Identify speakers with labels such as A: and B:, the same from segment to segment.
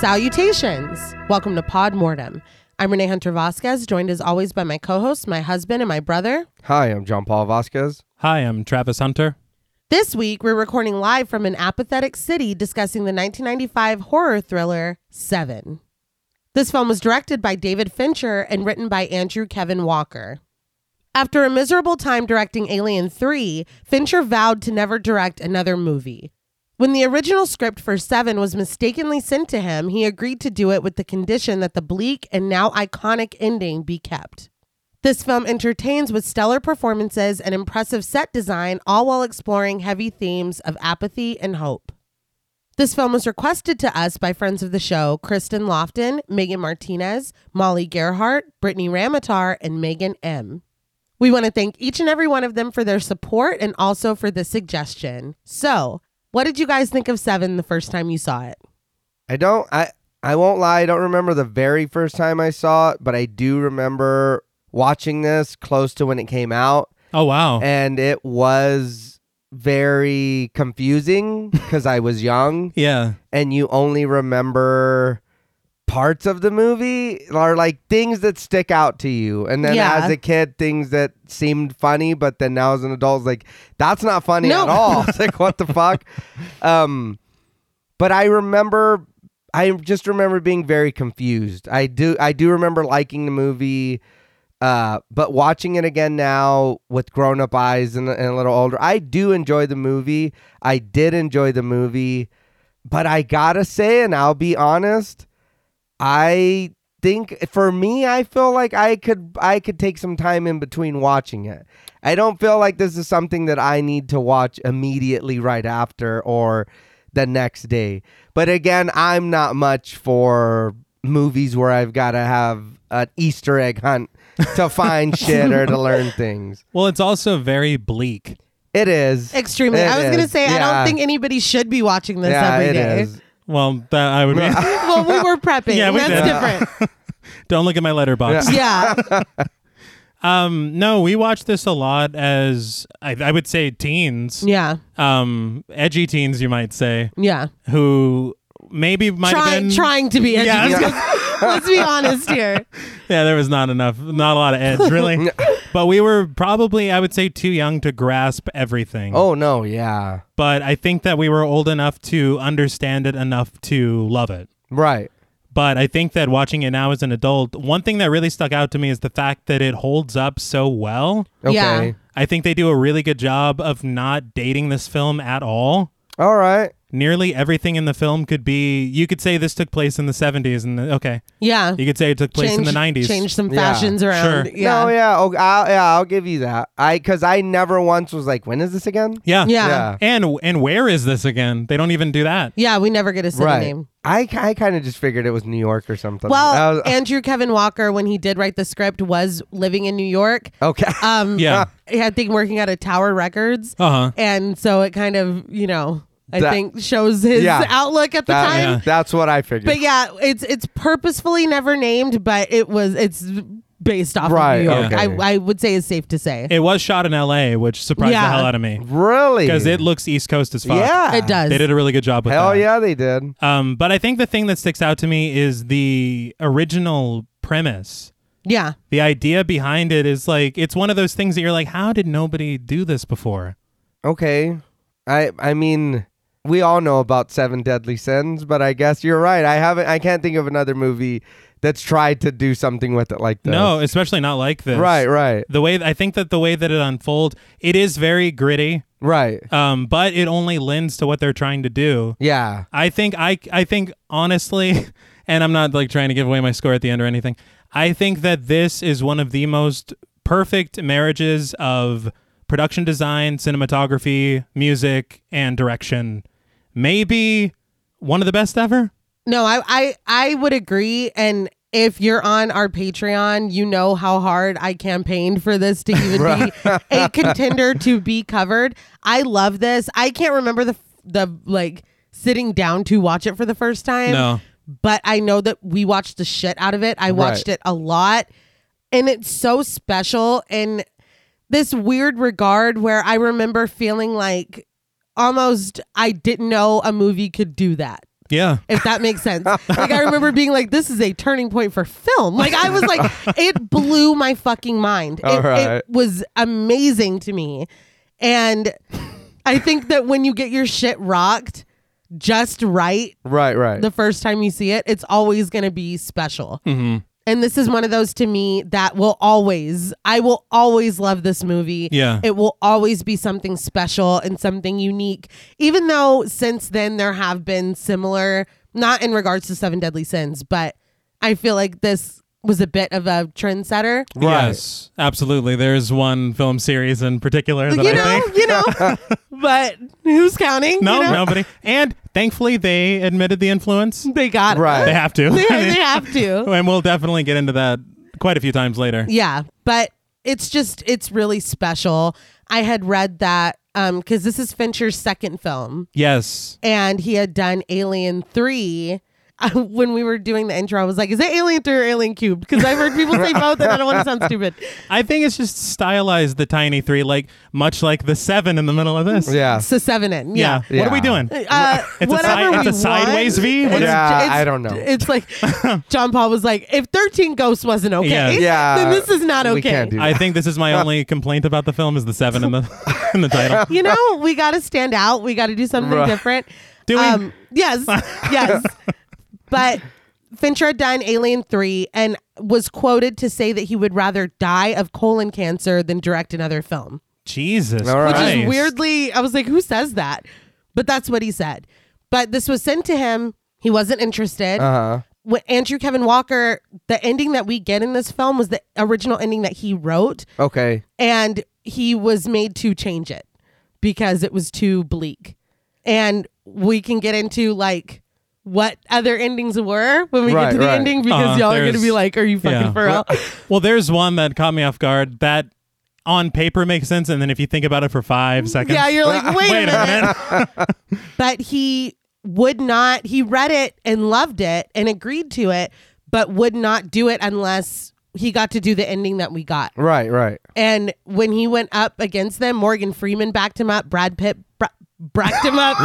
A: Salutations! Welcome to Pod Mortem. I'm Renee Hunter Vasquez, joined as always by my co host, my husband, and my brother.
B: Hi, I'm John Paul Vasquez.
C: Hi, I'm Travis Hunter.
A: This week, we're recording live from an apathetic city discussing the 1995 horror thriller Seven. This film was directed by David Fincher and written by Andrew Kevin Walker. After a miserable time directing Alien 3, Fincher vowed to never direct another movie. When the original script for Seven was mistakenly sent to him, he agreed to do it with the condition that the bleak and now iconic ending be kept. This film entertains with stellar performances and impressive set design, all while exploring heavy themes of apathy and hope. This film was requested to us by friends of the show Kristen Lofton, Megan Martinez, Molly Gerhart, Brittany Ramatar, and Megan M. We want to thank each and every one of them for their support and also for the suggestion. So, what did you guys think of Seven the first time you saw it?
B: I don't I I won't lie, I don't remember the very first time I saw it, but I do remember watching this close to when it came out
C: Oh wow.
B: and it was very confusing cuz I was young
C: yeah.
B: and you only remember parts of the movie or like things that stick out to you and then
A: Yeah.
B: as a kid things that seemed funny but then now as an adult it's like that's not funny
A: No.
B: at all it's like what the fuck um but i remember i just remember being very confused i do i do remember liking the movie uh, but watching it again now with grown up eyes and, and a little older, I do enjoy the movie. I did enjoy the movie, but I gotta say, and I'll be honest, I think for me, I feel like I could I could take some time in between watching it. I don't feel like this is something that I need to watch immediately right after or the next day. But again, I'm not much for movies where I've got to have an Easter egg hunt to find shit or to learn things.
C: Well, it's also very bleak.
B: It is
A: Extremely.
B: It
A: I was
B: is.
A: going to say, I
B: Yeah.
A: don't think anybody should be watching this
B: yeah,
A: every
B: it
A: day.
B: is.
C: Well, that I would mean.
A: well, we were prepping.
C: Yeah, we
A: That's
C: did.
A: different.
C: Don't look at my letterbox.
A: yeah.
C: Um, no, we watched this a lot as I, I would say teens.
A: Yeah.
C: Um, edgy teens, you might say,
A: Yeah.
C: who maybe might
A: Try,
C: have been
A: Trying to be edgy.
C: Yeah, I was
A: Let's be honest here.
C: Yeah, there was not enough, not a lot of edge, really. but we were probably, I would say, too young to grasp everything.
B: Oh no, yeah,
C: But I think that we were old enough to understand it enough to love it.
B: right.
C: But I think that watching it now as an adult, one thing that really stuck out to me is the fact that it holds up so well.
B: Okay,
A: Yeah.
C: I think they do a really good job of not dating this film at all.
B: all right.
C: Nearly everything in the film could be, you could say this took place in the 70s, and the, okay.
A: Yeah.
C: You could say it took place in the 90s.
A: Change some
B: Yeah.
A: fashions around.
C: Sure.
A: Yeah.
B: No, yeah. Oh, I'll, yeah, I'll give you that. I because I never once was like, when is this again?
C: Yeah.
A: Yeah.
B: Yeah.
C: And and where is this again? They don't even do that.
A: Yeah, we never get a city
B: Right.
A: name.
B: I, ki- I kind of just figured it was New York or something.
A: Well,
B: That was-
A: Andrew Kevin Walker, when he did write the script, was living in New York.
B: okay.
A: Um,
C: Yeah.
A: I had think working at a Tower Records,
C: Uh huh.
A: and so it kind of, you know, I
B: That-
A: think shows his
B: Yeah.
A: outlook at the
B: That-
A: time.
C: yeah.
B: That's what I figured.
A: But yeah, it's it's purposefully never named, but it was it's based off
B: Right,
A: of New York.
B: okay.
A: I, I would say it's safe to say
C: It was shot in L.A., which surprised
A: Yeah.
C: the hell out of me
B: really?
C: because it looks East Coast as fuck.
B: yeah,
A: it does.
C: They did a really good job with
B: Hell
C: that.
B: yeah, they did.
C: Um, but I think the thing that sticks out to me is the original premise.
A: yeah,
C: The idea behind it is like it's one of those things that you're like, how did nobody do this before?
B: Okay. I I mean, we all know about Seven Deadly Sins, but I guess you're right. I haven't. I can't think of another movie that's tried to do something with it like this.
C: No, especially not like this.
B: Right. Right.
C: The way I think that the way that it unfolds, it is very gritty,
B: Right.
C: um, but it only lends to what they're trying to do.
B: Yeah.
C: I think I I think honestly, and I'm not like trying to give away my score at the end or anything. I think that this is one of the most perfect marriages of production design, cinematography, music, and direction. Maybe one of the best ever.
A: no, I I I would agree. And if you're on our Patreon, you know how hard I campaigned for this to even be a contender to be covered. I love this. I can't remember the the like sitting down to watch it for the first time.
C: No.
A: but I know that we watched the shit out of it. I watched it a lot, and it's so special in this weird regard where I remember feeling like almost I didn't know a movie could do that.
C: Yeah.
A: if that makes sense. like I remember being like, this is a turning point for film. Like I was like, it blew my fucking mind. It,
B: All
A: it
B: right.
A: was amazing to me. And I think that when you get your shit rocked just right
B: Right, right.
A: the first time you see it, it's always going to be special.
C: Mm-hmm.
A: And this is one of those to me that will always, I will always love this movie.
C: Yeah.
A: It will always be something special and something unique. Even though since then there have been similar, not in regards to Seven Deadly Sins, but I feel like this was a bit of a trendsetter.
B: Right.
C: Yes, absolutely. There's one film series in particular that
A: you
C: I
A: know,
C: think.
A: you know, but who's counting?
C: No,
A: you know?
C: nobody. And thankfully, they admitted the influence.
A: They got it.
B: Right.
C: They have to.
A: They, they have to.
C: and we'll definitely get into that quite a few times later.
A: Yeah, but it's just it's really special. I had read that um cuz this is Fincher's second film
C: Yes.
A: and he had done Alien 3. Uh, when we were doing the intro, I was like, "Is it Alien 3 or Alien Cube?" Because I've heard people say both, and I don't want to sound stupid.
C: I think it's just stylized the tiny three, like much like the seven in the middle of this.
B: yeah.
A: So seven in, yeah.
C: Yeah. What
B: Yeah.
C: are we doing?
A: Uh,
C: It's a
A: whatever
C: side-
A: we
C: it's a sideways
A: want.
C: V?
A: It's-
B: Yeah,
A: it's-
B: I don't know.
A: It's like John Paul was like, "If 13 Ghosts wasn't okay,
C: Yeah.
B: Yeah.
A: then this is not okay."
B: We can't do
C: I think this is my only complaint about the film is the seven in the in the title.
A: you know, we got to stand out. We got to do something
B: Right.
A: different. Um,
C: Do we?
A: yes, yes. but Fincher had done Alien 3 and was quoted to say that he would rather die of colon cancer than direct another film,
C: Jesus.
B: All
A: which
C: Christ.
A: is weirdly, I was like, who says that? But that's what he said. But this was sent to him. He wasn't interested.
B: Uh-huh.
A: Wh- Andrew Kevin Walker, the ending that we get in this film was the original ending that he wrote,
B: Okay.
A: and he was made to change it because it was too bleak. And we can get into like what other endings were when we get
B: Right,
A: to the
B: right.
A: ending because
C: Uh,
A: y'all are
C: there's-
A: gonna be like, "Are you fucking
C: yeah.
A: for real?"
C: Well, there's one that caught me off guard that on paper makes sense, and then if you think about it for five seconds,
A: yeah, you're like, "Wait,
C: wait
A: a minute." but he would not. He read it and loved it and agreed to it, but would not do it unless he got to do the ending that we got.
B: Right, right.
A: And when he went up against them, Morgan Freeman backed him up. Brad Pitt bra- bracked him up.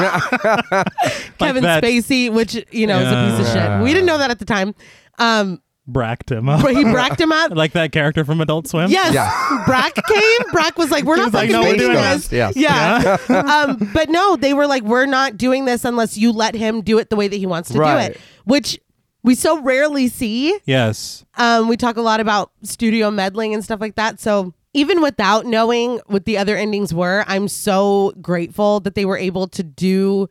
A: Kevin
C: Like that.
A: Spacey, which you know is a piece of
B: Yeah.
A: shit. We didn't know that at the time. Um,
C: Bracked him up.
A: but he bracked him up.
C: like that character from Adult Swim.
A: Yes,
B: Yeah.
A: Brack came. Brack was like, "We're not
C: was like,
A: fucking
C: "No, we're
A: doing
C: doing
A: this."
B: this. Yeah.
A: yeah. um, but no, they were like, "We're not doing this unless you let him do it the way that he wants to
B: Right.
A: do it," which we so rarely see.
C: Yes.
A: Um, we talk a lot about studio meddling and stuff like that. So even without knowing what the other endings were, I'm so grateful that they were able to do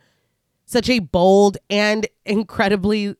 A: such a bold and incredibly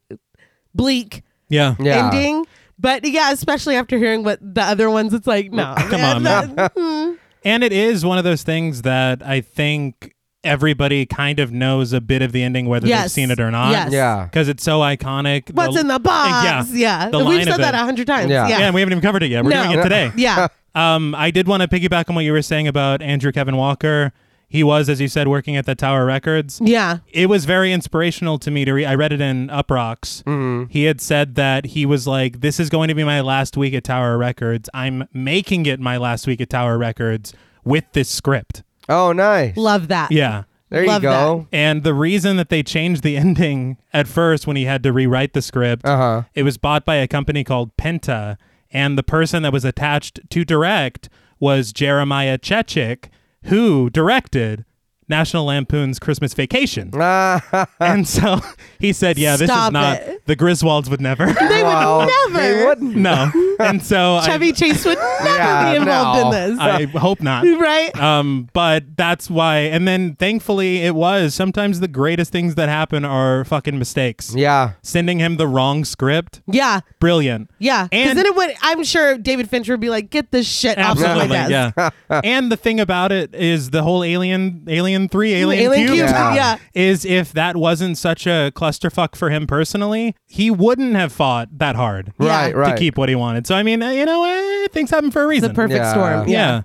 A: bleak
C: Yeah.
B: Yeah.
A: ending. But yeah, especially after hearing what the other ones, it's like, no,
C: Come on,
A: that-
C: And it is one of those things that I think everybody kind of knows a bit of the ending, whether they've
A: Yes.
C: seen it or not.
A: Yes.
B: Yeah.
C: Because it's so iconic.
A: Ah. what's in the box? Yeah,
C: Yeah. The
A: we've
C: line
A: said
C: of
A: that
C: it.
A: a hundred times. Yeah,
B: Yeah.
C: Yeah, and we haven't even covered it yet. We're
A: No.
C: doing it today.
A: Yeah.
C: Um, I did want to piggyback on what you were saying about Andrew Kevin Walker. He was, as you said, working at the Tower Records.
A: yeah.
C: It was very inspirational to me to read. I read it in Up Rocks.
A: Mm-hmm.
C: He had said that he was like, "This is going to be my last week at Tower Records. I'm making it my last week at Tower Records with this script."
B: Oh, nice.
A: love that.
C: Yeah.
B: There
A: love
B: you go.
C: And the reason that they changed the ending at first when he had to rewrite the script,
B: Uh-huh.
C: it was bought by a company called Penta, and the person that was attached to direct was Jeremiah Chechik, who directed National Lampoon's Christmas Vacation.
B: Ah,
C: and so he said, "Yeah, this
A: Stop
C: is not
A: it.
C: the Griswolds would never."
A: They
B: well,
A: would never.
B: They wouldn't.
C: no. And so
A: Chevy Chase would never
B: Yeah,
A: be involved
B: no.
A: in this,
C: I, I hope not.
A: right?
C: um but that's why and then thankfully it was sometimes the greatest things that happen are fucking mistakes
B: Yeah.
C: sending him the wrong script
A: Yeah,
C: brilliant
A: yeah. Because
C: And-
A: then it would. I'm sure David Fincher would be like, "Get this shit off of my
C: absolutely
A: desk."
C: yeah and the thing about it is the whole alien alien 3 alien,
A: Alien
C: cube,
A: Cube,
B: Yeah.
A: yeah.
C: is if that wasn't such a clusterfuck for him personally he wouldn't have fought that hard
B: Right, right.
C: to keep what he wanted so i mean eh, you know eh, things happen for a reason
A: The perfect
B: Yeah.
A: storm.
C: yeah.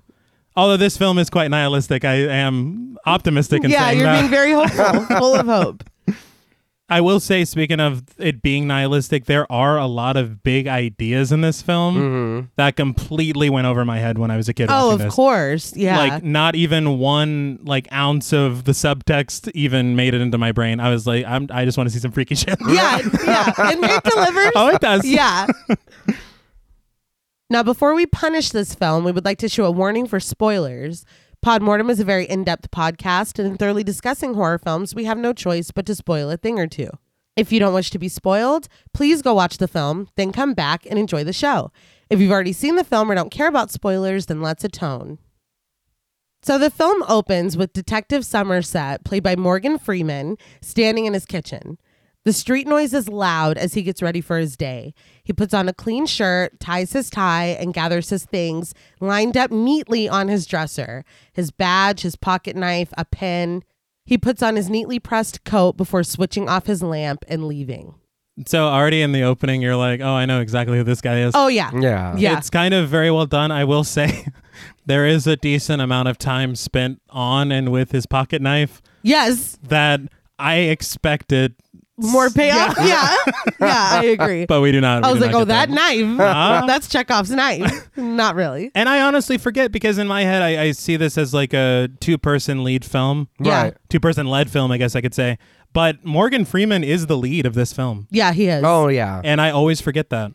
C: although this film is quite nihilistic i am optimistic in
A: yeah.
C: saying
A: You're
C: that
A: being very hopeful, full of hope.
C: I will say, speaking of it being nihilistic, there are a lot of big ideas in this film that completely went over my head when I was a kid.
A: Oh,
C: watching
A: of
C: this.
A: course. Yeah.
C: Like not even one like ounce of the subtext even made it into my brain. I was like, I'm, I just want to see some freaky shit.
A: yeah. Yeah. And it delivers.
C: oh, it does.
A: Yeah. now, before we punish this film, we would like to issue a warning for spoilers. Podmortem is a very in depth podcast, and in thoroughly discussing horror films, we have no choice but to spoil a thing or two. If you don't wish to be spoiled, please go watch the film, then come back and enjoy the show. If you've already seen the film or don't care about spoilers, then let's atone. So the film opens with Detective Somerset, played by Morgan Freeman, standing in his kitchen. The street noise is loud as he gets ready for his day. He puts on a clean shirt, ties his tie, and gathers his things lined up neatly on his dresser his badge, his pocket knife, a pen. He puts on his neatly pressed coat before switching off his lamp and leaving.
C: So already in the opening, you're like, oh, I know exactly who this guy is.
A: Oh, yeah.
B: Yeah.
A: Yeah.
C: It's kind of very well done. I will say there is a decent amount of time spent on and with his pocket knife
A: Yes.
C: that I expected,
A: More payoff. Yeah. Yeah, I agree.
C: but we do not.
A: I
C: we
A: was
C: do
A: like,
C: not
A: oh,
C: get
A: that knife.
C: Ah.
A: That's Chekhov's knife. Not really.
C: And I honestly forget because in my head, I, I see this as like a two person lead film,
A: Yeah.
B: Right.
C: two person led film, I guess I could say. But Morgan Freeman is the lead of this film.
A: Yeah, he is.
B: Oh yeah.
C: And I always forget that.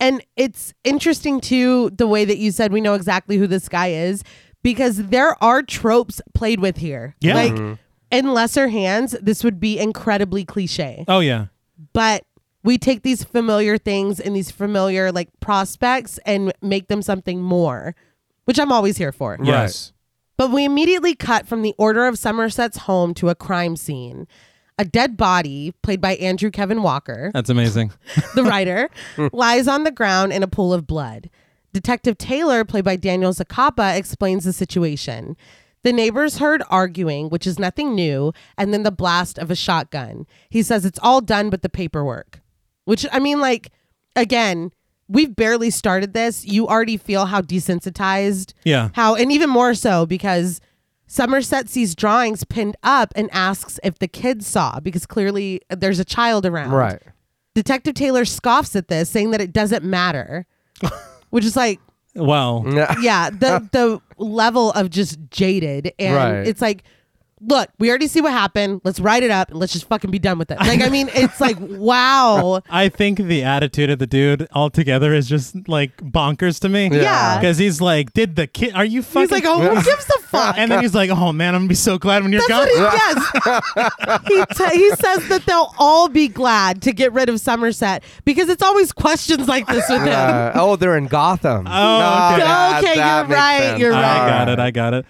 A: And it's interesting too the way that you said we know exactly who this guy is because there are tropes played with here.
C: Yeah.
A: Like
B: Mm-hmm.
A: in lesser hands, this would be incredibly cliche.
C: Oh, yeah.
A: But we take these familiar things and these familiar like prospects and make them something more, which I'm always here for.
C: Yes.
A: But we immediately cut from the order of Somerset's home to a crime scene. A dead body, played by Andrew Kevin Walker,
C: That's amazing.
A: the writer, lies on the ground in a pool of blood. Detective Taylor, played by Daniel Zacapa, explains the situation. The neighbors heard arguing, which is nothing new, and then the blast of a shotgun. He says it's all done but the paperwork. Which, I mean, like, again, we've barely started this. You already feel how desensitized
C: Yeah.
A: how, and even more so because Somerset sees drawings pinned up and asks if the kids saw because clearly uh, there's a child around.
B: Right.
A: Detective Taylor scoffs at this, saying that it doesn't matter, which is like,
C: Well,
A: Mm.
B: Yeah.
A: yeah, the the level of just jaded, and
B: Right.
A: it's like. Look, we already see what happened. Let's write it up and let's just fucking be done with it. Like, I mean, it's like, wow.
C: I think the attitude of the dude altogether is just like bonkers to me.
A: Yeah.
C: Because he's like, did the kid, are you fucking.
A: He's like, oh, who gives a fuck?
C: and then he's like, oh man, I'm going to be so glad when you're
A: That's
C: gone.
A: what he does. he, t- he says that they'll all be glad to get rid of Somerset because it's always questions like this with him.
B: Uh, oh, they're in Gotham. Oh,
C: okay.
A: Okay, you're right, you're
C: I
A: right.
C: got it. I got it.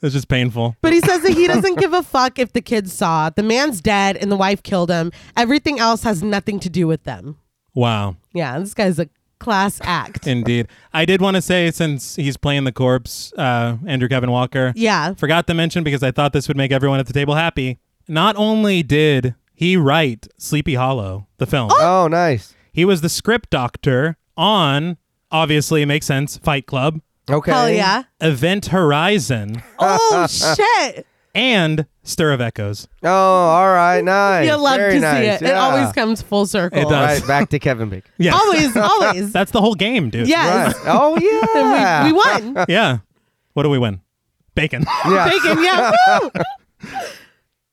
C: It's just painful.
A: But he says that he doesn't give a fuck if the kids saw. The man's dead and the wife killed him. Everything else has nothing to do with them.
C: Wow.
A: Yeah, this guy's a class act.
C: Indeed. I did want to say since he's playing the corpse, uh, Andrew Kevin Walker.
A: Yeah.
C: Forgot to mention because I thought this would make everyone at the table happy. Not only did he write Sleepy Hollow, the film,
B: Oh, nice.
C: he was the script doctor on, obviously, it makes sense, Fight Club,
B: Okay.
A: Hell yeah.
C: Event Horizon,
A: Oh, shit.
C: and Stir of Echoes.
B: Oh, all right. Nice.
A: You love
B: Very
A: to see it.
B: nice.
A: It
B: Yeah.
A: always comes full circle.
C: It does.
B: All right, back to Kevin Bacon.
C: Yeah.
A: Always, always.
C: That's the whole game, dude.
A: yes.
B: Right. Oh yeah.
A: We won.
C: Yeah. What do we win? Bacon.
B: Yeah.
A: Bacon, yeah. woo!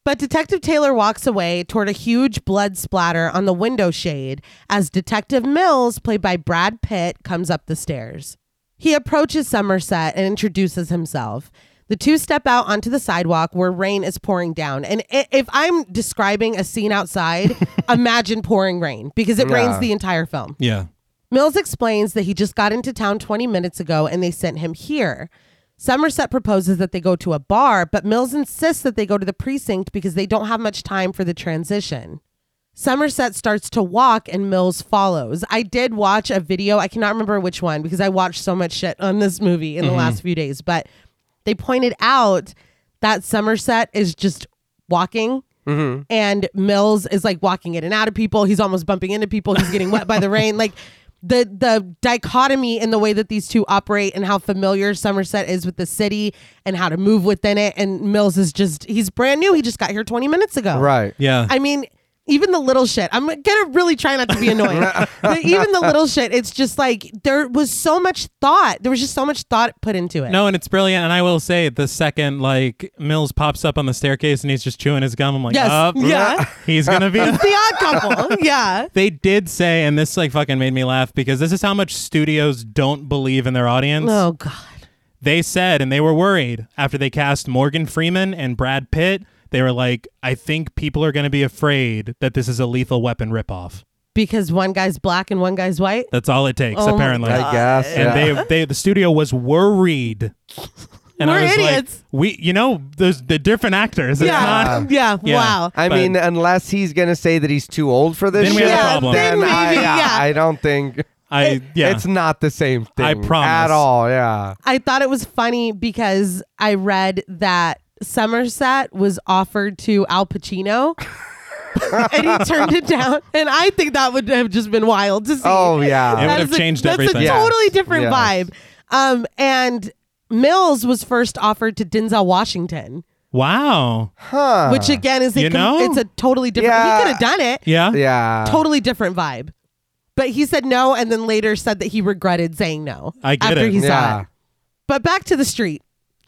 A: But Detective Taylor walks away toward a huge blood splatter on the window shade as Detective Mills, played by Brad Pitt, comes up the stairs. He approaches Somerset and introduces himself. The two step out onto the sidewalk where rain is pouring down. And i- if I'm describing a scene outside, imagine pouring rain because it rains
B: Yeah.
A: the entire film.
C: Yeah.
A: Mills explains that he just got into town 20 minutes ago and they sent him here. Somerset proposes that they go to a bar, but Mills insists that they go to the precinct because they don't have much time for the transition. Somerset starts to walk and Mills follows. I did watch a video, I cannot remember which one because I watched so much shit on this movie in the last few days, but they pointed out that Somerset is just walking and Mills is like walking in and out of people. He's almost bumping into people. He's getting wet by the rain. Like the the dichotomy in the way that these two operate and how familiar Somerset is with the city and how to move within it. And Mills is just he's brand new. He just got here 20 minutes ago.
B: Right.
C: Yeah.
A: I mean, Even the little shit. I'm gonna really try not to be annoying. but even the little shit, it's just like there was so much thought. There was just so much thought put into it.
C: No, and it's brilliant. And I will say, the second like Mills pops up on the staircase and he's just chewing his gum, I'm like,
A: Yes.
C: oh,
A: Yeah.
C: he's gonna be. a-
A: The odd couple. yeah.
C: they did say, and this like fucking made me laugh because this is how much studios don't believe in their audience.
A: Oh God.
C: They said, and they were worried after they cast Morgan Freeman and Brad Pitt. They were like, I think people are gonna be afraid that this is a Lethal Weapon ripoff.
A: Because one guy's black and one guy's white.
C: That's all it takes,
A: Oh my
C: apparently.
A: God.
B: I guess.
C: and
B: yeah.
C: they, they the studio was worried. And
A: We're
C: I was
A: idiots.
C: like, we, you know, those the different actors. It's not-
A: Yeah. yeah.
C: Yeah.
A: Wow.
B: I
C: But-
B: mean, unless he's gonna say that he's too old for this
C: Then we
B: shit,
C: have a problem.
B: then
A: Then
B: I,
A: maybe, yeah.
B: I don't think
C: I yeah.
B: it's not the same thing.
C: I promise.
B: at all. Yeah,
A: I thought it was funny because I read that Somerset was offered to Al Pacino. and he turned it down, and I think that would have just been wild to see.
B: Oh, yeah. It would
A: That
C: have
A: is a-
C: changed
A: that's
C: everything.
A: a
C: Yes.
A: totally different
B: Yes.
A: vibe. Um, and Mills was first offered to Denzel Washington,
C: wow.
B: huh?
A: which again is a
C: You
A: com-
C: know?
A: it's a totally different.
B: Uh. Yeah.
A: He could have done it.
C: Yeah.
B: yeah,
A: Totally different vibe. But he said no, and then later said that he regretted saying no.
C: I get
A: after
C: it.
A: he saw
B: yeah.
A: it. But back to the street.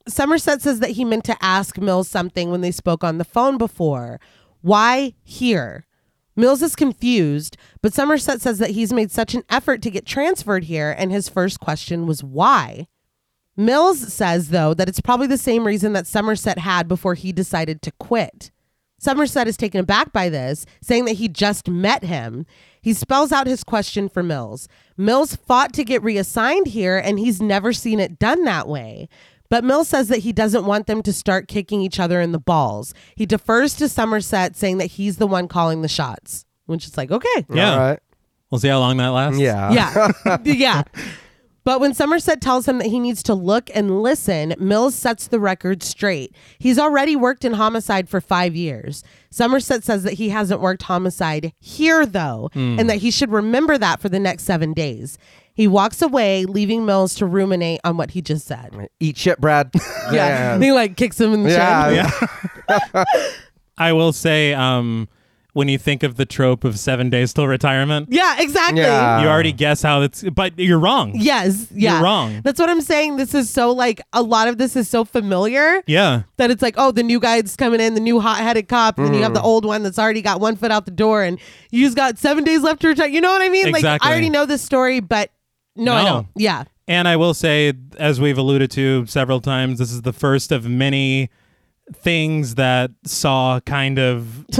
A: Somerset says that he meant to ask Mills something when they spoke on the phone before. Why here? Mills is confused, but Somerset says that he's made such an effort to get transferred here, and his first question was why. Mills says, though, that it's probably the same reason that Somerset had before he decided to quit. Somerset is taken aback by this, saying that he just met him. He spells out his question for Mills. Mills fought to get reassigned here, and he's never seen it done that way. But Mills says that he doesn't want them to start kicking each other in the balls. He defers to Somerset, saying that he's the one calling the shots, which is like, okay.
C: Yeah.
B: All right.
C: We'll see how long that lasts.
B: Yeah.
A: Yeah. yeah. But when Somerset tells him that he needs to look and listen, Mills sets the record straight. He's already worked in homicide for five years. Somerset says that he hasn't worked homicide here, though, and that he should remember that for the next seven days. He walks away, leaving Mills to ruminate on what he just said.
B: Eat shit, Brad.
A: And he like kicks him in the
B: Yeah.
A: chin.
B: yeah.
C: I will say, um, when you think of the trope of seven days till retirement,
A: Yeah, exactly.
B: Yeah.
C: you already guess how it's. But you're wrong.
A: Yes. Yeah.
C: You're wrong.
A: That's what I'm saying. This is so like a lot of this is so familiar.
C: Yeah.
A: that it's like, oh, the new guy's coming in, the new hot-headed cop, and then you have the
C: Mm-hmm.
A: old one that's already got one foot out the door, and you just got seven days left to retire. You know what I mean? Like,
C: Exactly.
A: I already know this story, but no, I
C: No.
A: don't. Yeah,
C: And I will say, as we've alluded to several times, this is the first of many things that Saw kind of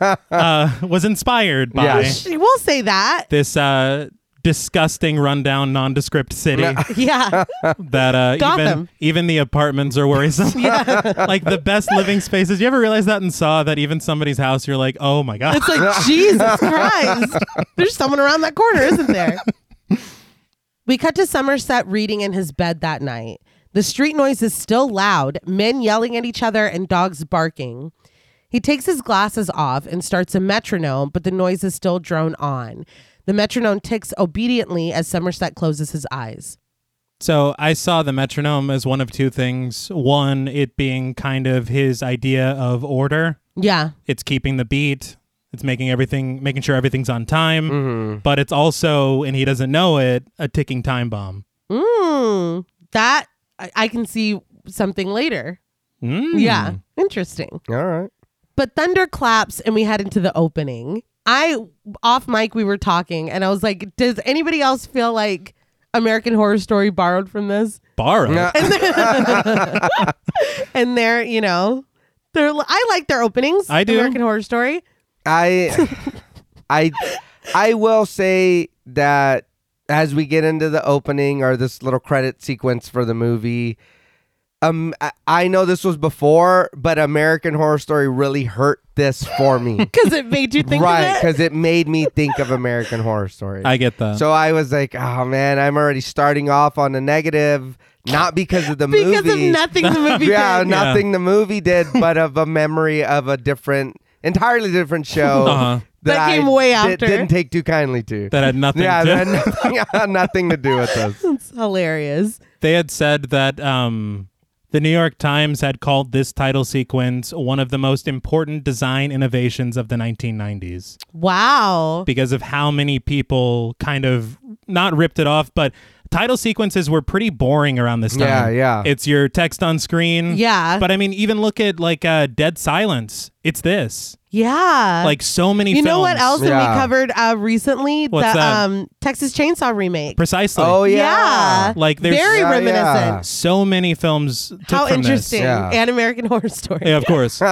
C: uh, was inspired by
B: Yeah.
A: she will say that.
C: this uh, disgusting, rundown, nondescript city.
A: Yeah,
C: that uh, even
A: Gotham.
C: even the apartments are worrisome. like the best living spaces. You ever realize that and saw that even somebody's house, you're like, oh my god.
A: it's like Jesus Christ. There's someone around that corner, isn't there? We cut to Somerset reading in his bed that night. The street noise is still loud, men yelling at each other and dogs barking. He takes his glasses off and starts a metronome, but the noise is still drone on. The metronome ticks obediently as Somerset closes his eyes.
C: So I saw the metronome as one of two things. One, it being kind of his idea of order.
A: Yeah.
C: It's keeping the beat. It's making everything, making sure everything's on time.
B: Mm-hmm.
C: But it's also, and he doesn't know it, a ticking time bomb.
A: Mm, that I, I can see something later.
C: Mm.
A: Yeah. Interesting.
B: All right.
A: But thunder claps and we head into the opening. I off mic we were talking and I was like, does anybody else feel like American Horror Story borrowed from this?
C: borrow.
B: Yeah.
A: And they're, you know, they're I like their openings.
C: I do.
A: American Horror Story.
B: I, I, I will say that as we get into the opening or this little credit sequence for the movie, um, I, I know this was before, but American Horror Story really hurt this for me,
A: Because it made you think
B: right?
A: of it.
B: Because it made me think of American Horror Story.
C: I get that.
B: so I was like, oh man, I'm already starting off on a negative, not because of the
A: Because
B: movie,
A: of nothing the movie
B: yeah,
A: did.
B: nothing the movie did, but of a memory of a different, entirely different show
C: Uh-huh.
A: That
B: I
A: came way
B: di-
A: after.
B: Didn't take too kindly to.
C: that had nothing
B: yeah,
C: to
B: that uh, had nothing, had nothing to do with this.
A: It's hilarious.
C: they had said that um The New York Times had called this title sequence one of the most important design innovations of the 1990s
A: Wow.
C: because of how many people kind of not ripped it off, but title sequences were pretty boring around this time.
B: Yeah, yeah.
C: It's your text on screen.
A: Yeah.
C: But I mean, even look at like uh, Dead Silence. It's this.
A: Yeah.
C: Like so many
A: Uh, you
C: films.
A: know what else that
B: Yeah.
A: we covered uh, recently?
C: What's
A: the
C: that?
A: um Texas Chainsaw remake.
C: Precisely.
B: Oh yeah.
A: yeah.
C: Like there's
A: very
B: Yeah,
A: reminiscent.
B: yeah.
C: so many films. Took
A: How
C: from this.
A: interesting.
B: Yeah.
A: And American Horror Story.
C: Yeah, of course.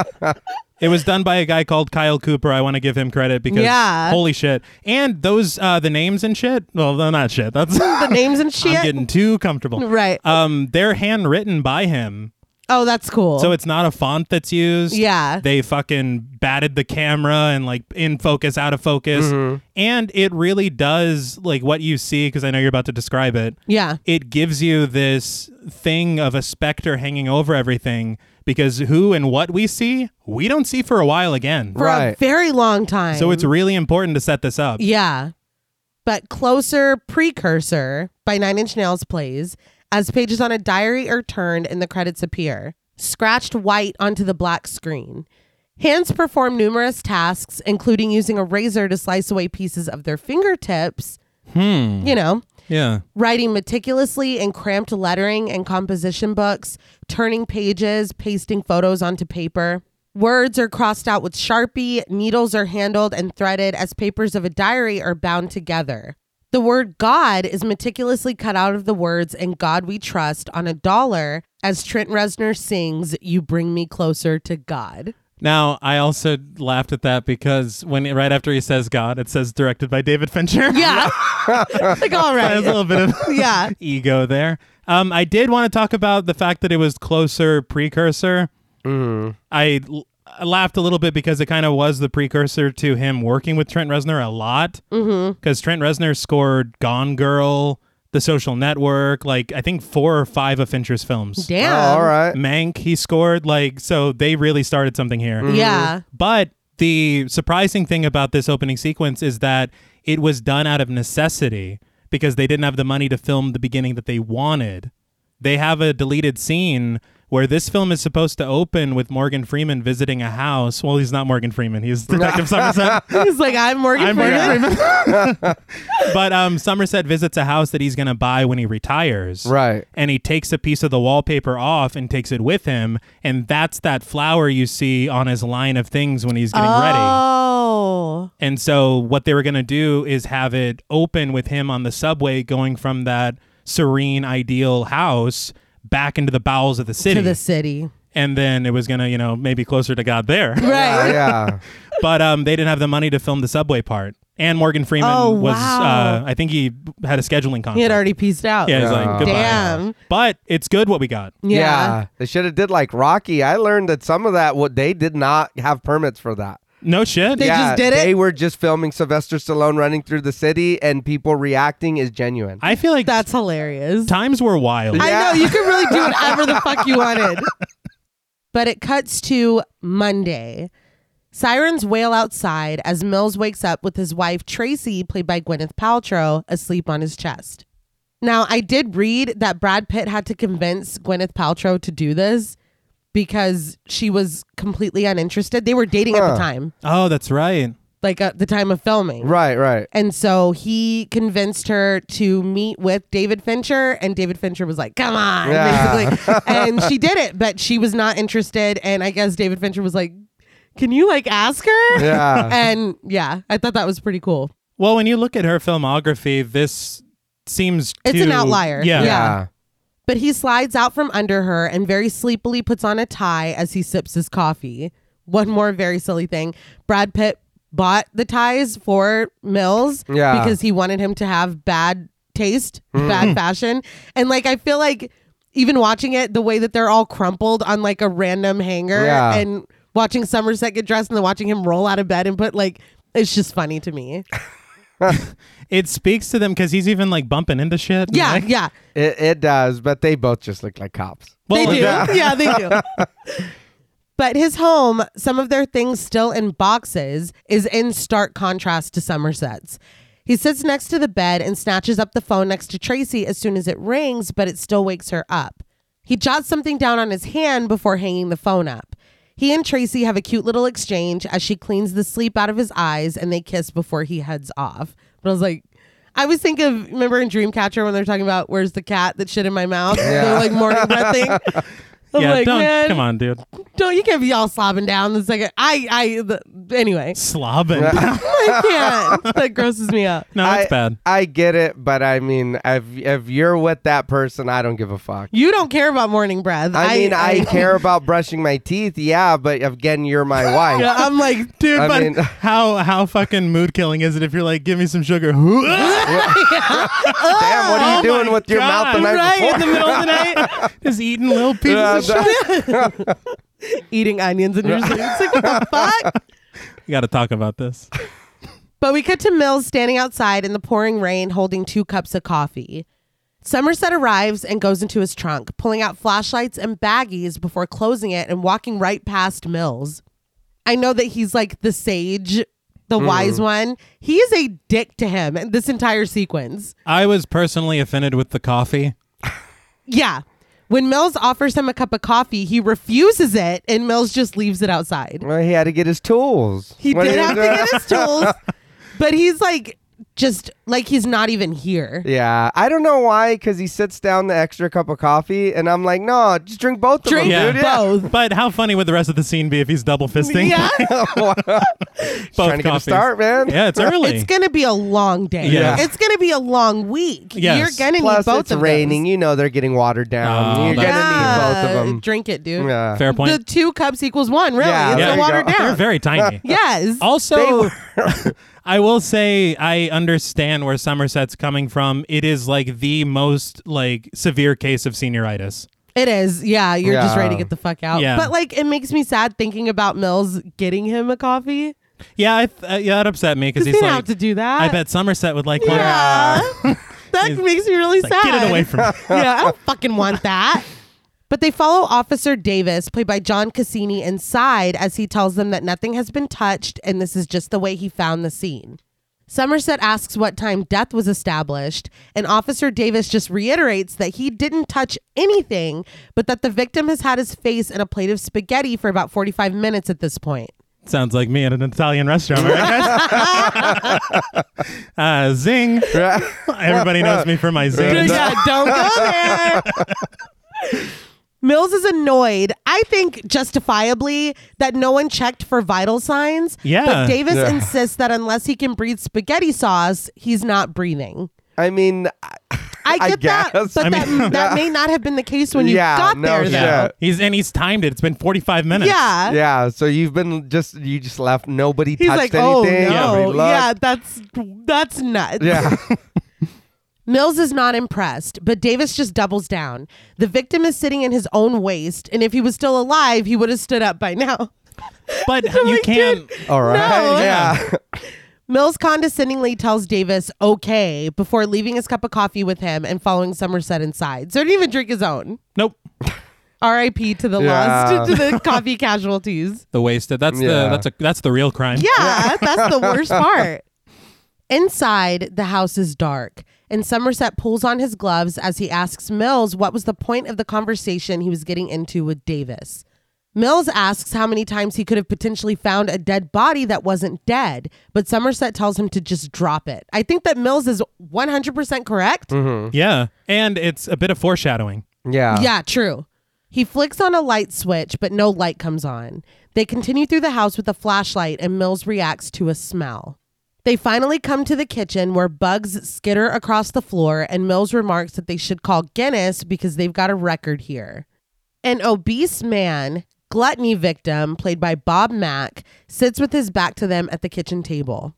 C: it was done by a guy called Kyle Cooper. I want to give him credit because
A: Yeah.
C: holy shit. And those uh the names and shit. Well, they're not shit. That's
A: The names and shit.
C: I'm getting too comfortable.
A: Right.
C: Um, they're handwritten by him.
A: oh, that's cool.
C: So it's not a font that's used.
A: Yeah.
C: They fucking batted the camera and like in focus, out of focus.
A: Mm-hmm.
C: And it really does like what you see, because I know you're about to describe it.
A: yeah.
C: It gives you this thing of a specter hanging over everything because who and what we see, we don't see for a while again.
A: For a
B: Right.
A: very long time.
C: So it's really important to set this up.
A: Yeah. But Closer Precursor by Nine Inch Nails plays as pages on a diary are turned and the credits appear, scratched white onto the black screen. Hands perform numerous tasks, including using a razor to slice away pieces of their fingertips,
C: Hmm.
A: you know,
C: Yeah.
A: writing meticulously in cramped lettering and composition books, turning pages, pasting photos onto paper. Words are crossed out with Sharpie, needles are handled and threaded as papers of a diary are bound together. The word God is meticulously cut out of the words in God We Trust on a dollar as Trent Reznor sings, You Bring Me Closer to God.
C: Now, I also laughed at that because when right after he says God, it says directed by David Fincher.
A: Yeah. like, all
C: There's a
A: right.
C: little bit of
A: Yeah.
C: ego there. Um, I did want to talk about the fact that it was closer precursor. I l- I laughed a little bit because it kind of was the precursor to him working with Trent Reznor a lot. Because
A: Mm-hmm.
C: Trent Reznor scored Gone Girl, The Social Network, like I think four or five of Fincher's films.
B: Oh,
A: Damn.
B: all right.
C: Mank, he scored. Like, so they really started something here.
A: Yeah.
C: But the surprising thing about this opening sequence is that it was done out of necessity because they didn't have the money to film the beginning that they wanted. They have a deleted scene where this film is supposed to open with Morgan Freeman visiting a house. Well, he's not Morgan Freeman. He's Detective Somerset.
A: He's like, I'm Morgan
C: I'm
A: Freeman.
C: Morgan Freeman. but um, Somerset visits a house that he's going to buy when he retires
B: Right.
C: and he takes a piece of the wallpaper off and takes it with him and that's that flower you see on his line of things when he's getting ready
A: Oh.
C: and so what they were going to do is have it open with him on the subway going from that serene ideal house back into the bowels of the city
A: To the city.
C: and then it was going to you know maybe closer to god there
A: Right.
B: Yeah, yeah.
C: but um, they didn't have the money to film the subway part and morgan freeman
A: Oh,
C: was
A: wow.
C: uh, i think he had a scheduling conflict
A: He had already pieced out.
C: yeah, he's like
B: Yeah.
C: goodbye
A: Damn.
C: but it's good what we got
A: Yeah.
B: They should have did like Rocky. I learned that some of that what they did not have permits for that.
C: no shit
A: They
B: yeah,
A: just did it?
B: They were just filming Sylvester Stallone running through the city and people reacting is genuine.
C: I feel like
A: That's hilarious.
C: times were wild.
A: I
B: Yeah.
A: know. You could really do whatever the fuck you wanted. But it cuts to Monday. Sirens wail outside as Mills wakes up with his wife, Tracy, played by Gwyneth Paltrow, asleep on his chest. Now, I did read that Brad Pitt had to convince Gwyneth Paltrow to do this because she was completely uninterested. They were dating at
B: Huh.
A: the time,
C: oh, that's right.
A: like at the time of filming.
B: right, right.
A: And so he convinced her to meet with David Fincher, and David Fincher was like, "Come on,"
B: Yeah.
A: basically. and she did it, but she was not interested. And I guess David Fincher was like, "Can you like ask her?"
B: Yeah.
A: And yeah, I thought that was pretty cool.
C: Well, when you look at her filmography, this seems
A: It's
C: too-
A: an outlier.
C: Yeah.
A: Yeah. But he slides out from under her and very sleepily puts on a tie as he sips his coffee. One more very silly thing: Brad Pitt bought the ties for Mills
B: Yeah.
A: because he wanted him to have bad taste, bad fashion, and like I feel like even watching it, the way that they're all crumpled on like a random hanger
B: Yeah.
A: and watching Somerset get dressed and then watching him roll out of bed and put like. It's just funny to me.
C: It speaks to them because he's even like bumping into shit.
A: Yeah,
C: Like,
A: yeah.
B: It, it does, but they both just look like cops.
A: They
C: well,
A: do. Yeah. they do. but his home, some of their things still in boxes, is in stark contrast to Somerset's. He sits next to the bed and snatches up the phone next to Tracy as soon as it rings, but it still wakes her up. He jots something down on his hand before hanging the phone up. He and Tracy have a cute little exchange as she cleans the sleep out of his eyes and they kiss before he heads off. But I was like, I always think of remember in Dreamcatcher when they're talking about where's the cat that shit in my mouth? They're like morning breath thing. I'm
C: yeah,
A: like,
C: don't
A: man,
C: come on, dude.
A: don't you can't be all slobbing down the second. I I the, anyway,
C: Slobbing.
A: I can't. That grosses me out.
C: no,
B: I,
C: it's bad.
B: I get it, but I mean, if if you're with that person, I don't give a fuck.
A: You don't care about morning breath.
B: I, mean, I, care about brushing my teeth, yeah, but again, you're my wife.
A: Yeah, I'm like,
C: Dude,
B: I
C: but
B: mean-
C: how how fucking mood killing is it if you're like, give me some sugar? Damn,
A: Oh
B: Damn, what are you doing with your mouth the night
C: right
B: before?
C: in the middle of the night, just eating little
B: Yeah,
C: pieces of shit.
A: eating onions in your sleep. It's like, what the fuck?
C: We got to talk about this.
A: But we cut to Mills standing outside in the pouring rain holding two cups of coffee. Somerset arrives and goes into his trunk, pulling out flashlights and baggies before closing it and walking right past Mills. I know that he's like the sage, the wise one. He is a dick to him in this entire sequence.
C: I was personally offended with the coffee.
A: Yeah. When Mills offers him a cup of coffee, he refuses it and Mills just leaves it outside.
B: Well, he had to get his tools.
A: He
B: What
A: did
B: are you
A: have to
B: doing?
A: get his tools, but he's like, just like he's not even here.
B: Yeah, I don't know why, because he sits down the extra cup of coffee, and I'm like, no, just drink both
A: Drink
B: of them, dude. Yeah.
A: both.
C: But how funny would the rest of the scene be if he's double fisting?
A: Yeah.
B: Trying
C: both
B: to get a
C: coffees?
B: start, man.
C: Yeah, it's early.
A: It's going to be a long day.
C: Yeah.
A: It's going to be a long week.
C: Yes.
A: You're going to need
B: Plus,
A: both
B: it's
A: of
B: raining.
A: Those.
B: You know they're getting watered down.
C: Oh,
B: You're
C: that's-
B: gonna need both of them.
A: Drink it, dude.
B: Yeah.
C: Fair point.
A: The two cups equals one, really.
B: Yeah,
A: it's
B: there
A: a
B: you
A: watered
B: go.
A: down.
C: They're very tiny.
A: yes.
C: Also, I will say I understand where Somerset's coming from. It is like the most like severe case of senioritis.
A: It is. Yeah. You're just ready to
B: Yeah.
A: get the fuck out.
C: Yeah.
A: But like, it makes me sad thinking about Mills getting him a coffee.
C: Yeah, I th- uh, yeah, that upset me because
A: Does he
C: he's
A: not
C: like,
A: have to do that?
C: I bet Somerset would like one.
A: Yeah. that
C: He's-
A: makes me really
C: Like,
A: sad.
C: get it away from me.
A: yeah, I don't fucking want that. But they follow Officer Davis, played by John Cassini, inside as he tells them that nothing has been touched and this is just the way he found the scene. Somerset asks what time death was established, and Officer Davis just reiterates that he didn't touch anything, but that the victim has had his face in a plate of spaghetti for about 45 minutes at this point.
C: Sounds like me at an Italian restaurant, right, guys? uh, zing. Everybody knows me for my zing.
A: Yeah, don't go there. Mills is annoyed, I think justifiably, that no one checked for vital signs.
C: Yeah.
A: But Davis
B: Yeah.
A: insists that unless he can breathe spaghetti sauce, he's not breathing.
B: I mean, I-
A: I
B: I
A: get that,
B: guess.
A: but
B: I
A: that,
C: mean-
A: that may not have been the case when you
B: Yeah,
A: got
B: no
A: there,
B: shit.
A: though.
C: Yeah. He's and he's timed it. It's been 45 minutes.
A: Yeah.
B: yeah. So you've been just you just left. Nobody
A: He's
B: touched
A: like, oh
B: anything.
A: no,
B: nobody
A: yeah,
B: looked.
A: that's that's nuts.
B: yeah.
A: Mills is not impressed, but Davis just doubles down. The victim is sitting in his own waist, and if he was still alive, he would have stood up by now.
C: But you can't.
B: All right.
A: No.
B: Yeah.
A: Mills condescendingly tells Davis, okay, before leaving his cup of coffee with him and following Somerset inside. So he didn't even drink his own.
C: Nope.
A: R.I.P. to the
B: Yeah.
A: lost, to the coffee casualties.
C: The wasted. That's the
B: Yeah.
C: that's a that's the real crime.
A: Yeah, that's the worst part. Inside, the house is dark, and Somerset pulls on his gloves as he asks Mills what was the point of the conversation he was getting into with Davis. Mills asks how many times he could have potentially found a dead body that wasn't dead, but Somerset tells him to just drop it. I think that Mills is 100% correct.
C: Yeah. And it's a bit of foreshadowing.
B: Yeah.
A: Yeah, true. He flicks on a light switch, but no light comes on. They continue through the house with a flashlight, and Mills reacts to a smell. They finally come to the kitchen where bugs skitter across the floor, and Mills remarks that they should call Guinness because they've got a record here. An obese man, gluttony victim, played by Bob Mack, sits with his back to them at the kitchen table.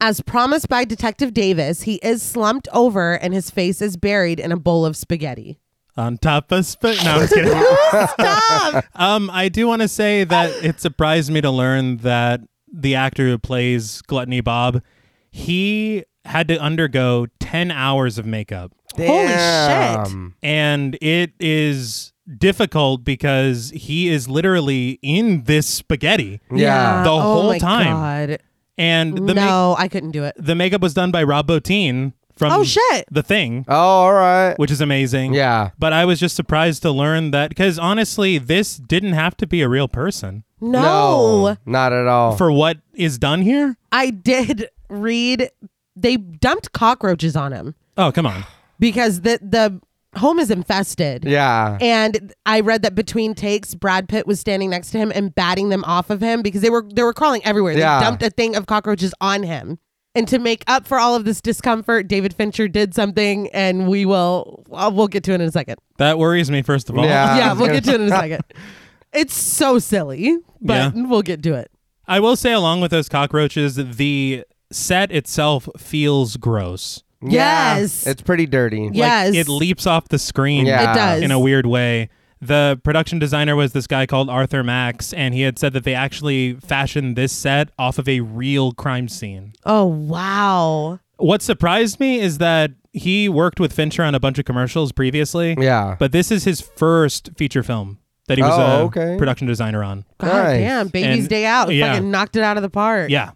A: As promised by Detective Davis, he is slumped over and his face is buried in a bowl of spaghetti.
C: On top of spit. No, I'm just kidding.
A: Stop!
C: Um, I do want to say that it surprised me to learn that the actor who plays Gluttony Bob, he had to undergo 10 hours of makeup.
A: Holy shit.
B: Damn.
C: And it is difficult because he is literally in this spaghetti.
B: Yeah.
C: The
A: oh
C: whole
A: my
C: time.
A: God.
C: And the,
A: no, I couldn't do it.
C: ma- the makeup was done by Rob Bottin from
A: Oh, shit.
C: the thing,
B: Oh, all right.
C: which is amazing.
B: Yeah.
C: But I was just surprised to learn that because honestly, this didn't have to be a real person
A: No.
B: Not at all.
C: for what is done here.
A: I did read they dumped cockroaches on him
C: Oh, come on.
A: because the the home is infested.
B: yeah.
A: And I read that between takes, Brad Pitt was standing next to him and batting them off of him because they were they were crawling everywhere.
B: Yeah.
A: They dumped a thing of cockroaches on him. And to make up for all of this discomfort, David Fincher did something, and we will uh, we'll get to it in a second.
C: That worries me, first of all.
B: Yeah. I
A: yeah,
B: was
A: we'll
B: gonna-
A: get to it in a second. Um, It's so silly, but we'll get to it.
C: I will say, along with those cockroaches, the set itself feels gross.
B: Yeah.
A: Yes.
B: It's pretty dirty.
A: Yeah. Yes.
C: Like, it leaps off the screen
B: Yeah.
A: It does
C: in a weird way. The production designer was this guy called Arthur Max, and he had said that they actually fashioned this set off of a real crime scene.
A: Oh wow!
C: What surprised me is that he worked with Fincher on a bunch of commercials previously.
B: Yeah.
C: But this is his first feature film that he was
B: Oh,
C: a
B: okay.
C: production designer on.
A: God
B: Nice.
A: damn, baby's
C: And-
A: day out.
C: yeah.
A: Fucking knocked it out of the park.
C: Yeah.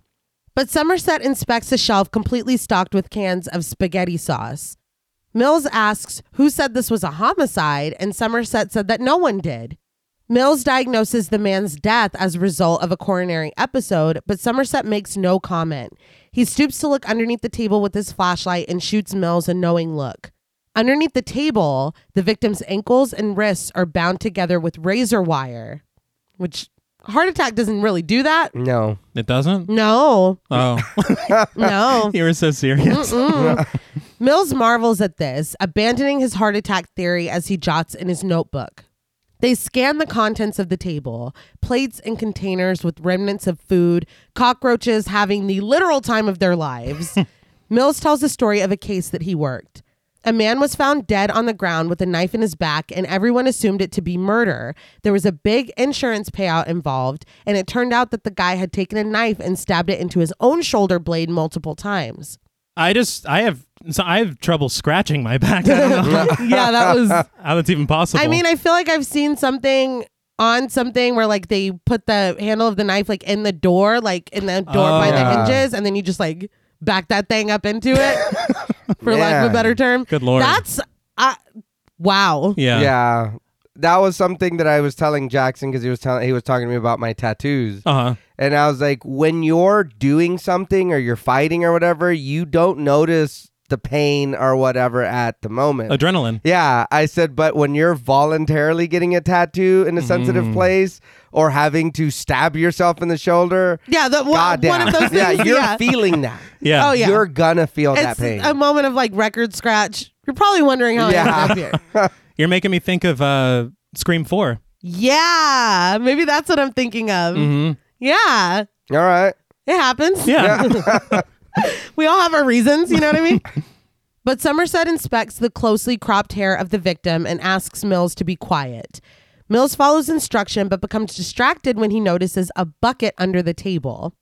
A: But Somerset inspects a shelf completely stocked with cans of spaghetti sauce. Mills asks who said this was a homicide, and Somerset said that no one did. Mills diagnoses the man's death as a result of a coronary episode, but Somerset makes no comment. He stoops to look underneath the table with his flashlight and shoots Mills a knowing look. Underneath the table, the victim's ankles and wrists are bound together with razor wire, which heart attack doesn't really do that.
B: No.
C: It doesn't?
A: No,
C: Oh.
A: no.
C: you were so serious.
A: Mills marvels at this, abandoning his heart attack theory as he jots in his notebook. They scan the contents of the table plates and containers with remnants of food, cockroaches having the literal time of their lives. Mills tells the story of a case that he worked. A man was found dead on the ground with a knife in his back, and everyone assumed it to be murder. There was a big insurance payout involved, and it turned out that the guy had taken a knife and stabbed it into his own shoulder blade multiple times.
C: I just, I have, so I have trouble scratching my back. I don't know
A: yeah, that was.
C: how that's even possible.
A: I mean, I feel like I've seen something on something where like they put the handle of the knife like in the door, like in the door
C: Oh.
A: by
B: Yeah.
A: the hinges, and then you just like back that thing up into it, for lack of
B: Man.
A: a better term.
C: Good lord.
A: That's uh, wow.
C: yeah.
B: yeah. That was something that I was telling Jackson because he was telling he was talking to me about my tattoos.
C: Uh huh.
B: And I was like, when you're doing something or you're fighting or whatever, you don't notice the pain or whatever at the moment.
C: Adrenaline.
B: yeah, I said, but when you're voluntarily getting a tattoo in a
C: Mm.
B: sensitive place or having to stab yourself in the shoulder,
A: Yeah, the, one,
B: goddamn,
A: one of those things.
B: yeah,
A: Yeah,
B: you're feeling that.
C: Yeah.
A: Oh, yeah.
B: You're gonna feel that
A: it's um,
B: pain.
A: a moment of like record scratch. You're probably wondering how I ended
B: Yeah.
A: up here.
C: You're making me think of uh, Scream 4.
A: Yeah, maybe that's what I'm thinking of. Yeah,
B: All right.
A: it happens.
C: Mm-hmm. Yeah.
A: we all have our reasons, you know what I mean? But Somerset inspects the closely cropped hair of the victim and asks Mills to be quiet. Mills follows instruction but becomes distracted when he notices a bucket under the table.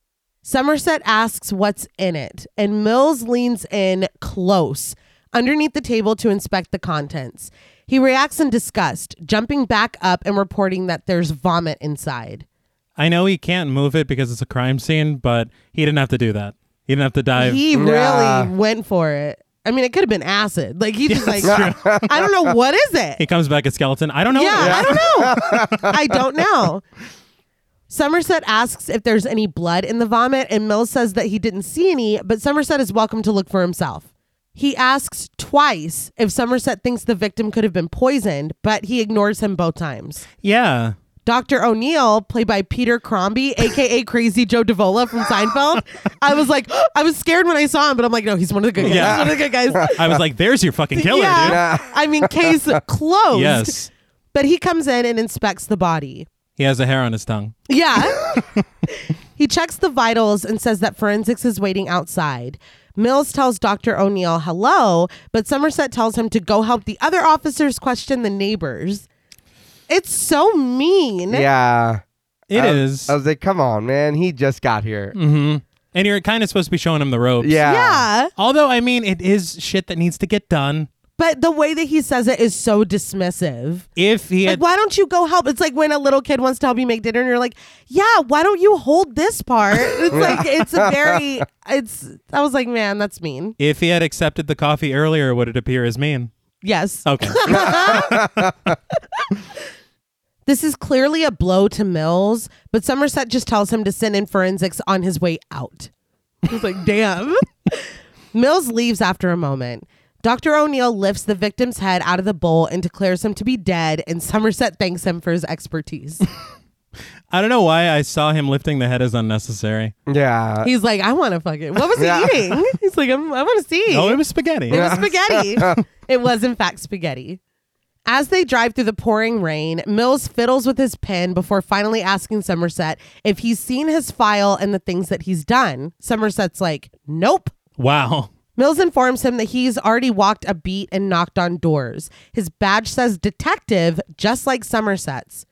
A: Somerset asks what's in it, and Mills leans in close underneath the table to inspect the contents. He reacts in disgust, jumping back up and reporting that there's vomit inside.
C: I know he can't move it because it's a crime scene, but he didn't have to do that. He didn't have to dive.
A: he
B: Yeah.
A: really went for it. I mean, it could have been acid. Like he just like I don't know what is it.
C: he comes back a skeleton. I don't know.
A: yeah, I don't know. I don't know. Somerset asks if there's any blood in the vomit, and Mills says that he didn't see any, but Somerset is welcome to look for himself. He asks twice if Somerset thinks the victim could have been poisoned, but he ignores him both times.
C: Yeah.
A: Dr. O'Neill, played by Peter Crombie, aka Crazy Joe Davola from Seinfeld. I was like, I was scared when I saw him, but I'm like, no, he's one of the good guys.
C: Yeah.
A: He's one of the good guys.
C: I was like, there's your fucking killer,
A: yeah.
C: dude.
B: Yeah.
A: I mean, case closed.
C: Yes.
A: But he comes in and inspects the body.
C: He has a hair on his tongue.
A: Yeah. he checks the vitals and says that forensics is waiting outside. Mills tells Dr. O'Neill hello, but Somerset tells him to go help the other officers question the neighbors. It's so mean.
B: Yeah.
C: It
B: I,
C: is.
B: I was like, come on, man. He just got here.
C: and you're kind of supposed to be showing him the ropes.
B: Yeah.
A: Yeah.
C: Although, I mean, it is shit that needs to get done.
A: But the way that he says it is so dismissive.
C: If he
A: Like,
C: had,
A: why don't you go help? It's like when a little kid wants to help you make dinner, and you're like, "Yeah, why don't you hold this part?" It's like it's a very, it's. I was like, man, that's mean.
C: if he had accepted the coffee earlier, would it appear as mean?
A: Yes.
C: Okay.
A: This is clearly a blow to Mills, but Somerset just tells him to send in forensics on his way out. He's like, damn. Mills leaves after a moment. Dr. O'Neill lifts the victim's head out of the bowl and declares him to be dead, and Somerset thanks him for his expertise.
C: I don't know why I saw him lifting the head as unnecessary.
B: Yeah.
A: He's like, I want to fuck it. What was he
B: Yeah.
A: eating? He's like, I'm, I want to see.
C: Oh, it was spaghetti.
A: It was spaghetti. it was, in fact, spaghetti. As they drive through the pouring rain, Mills fiddles with his pen before finally asking Somerset if he's seen his file and the things that he's done. Somerset's like, nope.
C: Wow.
A: Mills informs him that he's already walked a beat and knocked on doors. His badge says detective, just like Somerset's.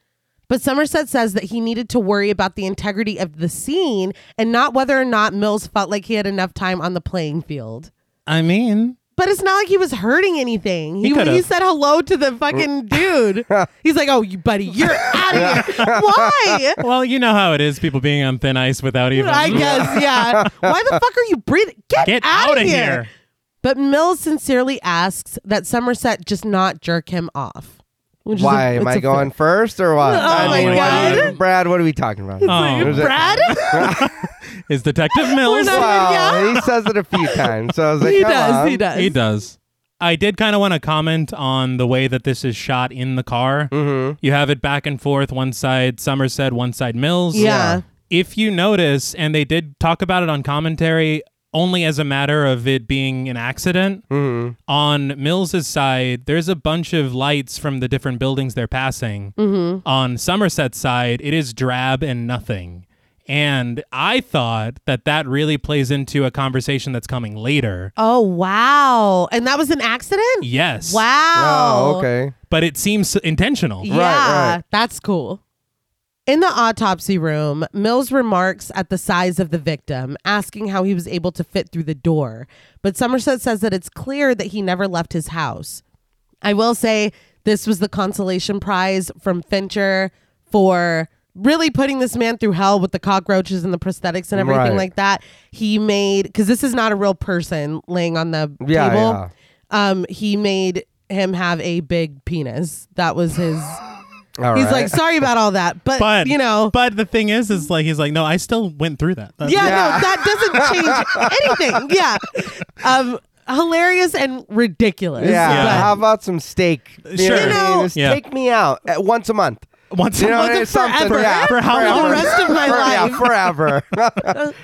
A: But Somerset says that he needed to worry about the integrity of the scene and not whether or not Mills felt like he had enough time on the playing field.
C: I mean,
A: But it's not like he was hurting anything. He,
C: He
A: he,
C: could've.
A: said hello to the fucking dude. He's like, "Oh, you buddy, you're out of here. Why?
C: well, you know how it is people being on thin ice without even.
A: I guess, yeah. Why the fuck are you breathing? Get,
C: Get
A: out,
C: outta
A: of here.
C: here.
A: But Mills sincerely asks that Somerset just not jerk him off. Which is a-
B: Why am
A: it's
B: I
A: a fair-
B: going first or what? I
C: my
B: what-
A: God.
B: Brad, what are we talking about?
C: Oh,
B: There's a-
A: Brad?
C: is Detective Mills.
A: not-
B: Well, he says it a few times, so I was like,
A: he
B: come
A: does.
B: on.
A: He does.
C: He does. I did kind of want to comment on the way that this is shot in the car. Mm-hmm. You have it back and forth, one side Somerset, one side Mills.
A: Yeah. Yeah.
C: If you notice, and they did talk about it on commentary only as a matter of it being an accident, on Mills's side, there's a bunch of lights from the different buildings they're passing.
A: Mm-hmm.
C: On Somerset's side, it is drab and nothing. And I thought that that really plays into a conversation that's coming later.
A: Oh wow! And that was an accident.
C: Yes.
A: Wow.
B: Oh, okay.
C: But it seems intentional.
A: Yeah,
B: Right, right.
A: that's cool. In the autopsy room, Mills remarks at the size of the victim, asking how he was able to fit through the door. But Somerset says that it's clear that he never left his house. I will say this was the consolation prize from Fincher for really putting this man through hell with the cockroaches and the prosthetics and everything
B: Right.
A: like that. He made because this is not a real person laying on the
B: Yeah,
A: table.
B: yeah.
A: Um, he made him have a big penis. That was his.
B: All
A: He's
B: right.
A: like, sorry about all that, but,
C: But
A: you know,
C: But the thing is, is like he's like, no, I still went through that. That's-
A: yeah,
B: Yeah.
A: no, that doesn't change anything. Yeah, um, hilarious and ridiculous.
B: yeah.
A: but-
B: How about some steak? You know,
C: Sure.
B: what I mean?
A: You know-
B: Just
C: Yeah.
B: take me out uh, once a month.
C: Once
B: You
C: a
B: know
C: month.
B: what I mean? Something.
A: forever.
B: Yeah,
C: For how
B: forever.
C: long?
A: For the rest of my
B: For-
A: life.
B: Yeah, forever.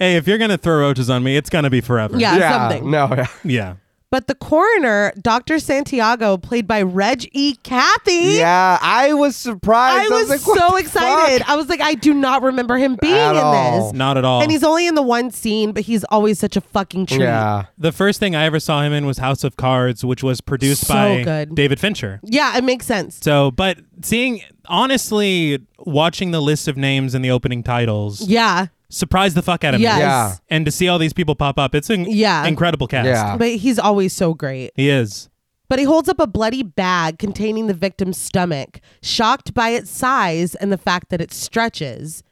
C: Hey, if you're gonna throw roaches on me, it's gonna be forever.
A: Yeah.
B: yeah.
A: something.
B: No. Yeah.
C: Yeah.
A: But the coroner, Dr. Santiago, played by Reg E. Cathy.
B: Yeah, I was surprised.
A: I was
B: like, what
A: so
B: the
A: excited.
B: fuck?
A: I was like, I do not remember him being
B: At
A: in
B: all.
A: this.
C: Not at all.
A: And he's only in the one scene, but he's always such a fucking treat.
B: Yeah.
C: the first thing I ever saw him in was House of Cards, which was produced
A: So
C: by
A: good.
C: David Fincher.
A: Yeah, it makes sense.
C: So, but seeing honestly, watching the list of names and the opening titles
A: Yeah.
C: surprised the fuck out of
A: Yes.
C: me.
B: Yeah.
C: And to see all these people pop up, it's an
A: Yeah.
C: incredible cast.
B: Yeah.
A: But he's always so great.
C: He is.
A: But he holds up a bloody bag containing the victim's stomach, shocked by its size and the fact that it stretches.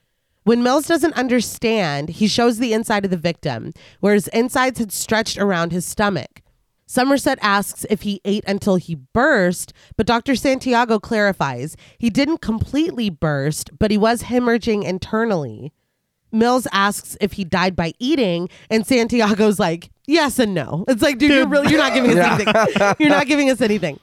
A: When Mills doesn't understand, he shows the inside of the victim, where his insides had stretched around his stomach. Somerset asks if he ate until he burst, but Dr. Santiago clarifies he didn't completely burst, but he was hemorrhaging internally. Mills asks if he died by eating, and Santiago's like, yes and no. It's like, dude, you're really you're not giving us anything. You're not giving us anything.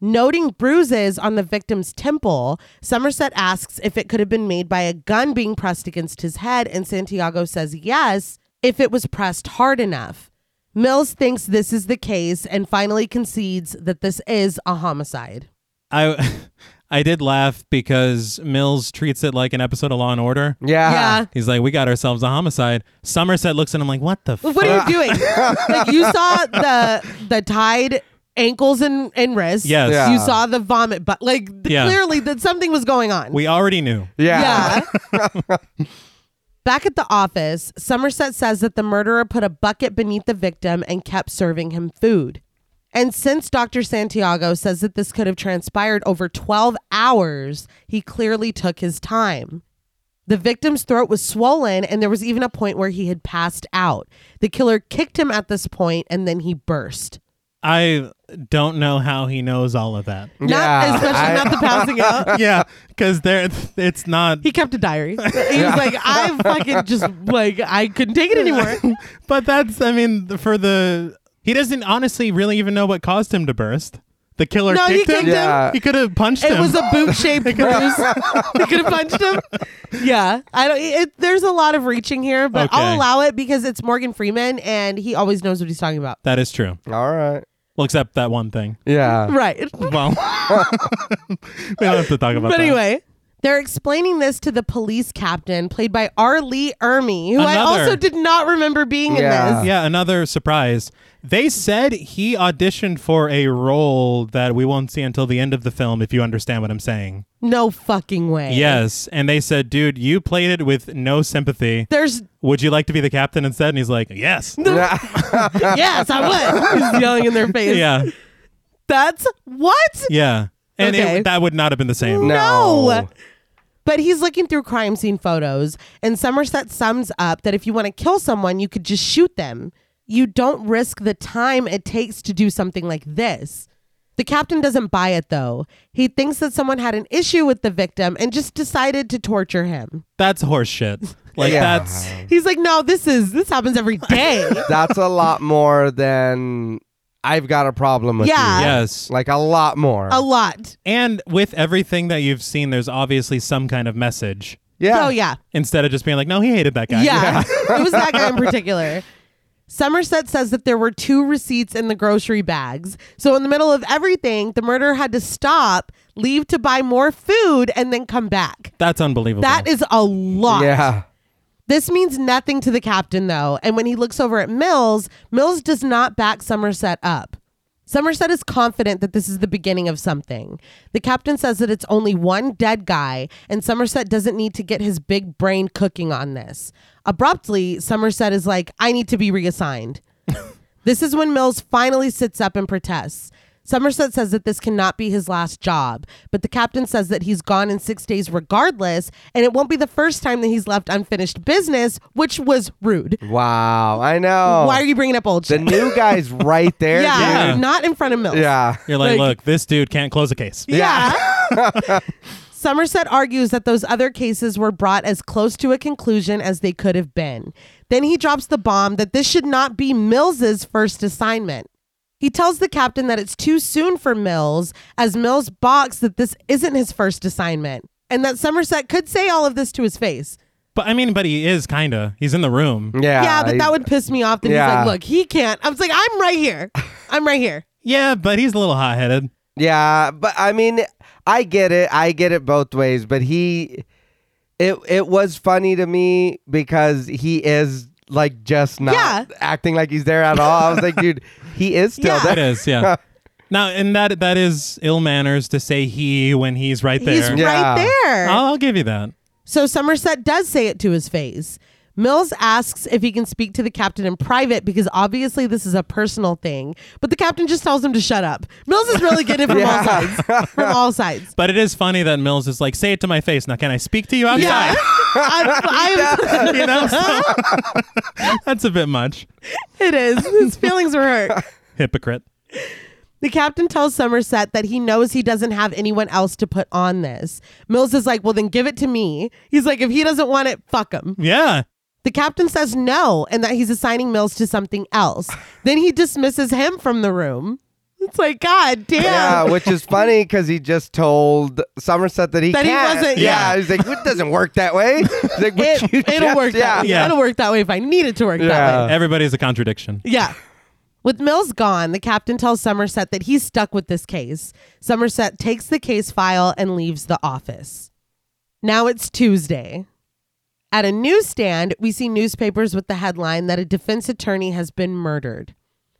A: Noting bruises on the victim's temple, Somerset asks if it could have been made by a gun being pressed against his head, and Santiago says yes, if it was pressed hard enough. Mills thinks this is the case and finally concedes that this is a homicide.
C: I I did laugh because Mills treats it like an episode of Law and Order.
A: Yeah.
B: Yeah.
C: He's like, we got ourselves a homicide. Somerset looks at him like, what the fuck?
A: What are you doing? like you saw the the tied ankles and, and wrists.
C: Yes.
B: Yeah.
A: You saw the vomit, but like th-
C: Yeah.
A: clearly that something was going on.
C: We already knew.
B: Yeah.
A: Yeah. Back at the office, Somerset says that the murderer put a bucket beneath the victim and kept serving him food. And since Dr. Santiago says that this could have transpired over 12 hours, he clearly took his time. The victim's throat was swollen, and there was even a point where he had passed out. The killer kicked him at this point, and then he burst.
C: I don't know how he knows all of that.
B: Yeah,
A: not especially
B: I-
A: not the passing out.
C: yeah, because there, it's not.
A: He kept a diary. He was like, I fucking just like I couldn't take it anymore.
C: but that's, I mean, for the he doesn't honestly really even know what caused him to burst. The killer
A: No, he
C: kicked him.
A: kicked him.
B: Yeah.
C: He could have punched
A: It
C: him.
A: was a boob shaped bruise. he could have punched him. Yeah, I don't. It, there's a lot of reaching here, but
C: Okay.
A: I'll allow it because it's Morgan Freeman, and he always knows what he's talking about.
C: that is true.
B: All right.
C: Well, except that one thing.
B: Yeah.
A: Right.
C: Well, we don't have to talk about
A: But
C: that.
A: anyway, they're explaining this to the police captain, played by R. Lee Ermey, who I
C: Another.
A: also did not remember being in
B: Yeah.
A: this.
C: Yeah, another surprise. They said he auditioned for a role that we won't see until the end of the film, if you understand what I'm saying.
A: No fucking way.
C: Yes. And they said, dude, you played it with no sympathy.
A: There's
C: Would you like to be the captain instead? And he's like, yes.
A: yes, I would. He's yelling in their face.
C: yeah.
A: That's what?
C: Yeah. And it-
A: Okay.
C: that would not have been the same.
A: No. But he's looking through crime scene photos, and Somerset sums up that if you want to kill someone, you could just shoot them. You don't risk the time it takes to do something like this. The captain doesn't buy it, though. He thinks that someone had an issue with the victim and just decided to torture him.
C: That's horse shit. Like,
B: Yeah.
C: that's.
A: He's like, no, this is, this happens every day.
B: That's a lot more than I've got a problem with.
A: Yeah. Oh,
B: you."
C: Yes.
B: Like a lot more.
A: a lot.
C: And with everything that you've seen, there's obviously some kind of message
B: yeah.
A: Oh, yeah.
C: instead of just being like, no, he hated that guy.
A: Yeah. it was that guy in particular. Somerset says that there were two receipts in the grocery bags. So, in the middle of everything, the murderer had to stop, leave to buy more food, and then come back.
C: That's unbelievable.
A: That is a lot.
B: Yeah.
A: This means nothing to the captain, though. And when he looks over at Mills, Mills does not back Somerset up. Somerset is confident that this is the beginning of something. The captain says that it's only one dead guy, and Somerset doesn't need to get his big brain cooking on this. Abruptly, Somerset is like, I need to be reassigned. This is when Mills finally sits up and protests. Somerset says that this cannot be his last job, but the captain says that he's gone in six days regardless, and it won't be the first time that he's left unfinished business, which was rude.
B: Wow. I know.
A: Why are you bringing up old
B: the
A: shit?
B: new guy's right there,
A: yeah,
C: dude?
A: not in front of Mills.
B: dude. Yeah.
C: You're like,
A: Like-
C: look, this dude can't close a case.
A: Yeah. Somerset argues that those other cases were brought as close to a conclusion as they could have been. Then he drops the bomb that this should not be Mills's first assignment. He tells the captain that it's too soon for Mills, as Mills balks that this isn't his first assignment, and that Somerset could say all of this to his face.
C: But I mean, but he is kind of. He's in the room.
B: Yeah.
A: yeah, but
B: I-
A: that would piss me off. That
B: Yeah.
A: he's like, "Look, he can't." I was like, "I'm right here. I'm right here."
C: Yeah, but he's a little hot headed.
B: Yeah, but I mean, I get it. I get it both ways. But he, it it was funny to me because he is like just not
A: Yeah.
B: acting like he's there at all. I was like, dude, he is still
A: Yeah.
B: there.
C: It is, yeah. now, and that that is ill manners to say he when he's right there.
A: He's
B: Yeah.
A: right there.
C: I'll, I'll give you that.
A: So Somerset does say it to his face. Mills asks if he can speak to the captain in private because obviously this is a personal thing, but the captain just tells him to shut up. Mills is really getting it from all sides. From all sides.
C: But it is funny that Mills is like, say it to my face. Now, can I speak to you outside?
A: I'm, I'm,
C: you know? So- that's a bit much.
A: it is. His feelings were hurt.
C: Hypocrite.
A: The captain tells Somerset that he knows he doesn't have anyone else to put on this. Mills is like, well, then give it to me. He's like, if he doesn't want it, fuck him.
C: Yeah.
A: The captain says no and that he's assigning Mills to something else. then he dismisses him from the room. It's like, God damn.
B: Yeah, which is funny because he just told Somerset that he
A: That he
B: can't.
A: wasn't-
B: Yeah,
A: yeah.
B: he's like, it doesn't work that way. He's like, "But
A: It,
B: you
A: it'll
B: just-
A: work that way.
C: Yeah.
A: It'll work that way if I need it to work
B: Yeah.
A: that way.
C: Everybody's a contradiction.
A: Yeah. With Mills gone, the captain tells Somerset that he's stuck with this case. Somerset takes the case file and leaves the office. Now it's Tuesday. At a newsstand, we see newspapers with the headline that a defense attorney has been murdered.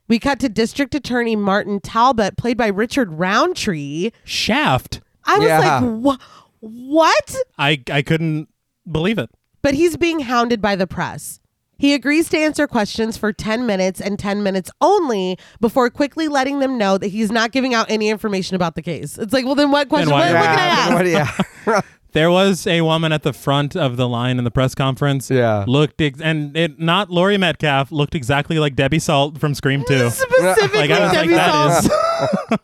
A: We cut to District Attorney Martin Talbot, played by Richard Roundtree.
C: Shaft.
A: I was
B: Yeah.
A: like, "Wha- what?
C: I, I couldn't believe it.
A: But he's being hounded by the press. He agrees to answer questions for 10 minutes and 10 minutes only before quickly letting them know that he's not giving out any information about the case. It's like, well, then what question?
C: why-
A: what, what can I ask?
B: what- yeah.
C: There was a woman at the front of the line in the press conference.
B: Yeah.
C: Looked ex- and it not Lori Metcalf looked exactly like Debbie Salt from Scream 2.
A: Specifically,
C: Like I was like
A: Debbie Salt.
C: that is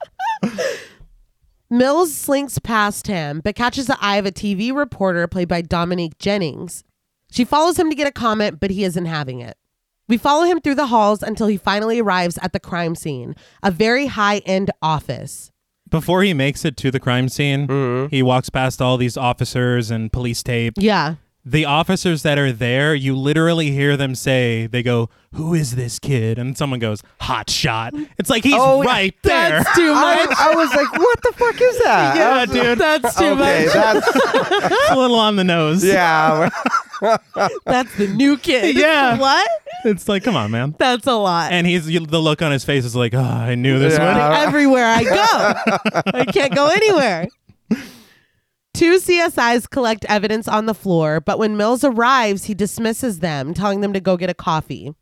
A: Mills slinks past him, but catches the eye of a TV reporter played by Dominique Jennings. She follows him to get a comment, but he isn't having it. We follow him through the halls until he finally arrives at the crime scene, a very high end office.
C: before he makes it to the crime scene,
B: Mm-hmm.
C: he walks past all these officers and police tape.
A: Yeah.
C: The officers that are there, you literally hear them say, they go, Who is this kid? And someone goes, Hot shot. It's like he's
B: Oh, yeah.
C: right there.
A: That's too
B: I,
A: much.
B: was- I was like, what the fuck is that? I
C: yeah,
B: was-
C: Uh, dude.
A: That's too
B: Okay,
A: much.
B: that's
C: It's a little on the nose.
B: yeah.
A: That's the new kid.
C: Yeah.
A: what?
C: It's like, come on, man.
A: That's a lot.
C: And he's you- the look on his face is like, oh, I knew this
B: Yeah.
C: one.
A: everywhere I go. I can't go anywhere. Two CSIs collect evidence on the floor, but when Mills arrives, he dismisses them, telling them to go get a coffee.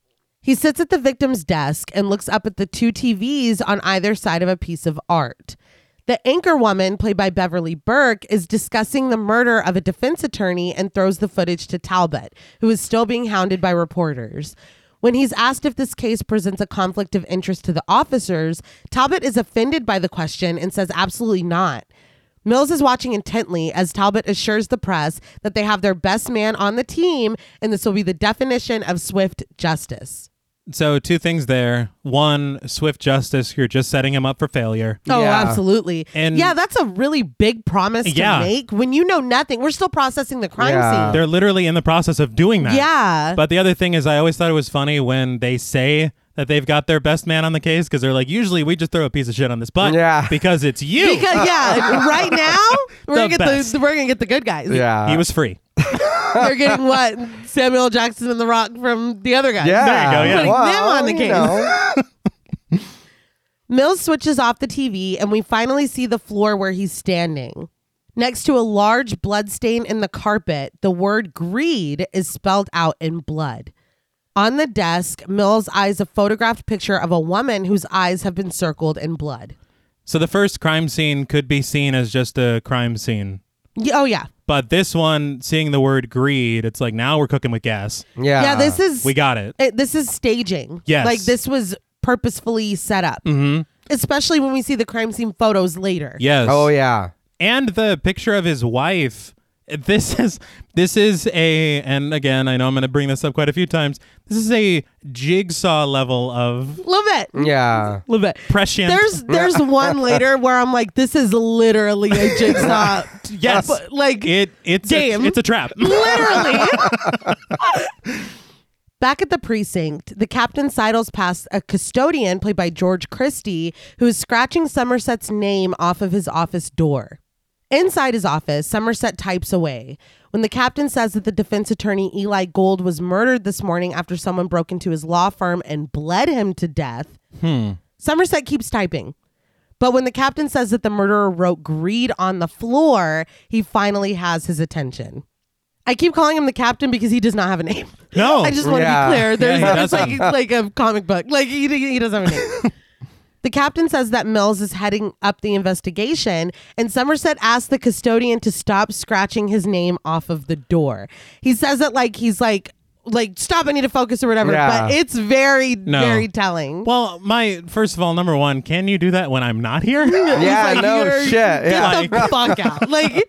A: He sits at the victim's desk and looks up at the two TVs on either side of a piece of art. The anchor woman, played by Beverly Burke, is discussing the murder of a defense attorney and throws the footage to Talbot, who is still being hounded by reporters. When he's asked if this case presents a conflict of interest to the officers, Talbot is offended by the question and says absolutely not. Mills is watching intently as Talbot assures the press that they have their best man on the team and this will be the definition of swift justice.
C: So two things there. One, swift justice. You're just setting him up for failure.
A: Oh,
B: Yeah.
A: absolutely.
C: And-
A: yeah, that's a really big promise
C: Yeah.
A: to make when you know nothing. We're still processing the crime
B: Yeah.
A: scene.
C: They're literally in the process of doing that.
A: yeah.
C: But the other thing is, I always thought it was funny when they say that they've got their best man on the case because they're like, usually we just throw a piece of shit on this, but
B: Yeah.
C: because it's you,
A: because yeah, right now we're
C: The
A: gonna get
C: best.
A: the we're gonna get the good guys.
B: Yeah.
C: he was free.
A: They're getting what Samuel Jackson and The Rock from the other guys.
B: yeah.
C: There you go, yeah.
A: Putting them on the
B: you
A: case.
B: know.
A: Mills switches off the TV, and we finally see the floor where he's standing. Next to a large bloodstain in the carpet, the word greed is spelled out in blood. On the desk, Mills eyes a photographed picture of a woman whose eyes have been circled in blood.
C: So the first crime scene could be seen as just a crime scene.
A: Y- Oh, yeah.
C: But this one, seeing the word greed, it's like now we're cooking with gas.
B: Yeah.
A: yeah, this is
C: We got it.
A: it, this is staging.
C: Yes.
A: Like this was purposefully set up. Mm-hmm. Especially when we see the crime scene photos later.
C: Yes.
B: Oh yeah.
C: and the picture of his wife this is this is a and again i know i'm going to bring this up quite a few times this is a jigsaw level of
A: Love it.
B: Mm. Yeah.
A: Love it.
C: prescience
A: There's there's one later where I'm like, this is literally a jigsaw.
C: yes
A: But, like
C: it it's
A: Damn.
C: A, it's a trap
A: literally. Back at the precinct, the captain sidles past a custodian played by George Christie, who is scratching Somerset's name off of his office door. Inside his office, Somerset types away. When the captain says that the defense attorney Eli Gold was murdered this morning after someone broke into his law firm and bled him to death, Somerset keeps typing. But when the captain says that the murderer wrote greed on the floor, he finally has his attention. I keep calling him the captain because he does not have a name.
C: No.
A: I just want to
B: Oh, Yeah.
A: be clear. There's
C: Yeah, he
A: it's like like a comic book. Like he, he doesn't have a name. the captain says that Mills is heading up the investigation, and Somerset asks the custodian to stop scratching his name off of the door. He says it like he's like like stop. I need to focus or whatever.
B: Yeah.
A: But it's very
C: No.
A: very telling.
C: well my first of all number one can you do that when i'm not here
B: Yeah.
A: like,
B: no
A: you're-
B: shit. Yeah.
A: Get the fuck out. Like,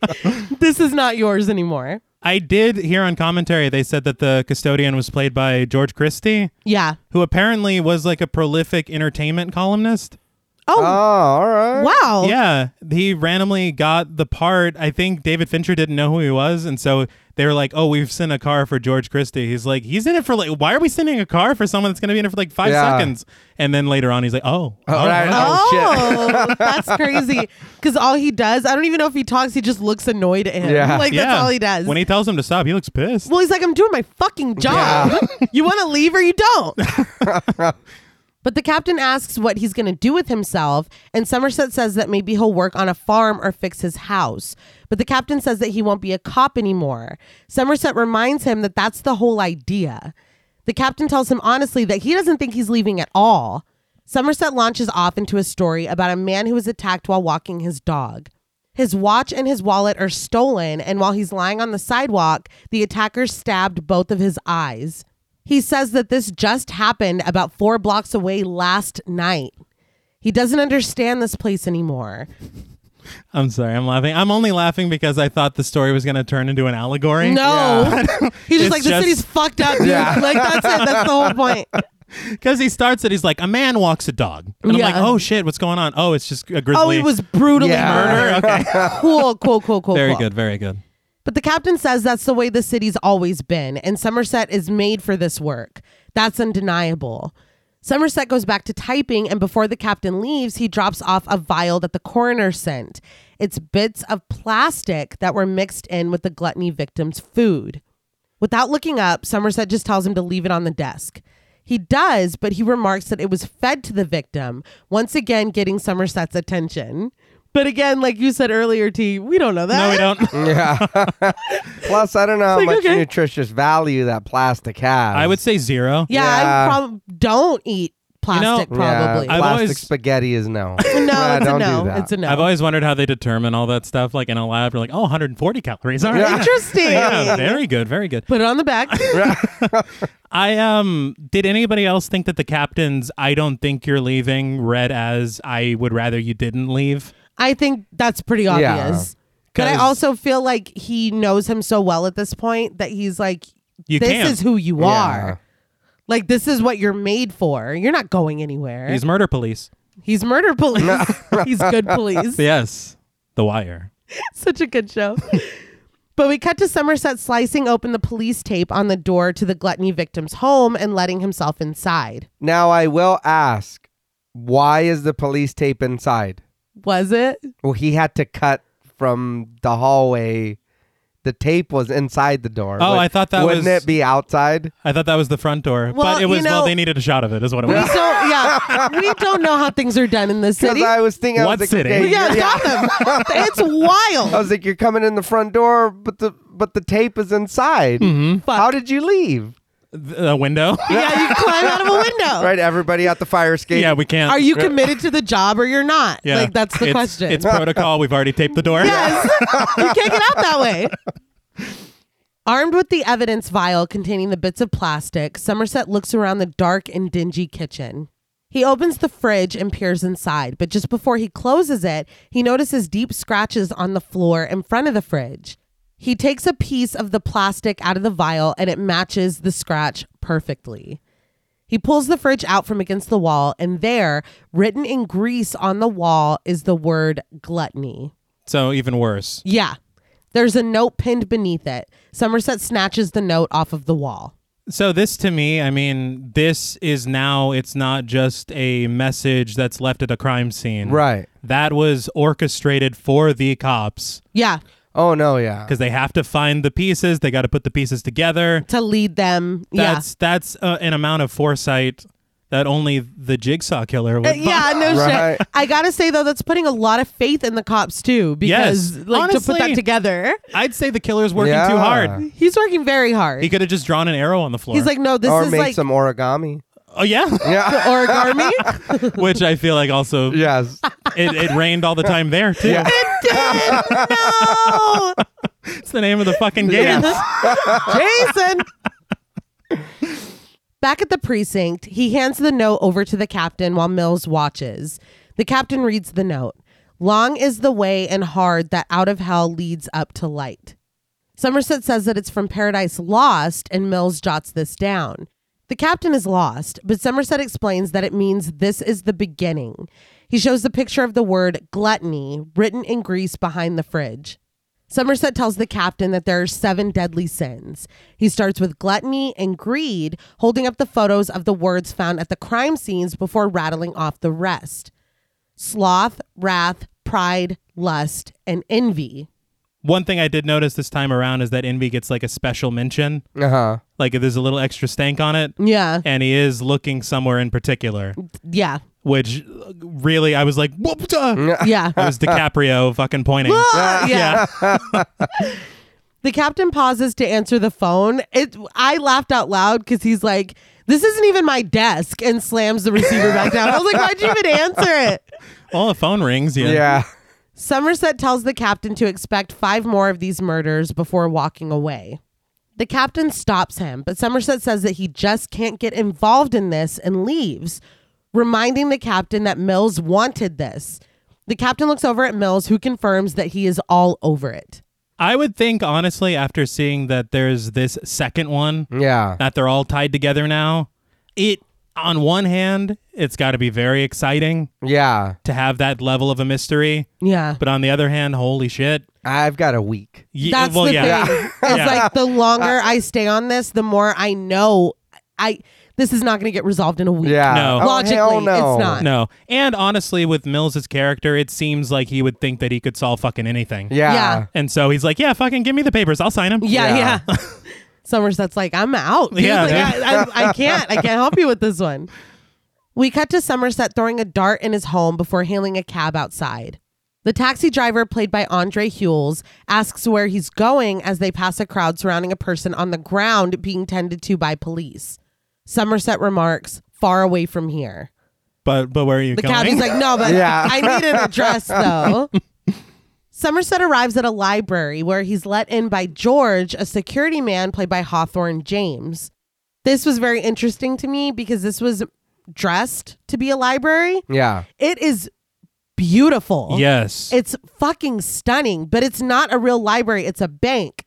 A: this is not yours anymore.
C: i did hear on commentary they said that the custodian was played by george christie
A: Yeah.
C: who apparently was like a prolific entertainment columnist
B: Oh,
A: Oh,
B: all right.
A: wow.
C: Yeah, he randomly got the part. I think David Fincher didn't know who he was, and so they were like, "Oh, we've sent a car for George Christie." He's like, "He's in it for like, why are we sending a car for someone that's going to be in it for like five
B: Yeah.
C: seconds?" And then later on, he's like, "Oh,
B: All right.
C: okay."
B: Oh, shit.
A: Oh, that's crazy. Because all he does, I don't even know if he talks, he just looks annoyed at him.
B: Yeah.
A: Like, that's all he does.
C: When he tells him to stop, he looks pissed.
A: well, he's like, I'm doing my fucking job. you want to leave or you don't. but the captain asks what he's going to do with himself, and Somerset says that maybe he'll work on a farm or fix his house. But the captain says that he won't be a cop anymore. Somerset reminds him that that's the whole idea. The captain tells him honestly that he doesn't think he's leaving at all. Somerset launches off into a story about a man who was attacked while walking his dog. His watch and his wallet are stolen, and while he's lying on the sidewalk, the attacker stabbed both of his eyes. He says that this just happened about four blocks away last night. He doesn't understand this place anymore.
C: I'm sorry, I'm laughing. I'm only laughing because I thought the story was going to turn into an allegory.
A: No. He's just
C: It's
A: like, the
C: just-
A: city's fucked up, dude.
B: Yeah.
A: Like, that's it. That's the whole point.
C: Because he starts it, he's like, a man walks a dog. And I'm
A: Yeah.
C: like, oh shit, what's going on? Oh, it's just a grizzly
A: Oh, he was brutally
B: Yeah.
A: murdered.
C: murder. Okay.
A: Cool, cool, cool, cool.
C: very
A: cool.
C: good, very good.
A: But the captain says that's the way the city's always been, and Somerset is made for this work. That's undeniable. Somerset goes back to typing, and before the captain leaves, he drops off a vial that the coroner sent. It's bits of plastic that were mixed in with the gluttony victim's food. Without looking up, Somerset just tells him to leave it on the desk. He does, but he remarks that it was fed to the victim, once again getting Somerset's attention. But again, like you said earlier, T, we don't know that.
C: No, we don't.
B: Plus, I don't know how
A: like,
B: much
A: okay.
B: nutritious value that plastic has.
C: I would say zero.
A: Yeah,
B: Yeah.
A: I prob- don't eat plastic.
C: You know-
B: Yeah,
A: probably
C: I've
B: plastic
C: always-
B: spaghetti is no.
A: no,
B: Nah,
A: it's a
B: don't
A: no.
B: do that.
A: It's a no.
C: I've always wondered how they determine all that stuff, like in a lab. You're like, oh, 140 calories. All right.
A: Interesting.
C: Yeah, very good, very good.
A: Put it on the back.
C: I um did anybody else think that the captain's I don't think you're leaving read as I would rather you didn't leave?
A: I think that's pretty
B: Yeah.
A: obvious. But I
C: 'Cause-
A: also feel like he knows him so well at this point that he's like,
C: You
A: this
C: can't.
A: is who you
B: Yeah.
A: are. Like, this is what you're made for. You're not going anywhere.
C: He's
A: He's,
C: murder police.
A: murder police. he's good police.
C: Yes. The wire.
A: Such a good show. but we cut to Somerset slicing open the police tape on the door to the gluttony victim's home and letting himself inside.
B: Now I will ask, why is the police tape inside?
A: Was it?
B: Well, he had to cut from the hallway. The tape was inside the door.
C: Oh,
B: Would-
C: I thought that
B: wouldn't
C: was-
B: it be outside?
C: I thought that was the front door.
A: Well,
C: but it was
A: you know-
C: well they needed a shot of it is what it
A: We
C: was.
A: don't. Yeah, we don't know how things are done in this
B: Because
A: city.
B: I was thinking, I was
C: What
B: like,
C: city?
B: okay,
A: yeah,
B: you're-
A: Gotham. It's
B: I
A: wild.
B: was like, you're coming in the front door, but the but the tape is inside.
C: Mm-hmm.
B: How did you leave?
C: the window.
A: Yeah, you climb out of a window.
B: Right, everybody at the fire escape.
C: yeah, we can't.
A: Are you committed to the job or you're not?
C: Yeah.
A: Like that's the
C: It's-
A: question.
C: It's protocol. We've already taped the door.
A: Yes. you can't get out that way. Armed with the evidence vial containing the bits of plastic, Somerset looks around the dark and dingy kitchen. He opens the fridge and peers inside, but just before he closes it, he notices deep scratches on the floor in front of the fridge. He takes a piece of the plastic out of the vial and it matches the scratch perfectly. He pulls the fridge out from against the wall, and there, written in grease on the wall, is the word gluttony.
C: So even worse.
A: Yeah. There's a note pinned beneath it. Somerset snatches the note off of the wall.
C: So this to me, I mean, this is now it's not just a message that's left at a crime scene.
B: Right.
C: That was orchestrated for the cops
A: Yeah.
B: Oh no, yeah.
C: because they have to find the pieces, they got to put the pieces together.
A: To lead them.
C: That's that's uh, an amount of foresight that only the jigsaw killer would
A: yeah. Uh, Yeah, no
B: Right.
A: shit. I gotta say though, that's putting a lot of faith in the cops too, because
C: Yes.
A: like to put that
C: Honestly.
A: together,
C: I'd say the killer's working
B: Yeah.
C: too hard.
A: he's working very hard.
C: He could have just drawn an arrow on the floor.
A: he's like, no, this
B: or
A: is
B: make
A: like
B: some origami.
C: "Oh yeah."
B: Yeah.
A: origami.
C: Which I feel like also
B: yes.
C: it, it rained all the time there too.
B: Yeah.
A: no,
C: It's the name of the fucking game.
A: Jason. Back at the precinct, he hands the note over to the captain while Mills watches. The captain reads the note Long is the way and hard that out of hell leads up to light. Somerset says that it's from Paradise Lost, and Mills jots this down. The captain is lost, but Somerset explains that it means this is the beginning. He shows the picture of the word gluttony written in grease behind the fridge. Somerset tells the captain that there are seven deadly sins. He starts with gluttony and greed, holding up the photos of the words found at the crime scenes before rattling off the rest sloth, wrath, pride, lust, and envy.
C: One thing I did notice this time around is that Envy gets like a special mention.
B: Uh huh.
C: Like there's a little extra stank on it,
A: Yeah.
C: and he is looking somewhere in particular,
A: Yeah.
C: which uh, really I was like, "Whoop, duh." it
A: Yeah.
C: was DiCaprio fucking pointing.
A: Ah, yeah. The captain pauses to answer the phone. It I laughed out loud because he's like, This isn't even my desk and slams the receiver back down. I was like, Why'd you even answer it?
C: Well, the phone rings. Yeah.
B: Yeah.
A: Somerset tells the captain to expect five more of these murders before walking away. The captain stops him, but Somerset says that he just can't get involved in this and leaves, reminding the captain that Mills wanted this. The captain looks over at Mills, who confirms that he is all over it.
C: I would think, honestly, after seeing that there's this second one,
B: Yeah.
C: that they're all tied together now, it, on one hand, it's got to be very exciting
B: Yeah.
C: to have that level of a mystery.
A: Yeah.
C: But on the other hand, holy shit.
B: I've got a week.
C: Ye-
A: That's
C: well,
A: the
C: yeah.
A: thing. It's
C: Yeah.
A: like the longer I stay on this, the more I know I this is not going to get resolved in a week.
B: Yeah.
C: No.
B: Oh,
A: Logically,
B: hell no.
A: it's not.
C: No. And honestly, with Mills's character, it seems like he would think that he could solve fucking anything.
B: Yeah.
A: Yeah.
C: And so he's like, yeah, fucking give me the papers. I'll sign them.
A: Yeah,
B: Yeah.
A: yeah. Somerset's like, I'm out. dude.
C: Yeah,
A: Like,
C: dude.
A: I, I, I can't. I can't help you with this one. We cut to Somerset throwing a dart in his home before hailing a cab outside. The taxi driver, played by Andre Hules, asks where he's going as they pass a crowd surrounding a person on the ground being tended to by police. Somerset remarks, far away from here.
C: But but where are you
A: The
C: going?
A: captain's like, no, but
B: Yeah.
A: I need an address though. Somerset arrives at a library where he's let in by George, a security man played by Hawthorne James. This was very interesting to me because this was dressed to be a library.
B: Yeah.
A: It is beautiful.
C: yes.
A: It's fucking stunning, but it's not a real library. It's a bank.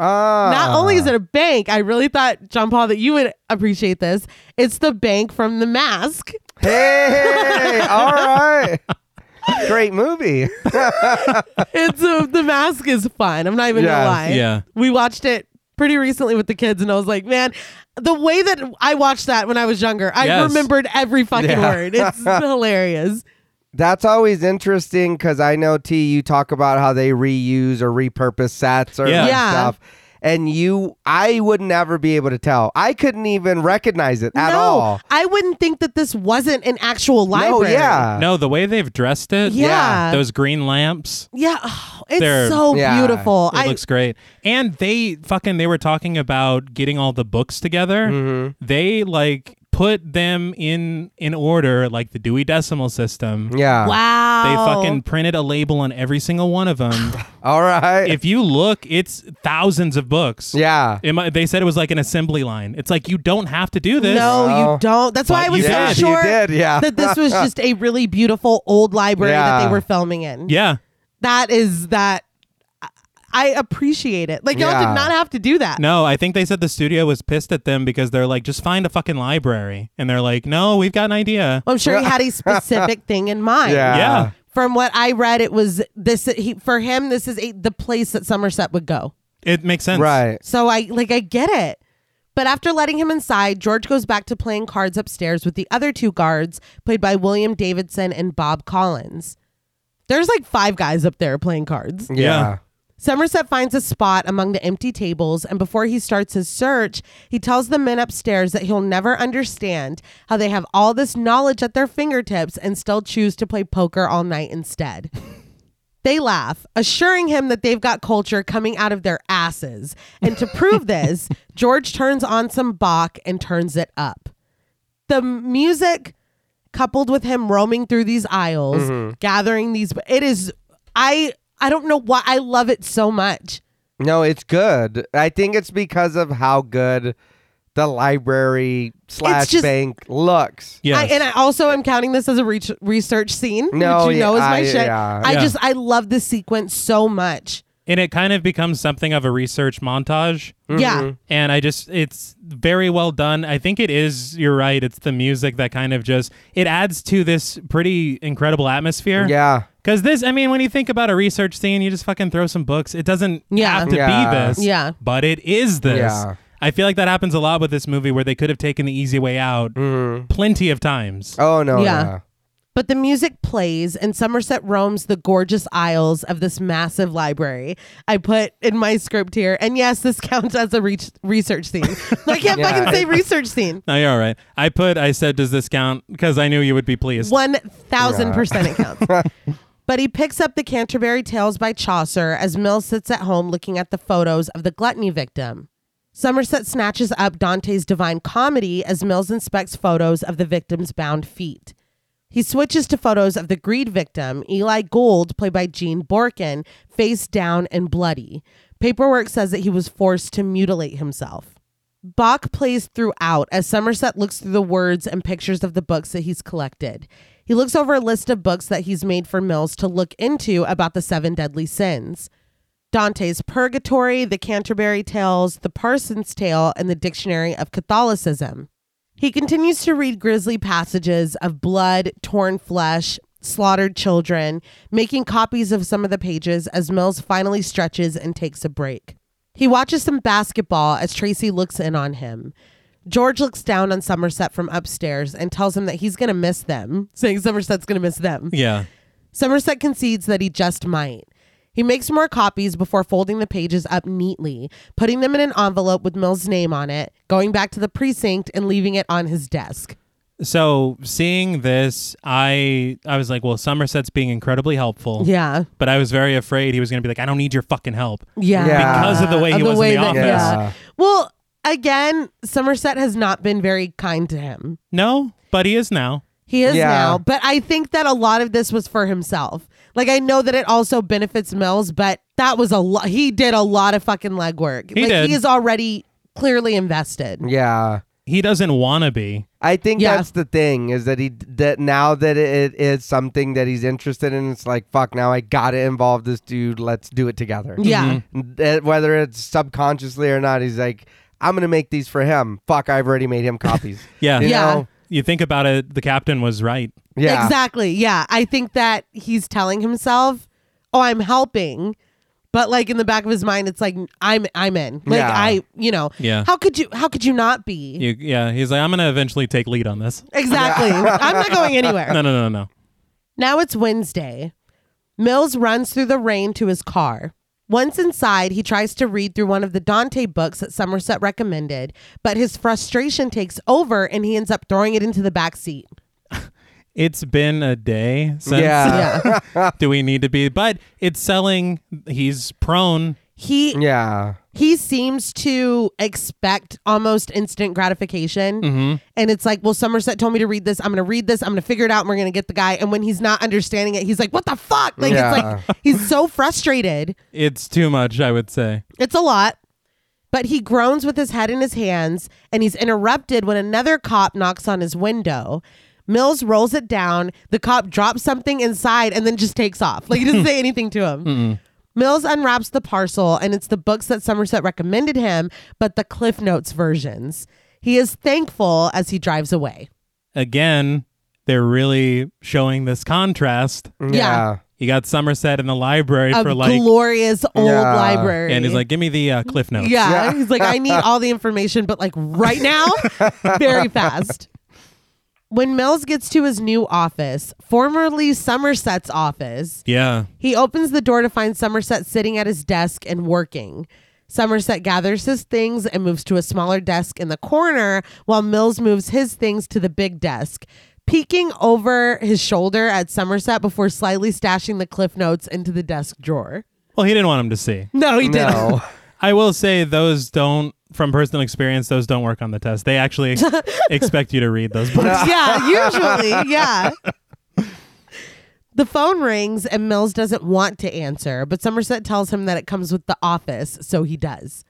B: Ah.
A: Not only is it a bank, I really thought, John Paul, that you would appreciate this. It's the bank from the mask.
B: Hey. all right. Great movie.
A: it's uh, the mask is fun. I'm not even
B: Yes,
A: gonna lie.
C: yeah.
A: we watched it pretty recently with the kids, and I was like, man, the way that I watched that when I was younger, I
C: Yes.
A: remembered every fucking
B: Yeah.
A: word. It's hilarious.
B: That's always interesting because I know T. You talk about how they reuse or repurpose sets or
C: Yeah.
A: Yeah.
B: stuff, and you, I would never be able to tell. I couldn't even recognize it at
A: no,
B: all.
A: I wouldn't think that this wasn't an actual library.
B: No, yeah,
C: no, the way they've dressed it.
A: Yeah.
C: Those green lamps.
A: yeah. Oh, it's
C: They're-
A: so
B: Yeah.
A: beautiful.
C: It
A: I
C: looks great. And they fucking they were talking about getting all the books together.
A: Mm-hmm.
C: They like put them in in order like the Dewey Decimal System.
B: yeah.
A: wow.
C: They fucking printed a label on every single one of them.
B: All right.
C: if you look, it's thousands of books.
B: yeah.
C: It might, they said it was like an assembly line. It's like you don't have to do this.
A: No,
B: Wow.
A: you don't. That's why
C: But
A: I was
C: you
A: so
C: did.
B: You
A: sure
B: did, yeah.
A: that this was just a really beautiful old library that
B: Yeah.
A: they were filming in.
C: Yeah.
A: that is that I- I appreciate it. Like y'all
B: Yeah.
A: did not have to do that.
C: No, I think they said the studio was pissed at them because they're like, just find a fucking library. And they're like, no, we've got an idea.
A: I'm sure he had a specific thing in mind.
B: Yeah.
C: Yeah.
A: From what I read, it was this he, for him. This is a, the place that Somerset would go.
C: It makes sense.
B: Right.
A: So I like I get it. But after letting him inside, George goes back to playing cards upstairs with the other two guards, played by William Davidson and Bob Collins. There's like five guys up there playing cards.
B: Yeah.
C: Yeah.
A: Somerset finds a spot among the empty tables, and before he starts his search, he tells the men upstairs that he'll never understand how they have all this knowledge at their fingertips and still choose to play poker all night instead. They laugh, assuring him that they've got culture coming out of their asses. And to prove this, George turns on some Bach and turns it up. The music, coupled with him roaming through these aisles,
B: Mm-hmm.
A: gathering these, it is, I, I don't know why I love it so much.
B: No, it's good. I think it's because of how good the library slash
A: just-
B: bank looks.
C: Yes.
A: I, and I also am counting this as a re- research scene,
B: No,
A: which you know is my
B: I-
A: shit.
B: yeah.
A: I
C: Yeah.
A: just, I love this sequence so much.
C: and it kind of becomes something of a research montage.
A: Yeah.
C: And I just, it's very well done. I think it is, you're right. It's the music that kind of just, it adds to this pretty incredible atmosphere.
B: Yeah.
C: Because this, I mean, when you think about a research scene, you just fucking throw some books. It doesn't
A: Yeah.
C: have to
B: Yeah.
C: be this.
A: Yeah.
C: But it is this.
B: Yeah.
C: I feel like that happens a lot with this movie where they could have taken the easy way out
B: Mm-hmm.
C: plenty of times.
B: Oh no.
A: Yeah.
B: Yeah.
A: But the music plays, and Somerset roams the gorgeous aisles of this massive library. I put in my script here, and yes, this counts as a re- research scene. I can't
B: Yeah.
A: fucking say research scene.
C: No, you're all right. I put, I said, does this count? Because I knew you would be pleased.
A: One thousand percent, it counts. But he picks up the Canterbury Tales by Chaucer as Mill sits at home looking at the photos of the gluttony victim. Somerset snatches up Dante's Divine Comedy as Mills inspects photos of the victim's bound feet. He switches to photos of the greed victim, Eli Gould, played by Gene Borkin, face down and bloody. Paperwork says that he was forced to mutilate himself. Bach plays throughout as Somerset looks through the words and pictures of the books that he's collected. He looks over a list of books that he's made for Mills to look into about the seven deadly sins. Dante's Purgatory, the Canterbury Tales, the Parson's Tale, and the Dictionary of Catholicism. He continues to read grisly passages of blood, torn flesh, slaughtered children, making copies of some of the pages as Mills finally stretches and takes a break. He watches some basketball as Tracy looks in on him. George looks down on Somerset from upstairs and tells him that he's going to miss them, saying Somerset's going to miss them.
C: Yeah.
A: Somerset concedes that he just might. He makes more copies before folding the pages up neatly, putting them in an envelope with Mill's name on it, going back to the precinct and leaving it on his desk.
C: So seeing this, I I was like, well, Somerset's being incredibly helpful.
A: Yeah.
C: But I was very afraid he was going to be like, I don't need your fucking help.
A: Yeah.
B: Yeah.
C: Because of the way he was in the office.
B: Yeah.
A: Well, again, Somerset has not been very kind to him.
C: No, but he is now.
A: He is
B: Yeah.
A: now, but I think that a lot of this was for himself. Like I know that it also benefits Mills, but that was a lot. He did a lot of fucking legwork.
C: He
A: like
C: did.
A: he is already clearly invested.
B: Yeah.
C: He doesn't want to be.
B: I think
A: Yeah.
B: that's the thing is that he that now that it is something that he's interested in, it's like fuck. Now I gotta involve this dude. Let's do it together.
A: Yeah.
B: That- Whether it's subconsciously or not, he's like, I'm gonna make these for him. Fuck, I've already made him copies.
C: Yeah.
B: You
A: Yeah.
B: know?
C: You think about it, the captain was right.
B: Yeah.
A: Exactly. Yeah. I think that he's telling himself, "Oh, I'm helping." But like in the back of his mind it's like I'm I'm in. Like
B: Yeah.
A: I, you know.
C: Yeah.
A: How could you how could you not be?
C: You, yeah. He's like, I'm going to eventually take lead on this.
A: Exactly. I'm not going anywhere.
C: No, no, no, no, no.
A: Now it's Wednesday. Mills runs through the rain to his car. Once inside, he tries to read through one of the Dante books that Somerset recommended, but his frustration takes over and he ends up throwing it into the back seat.
C: It's been a day since
B: Yeah.
A: Yeah.
C: do we need to be, but it's selling. He's prone.
A: He
B: Yeah.
A: he seems to expect almost instant gratification. And it's like, well, Somerset told me to read this. I'm going to read this. I'm going to figure it out. And we're going to get the guy. And when he's not understanding it, he's like, what the fuck? Like,
B: Yeah.
A: it's like, he's so frustrated.
C: It's too much, I would say.
A: It's a lot. But he groans with his head in his hands, and he's interrupted when another cop knocks on his window. Mills rolls it down. The cop drops something inside and then just takes off. Like he doesn't say anything to him. Mills unwraps the parcel, and it's the books that Somerset recommended him, but the Cliff Notes versions. He is thankful as he drives away.
C: Again, they're really showing this contrast.
B: Yeah.
C: You got Somerset in the library
A: A
C: for like,
A: glorious old
B: Yeah.
A: library.
C: and he's like, give me the uh, cliff notes.
A: Yeah.
B: Yeah.
A: He's like, I need all the information, but like right now, very fast. When Mills gets to his new office, formerly Somerset's office,
C: Yeah.
A: he opens the door to find Somerset sitting at his desk and working. Somerset gathers his things and moves to a smaller desk in the corner while Mills moves his things to the big desk, peeking over his shoulder at Somerset before slyly stashing the cliff notes into the desk drawer.
C: Well, he didn't want him to see.
A: No, he didn't.
B: No.
C: I will say those don't, from personal experience, those don't work on the test. They actually expect you to read those books.
A: yeah, usually, yeah. The phone rings and Mills doesn't want to answer, but Somerset tells him that it comes with the office, so he does.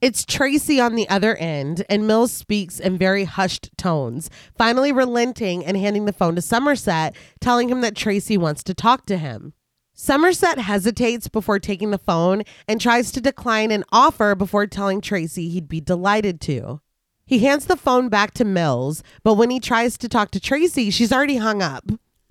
A: It's Tracy on the other end, and Mills speaks in very hushed tones, finally relenting and handing the phone to Somerset, telling him that Tracy wants to talk to him. Somerset hesitates before taking the phone and tries to decline an offer before telling Tracy he'd be delighted to. He hands the phone back to Mills, but when he tries to talk to Tracy, she's already hung up.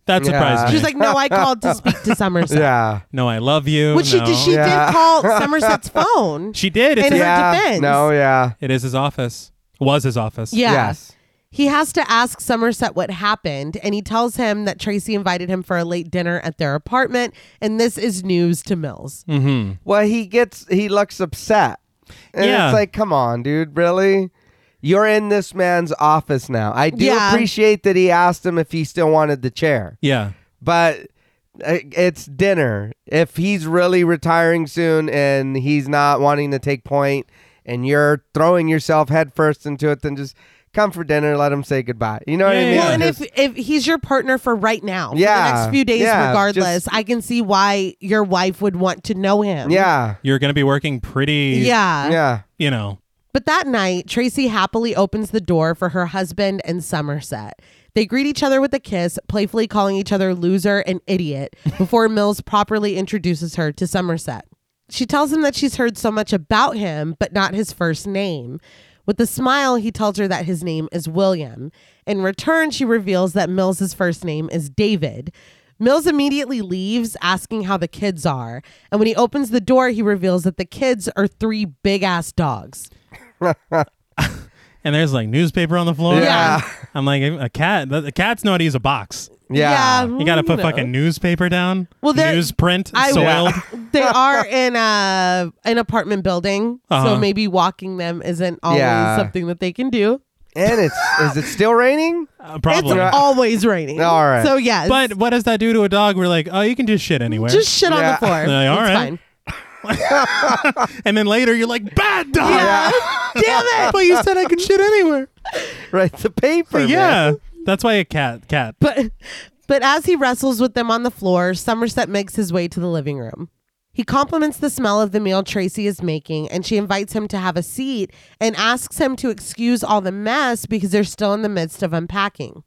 C: That surprised
B: Yeah.
C: me.
A: She's like, "No, I called to speak to Somerset."
B: Yeah.
C: no, I love you.
A: Which she
C: No.
A: did. She
B: Yeah.
A: did call Somerset's phone.
C: She did. It's
A: And
C: his-
A: her-
B: yeah.
A: defense.
B: No. Yeah.
C: it is his office. Was his office.
A: Yeah.
B: Yes.
A: He has to ask Somerset what happened, and he tells him that Tracy invited him for a late dinner at their apartment, and this is news to Mills.
B: Mm.
C: Mm-hmm.
B: Well, he gets he looks upset. And
C: Yeah.
B: it's like, come on, dude, really? You're in this man's office now. I do
A: Yeah.
B: appreciate that he asked him if he still wanted the chair.
C: Yeah.
B: But I- it's dinner. If he's really retiring soon and he's not wanting to take point and you're throwing yourself headfirst into it, then just come for dinner, let him say goodbye. You know what I
C: Yeah,
B: mean?
C: yeah,
A: Well, and
B: Just-
A: if if he's your partner for right now, for
B: Yeah,
A: the next few days,
B: yeah,
A: regardless, I can see why your wife would want to know him.
B: yeah.
C: You're going to be working pretty,
A: yeah,
B: Yeah.
C: you know.
A: But that night, Tracy happily opens the door for her husband and Somerset. They greet each other with a kiss, playfully calling each other loser and idiot before Mills properly introduces her to Somerset. She tells him that she's heard so much about him, but not his first name. With a smile, he tells her that his name is William. In return, she reveals that Mills' first name is David. Mills immediately leaves, asking how the kids are. And when he opens the door, he reveals that the kids are three big ass dogs.
C: And there's like newspaper on the floor.
B: Yeah.
C: I'm like, a cat, a cat's know how to use a box.
B: Yeah.
C: You got to put
A: no.
C: fucking newspaper down.
A: Well, there-
C: newsprint
A: I-
C: soiled.
A: They are in a an apartment building, so
C: Uh-huh.
A: maybe walking them isn't always
B: Yeah.
A: something that they can do.
B: And it's is it still raining?
C: Uh, probably.
A: It's always raining.
B: All right.
A: So yes,
C: but what does that do to a dog? We're like, oh, you can just shit anywhere.
A: just shit on
B: Yeah.
A: the floor.
C: They're like, all
A: it's
C: right.
A: fine.
C: and then later you're like, bad dog.
A: Yeah. Damn it!
C: But you said I could shit anywhere.
B: Right. The paper. man.
C: yeah. That's why a cat, cat.
A: But but as he wrestles with them on the floor, Somerset makes his way to the living room. He compliments the smell of the meal Tracy is making, and she invites him to have a seat and asks him to excuse all the mess because they're still in the midst of unpacking.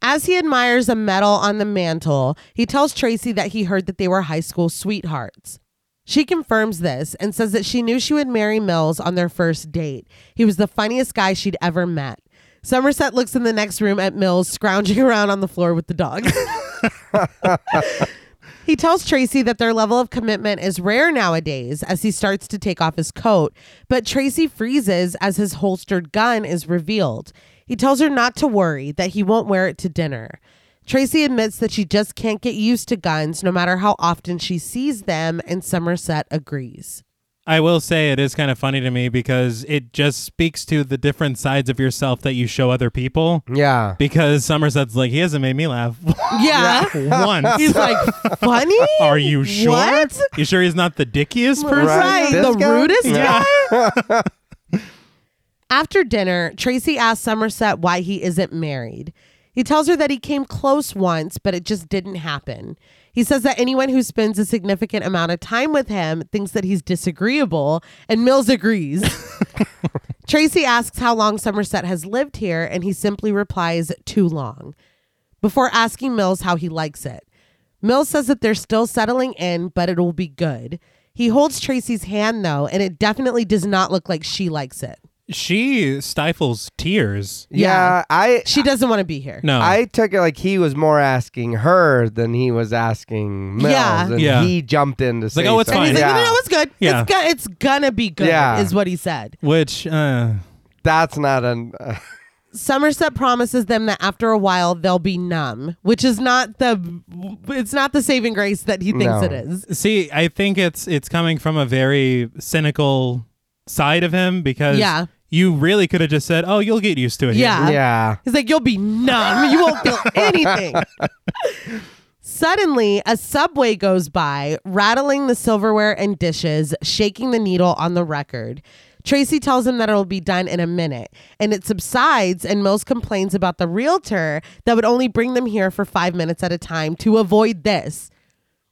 A: As he admires a medal on the mantle, he tells Tracy that he heard that they were high school sweethearts. She confirms this and says that she knew she would marry Mills on their first date. He was the funniest guy she'd ever met. Somerset looks in the next room at Mills scrounging around on the floor with the dog. he tells Tracy that their level of commitment is rare nowadays as he starts to take off his coat, but Tracy freezes as his holstered gun is revealed. He tells her not to worry, that he won't wear it to dinner. Tracy admits that she just can't get used to guns no matter how often she sees them, and Somerset agrees.
C: I will say it is kind of funny to me because it just speaks to the different sides of yourself that you show other people.
B: Yeah.
C: Because Somerset's like, he hasn't made me laugh
A: Yeah.
C: once.
A: He's like, funny?
C: Are you sure?
A: What?
C: You sure he's not the dickiest person?
A: Right.
B: This
A: The
B: guy?
A: rudest
B: Yeah.
A: guy? After dinner, Tracy asks Somerset why he isn't married. He tells her that he came close once, but it just didn't happen. He says that anyone who spends a significant amount of time with him thinks that he's disagreeable, and Mills agrees. Tracy asks how long Somerset has lived here, and he simply replies, too long, before asking Mills how he likes it. Mills says that they're still settling in, but it'll be good. He holds Tracy's hand, though, and it definitely does not look like she likes it.
C: She stifles tears.
A: Yeah.
B: Yeah. I
A: She doesn't want to be here.
C: No.
B: I took it like he was more asking her than he was asking Mills,
A: Yeah.
B: and
C: Yeah.
B: he jumped in to say
C: like, "Oh, it's
A: And he's
B: something.
A: like,
B: Yeah,
A: no, no, no, it's good.
C: Yeah.
A: It's, go- it's gonna be good,
B: Yeah.
A: is what he said.
C: which, uh,
B: that's not an.
A: Uh, Somerset promises them that after a while they'll be numb, which is not the it's not the saving grace that he thinks
B: No.
A: it is.
C: see, I think it's it's coming from a very cynical side of him because
A: Yeah.
C: you really could have just said, "Oh, you'll get used to it."
A: Yeah.
B: yeah.
A: He's like, you'll be numb. You won't feel anything. Suddenly, a subway goes by, rattling the silverware and dishes, shaking the needle on the record. Tracy tells him that it'll be done in a minute, and it subsides. And Mills complains about the realtor that would only bring them here for five minutes at a time to avoid this.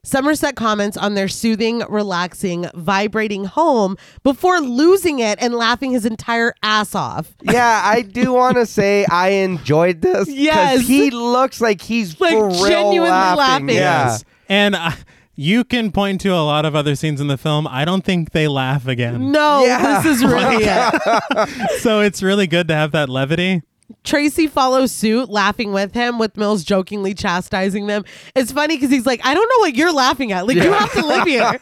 A: Somerset comments on their soothing, relaxing, vibrating home before losing it and laughing his entire ass off.
B: Yeah, I do want to say I enjoyed this. 'cause
A: Yes.
B: he looks like he's
A: Like,
B: for real
A: genuinely laughing.
B: Yeah,
C: Yes. And I, you can point to a lot of other scenes in the film. I don't think they laugh again.
A: No,
B: Yeah.
A: this is really it. Mm.
C: so it's really good to have that levity.
A: Tracy follows suit, laughing with him, with Mills jokingly chastising them. It's funny because he's like, I don't know what you're laughing at. Like, you have to live here.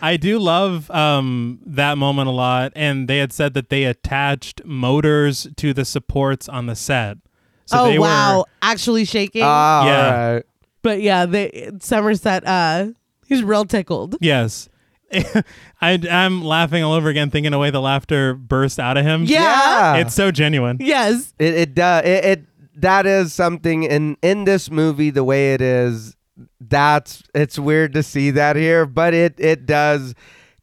C: I do love um, that moment a lot. And they had said that they attached motors to the supports on the set. So
A: oh,
C: they
A: wow.
C: were
A: Actually shaking.
B: Ah,
C: Yeah.
B: alright.
A: but yeah, they, Somerset, uh, he's real tickled.
C: Yes. I, I'm laughing all over again, thinking away the laughter burst out of him.
A: Yeah.
B: Yeah.
C: It's so genuine.
A: Yes.
B: uh, It it does it, it that is something in in this movie the way it is that's it's weird to see that here, but it it does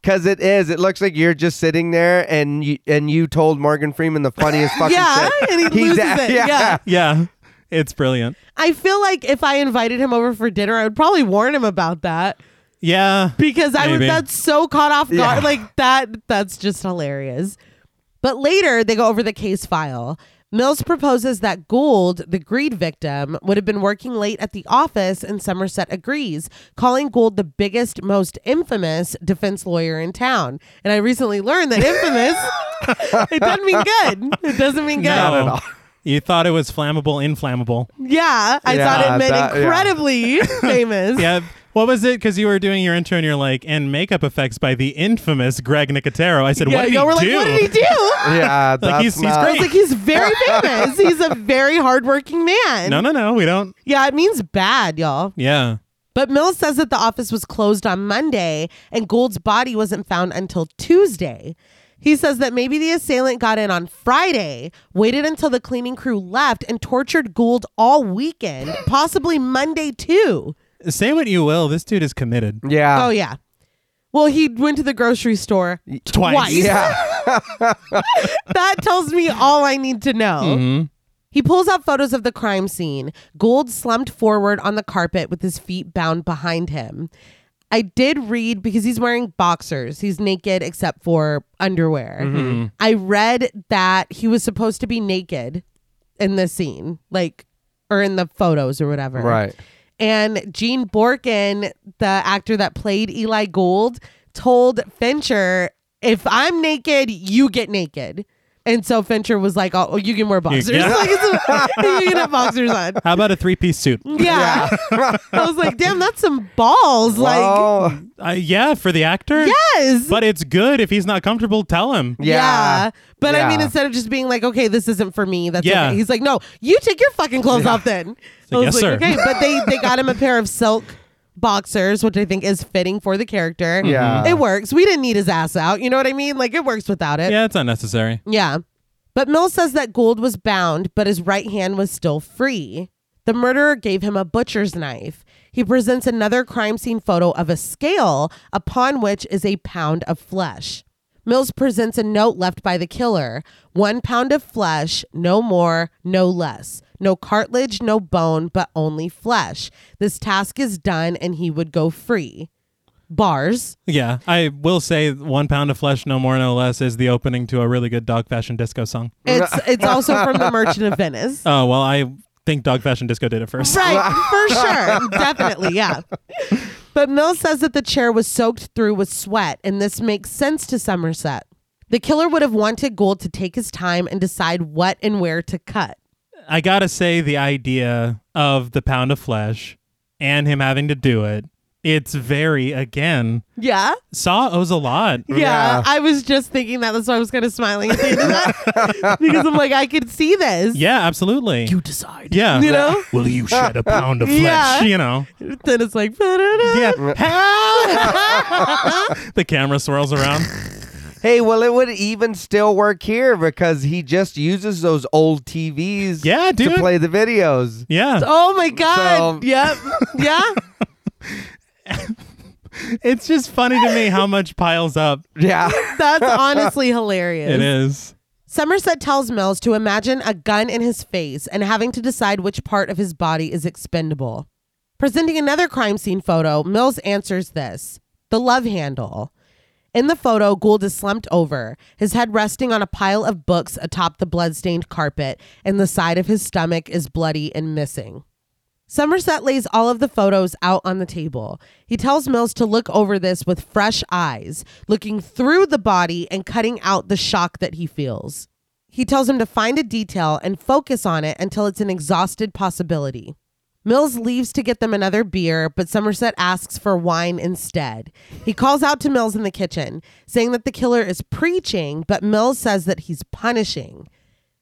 B: because it is. It looks like you're just sitting there and you and you told Morgan Freeman the funniest fucking
A: Yeah,
B: shit.
A: and he
B: He's
A: loses
B: a-
A: it. Yeah.
C: Yeah, it's brilliant.
A: I feel like if I invited him over for dinner, I would probably warn him about that
C: Yeah,
A: because I was
C: Maybe.
A: that's so caught off guard.
B: Yeah.
A: Like that, that's just hilarious. But later, they go over the case file. Mills proposes that Gould, the greed victim, would have been working late at the office, and Somerset agrees, calling Gould the biggest, most infamous defense lawyer in town. And I recently learned that infamous, it doesn't mean good. It doesn't mean good.
C: No. You thought it was flammable, inflammable.
A: Yeah, I
B: Yeah,
A: thought it meant
B: that- yeah.
A: incredibly famous.
C: Yeah. What was it? Because you were doing your intro and you're like, and makeup effects by the infamous Greg Nicotero. I said,
A: Yeah,
C: what did
A: y'all were
C: he
A: like,
C: do?
A: what did he do?
B: Yeah, that's
C: he's- he's
B: not-
A: I was like, he's very famous. He's a very hardworking man.
C: no, no, no. We don't.
A: Yeah, it means bad, y'all.
C: Yeah.
A: But Mills says that the office was closed on Monday and Gould's body wasn't found until Tuesday. He says that maybe the assailant got in on Friday, waited until the cleaning crew left, and tortured Gould all weekend, possibly Monday too.
C: Say what you will. This dude is committed.
B: Yeah.
A: Oh, yeah. Well, he went to the grocery store
C: Twice.
B: yeah.
A: that tells me all I need to know.
C: Hmm.
A: He pulls out photos of the crime scene. Gould slumped forward on the carpet with his feet bound behind him. I did read because he's wearing boxers. He's naked except for underwear. I read that he was supposed to be naked in the scene, like, or in the photos or whatever.
B: Right.
A: And Gene Borkin, the actor that played Eli Gould, told Fincher, if I'm naked, you get naked. And so Fincher was like, oh, you can wear boxers.
C: yeah.
A: Like, it's a- you can have boxers on.
C: How about a three piece suit?
A: Yeah. I was like, damn, that's some balls. like,
B: Well,
C: Uh, yeah, for the actor.
A: yes.
C: But it's good if he's not comfortable, tell him.
B: yeah.
A: But I mean,
B: Yeah.
A: instead of just being like, okay, this isn't for me, that's
C: Yeah.
A: okay. He's like, no, you take your fucking clothes off then. I was
C: like, "Yes,
A: like,
C: sir."
A: okay. But they, they got him a pair of silk boxers, which I think is fitting for the character.
B: Yeah.
A: It works. We didn't need his ass out. You know what I mean? Like, it works without it.
C: Yeah, it's unnecessary.
A: Yeah. But Mills says that Gould was bound, but his right hand was still free. The murderer gave him a butcher's knife. He presents another crime scene photo of a scale upon which is a pound of flesh. Mills presents a note left by the killer one pound of flesh, no more, no less. No cartilage, no bone, but only flesh. This task is done and he would go free. Bars.
C: Yeah. I will say one pound of flesh, no more, no less, is the opening to a really good dog fashion disco song.
A: It's it's also from The Merchant of Venice.
C: Oh, well, I think dog fashion disco did it first.
A: Right, for sure. Definitely, yeah. But Mills says that the chair was soaked through with sweat, and this makes sense to Somerset. The killer would have wanted Gould to take his time and decide what and where to cut.
C: I gotta say, the idea of the pound of flesh and him having to do it, it's very, again,
A: Yeah?
C: Saw owes a lot.
A: Yeah.
B: Yeah.
A: I was just thinking that. That's why I was kind of smiling at the end of that. because I'm like, I could see this.
C: Yeah, absolutely.
A: You decide.
C: yeah.
A: You know?
C: Will you shed a pound of flesh?
A: Yeah.
C: You know?
A: Then it's like, "Ba-da-da."
C: Yeah. Help! the camera swirls around.
B: Hey, well, it would even still work here because he just uses those old TVs
C: Yeah,
B: to
C: dude.
B: play the videos.
C: Yeah.
A: oh my God.
B: So-
A: Yep. Yeah.
C: It's just funny to me how much piles up.
B: Yeah.
A: That's honestly hilarious.
C: It is.
A: Somerset tells Mills to imagine a gun in his face and having to decide which part of his body is expendable. Presenting another crime scene photo, Mills answers this the love handle. In the photo, Gould is slumped over, his head resting on a pile of books atop the bloodstained carpet, and the side of his stomach is bloody and missing. Somerset lays all of the photos out on the table. He tells Mills to look over this with fresh eyes, looking through the body and cutting out the shock that he feels. He tells him to find a detail and focus on it until it's an exhausted possibility. Mills leaves to get them another beer, but Somerset asks for wine instead. He calls out to Mills in the kitchen, saying that the killer is preaching, but Mills says that he's punishing.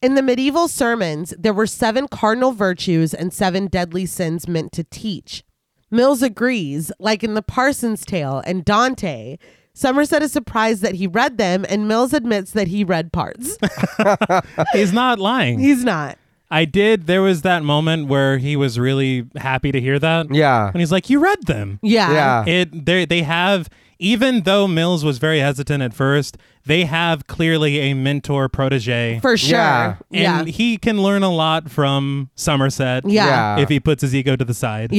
A: In the medieval sermons, there were seven cardinal virtues and seven deadly sins meant to teach. Mills agrees, like in the Parson's Tale and Dante. Somerset is surprised that he read them, and Mills admits that he read parts.
C: He's not lying.
A: He's not.
C: I did. There was that moment where he was really happy to hear that.
B: Yeah.
C: And he's like, "You read them."
A: Yeah.
B: Yeah.
C: It they they have even though Mills was very hesitant at first, they have clearly a mentor protege.
A: For sure.
B: Yeah.
A: Yeah. Yeah.
C: And he can learn a lot from Somerset
A: Yeah.
C: if he puts his ego to the side.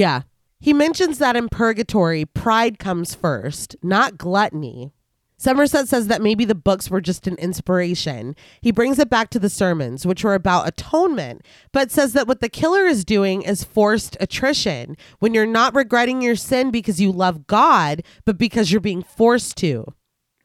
A: He mentions that in Purgatory, pride comes first, not gluttony. Somerset says that maybe the books were just an inspiration. He brings it back to the sermons, which were about atonement, but says that what the killer is doing is forced attrition when you're not regretting your sin because you love God, but because you're being forced to.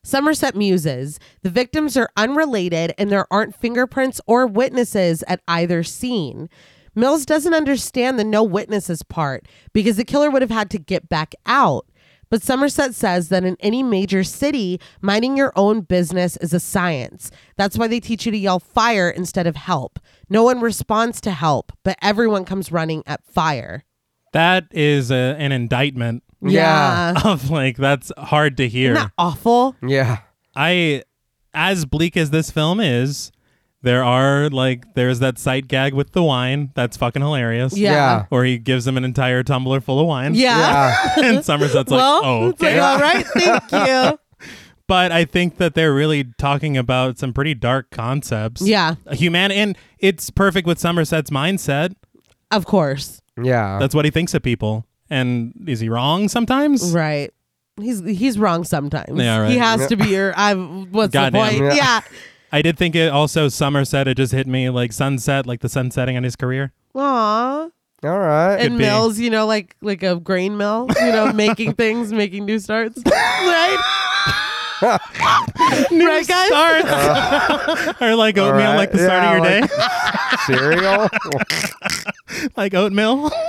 A: Somerset muses the victims are unrelated and there aren't fingerprints or witnesses at either scene. Mills doesn't understand the no witnesses part because the killer would have had to get back out. But Somerset says that in any major city, minding your own business is a science. That's why they teach you to yell fire instead of help. No one responds to help, but everyone comes running at fire.
C: That is a, an indictment
B: Yeah.
C: of like that's hard to hear.
A: Isn't that awful?
B: Yeah.
C: I as bleak as this film is, there are like there's that sight gag with the wine. That's fucking hilarious.
A: Yeah.
C: Or he gives him an entire tumbler full of wine.
A: Yeah.
B: Yeah.
C: and Somerset's
A: well,
C: like, oh,
A: it's like,
C: okay.
A: all right, thank you.
C: but I think that they're really talking about some pretty dark concepts.
A: Yeah.
C: Human and it's perfect with Somerset's mindset.
A: Of course.
B: Yeah.
C: That's what he thinks of people. And is he wrong sometimes?
A: Right. He's he's wrong sometimes.
C: Yeah, right.
A: He has to be your I what's the
C: Goddamn.
A: point?
B: Yeah.
A: Yeah.
C: I did think it also Somerset it just hit me like sunset, like the sunsetting on his career.
A: Aw.
B: All right.
A: And
C: Could be.
A: mills, you know, like like a grain mill, you know, making things, making new starts. Right? right, guys?
C: Start or like
B: All
C: oatmeal,
B: right.
C: like the
B: Yeah,
C: start of your
B: like-
C: day,
B: Cereal.
C: like oatmeal.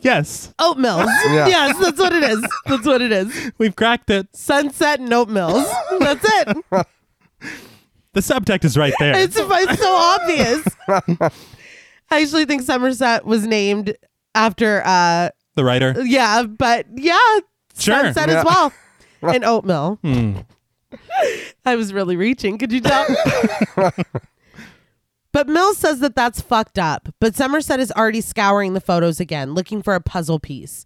C: yes,
A: Oat mills.
B: Yeah.
A: Yes, that's what it is. That's what it is.
C: we've cracked it.
A: Sunset and oat mills. That's it.
C: The subtext is right there.
A: It's, it's so obvious. I actually think Somerset was named after uh
C: the writer.
A: Yeah, but yeah,
C: Sure.
A: sunset as well. And oatmeal. I was really reaching. Could you tell? but Mills says that that's fucked up. But Somerset is already scouring the photos again, looking for a puzzle piece.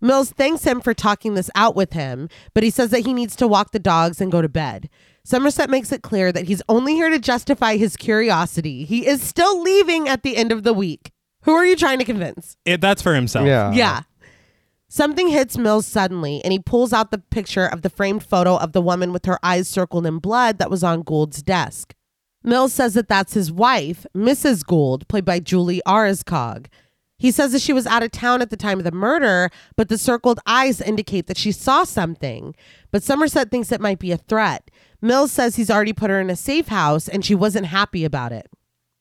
A: Mills thanks him for talking this out with him, but he says that he needs to walk the dogs and go to bed. Somerset makes it clear that he's only here to justify his curiosity. He is still leaving at the end of the week. Who are you trying to convince?
C: It, that's for himself.
B: Yeah.
A: Yeah. Something hits Mills suddenly, and he pulls out the picture of the framed photo of the woman with her eyes circled in blood that was on Gould's desk. Mills says that that's his wife, Mrs. Gould, played by Julie Arzcog. He says that she was out of town at the time of the murder, but the circled eyes indicate that she saw something. But Somerset thinks it might be a threat. Mills says he's already put her in a safe house, and she wasn't happy about it.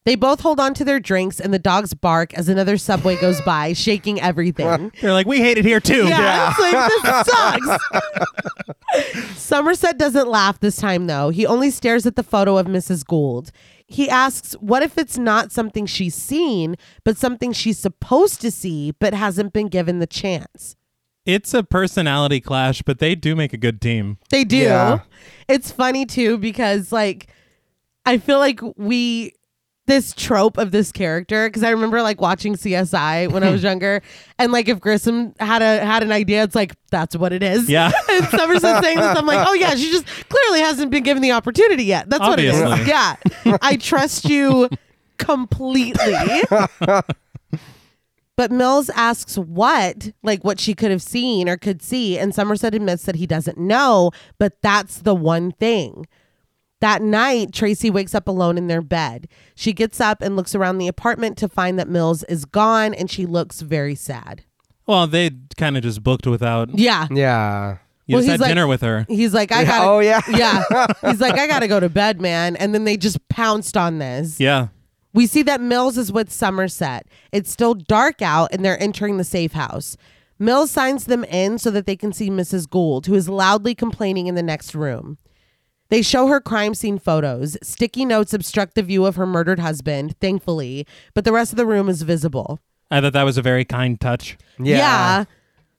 A: They both hold on to their drinks, and the dogs bark as another subway goes by, shaking everything.
C: They're like, we hate it here too.
A: Yeah, it's like this sucks. Somerset doesn't laugh this time though. He only stares at the photo of Mrs. Gould. He asks, "What if it's not something she's seen, but something she's supposed to see but hasn't been given the chance?"
C: It's a personality clash, but they do make a good team.
A: They do.
B: Yeah.
A: It's funny too because like I feel like we this trope of this character because I remember like watching CSI when I was younger and like if Grissom had a had an idea it's like that's what it is.
C: Yeah.
A: and Somerset saying this, I'm like, oh yeah, she just clearly hasn't been given the opportunity yet. That's what it is.
C: Obviously.
A: Yeah, I trust you completely. but Mills asks what, like what she could have seen or could see, and Somerset admits that he doesn't know, but that's the one thing. That night, Tracy wakes up alone in their bed. She gets up and looks around the apartment to find that Mills is gone and she looks very sad.
C: Well, they kind of just booked without. You
A: Yeah.
B: Yeah.
A: Well,
C: just
A: he's
C: had
A: like-
C: dinner with her.
A: He's like, I got
B: Oh yeah.
A: yeah. He's like, I gotta go to bed, man. And then they just pounced on this.
C: Yeah.
A: We see that Mills is with Somerset. It's still dark out and they're entering the safe house. Mills signs them in so that they can see Mrs. Gould, who is loudly complaining in the next room. They show her crime scene photos. Sticky notes obstruct the view of her murdered husband, thankfully, but the rest of the room is visible.
C: I thought that was a very kind touch.
A: Yeah.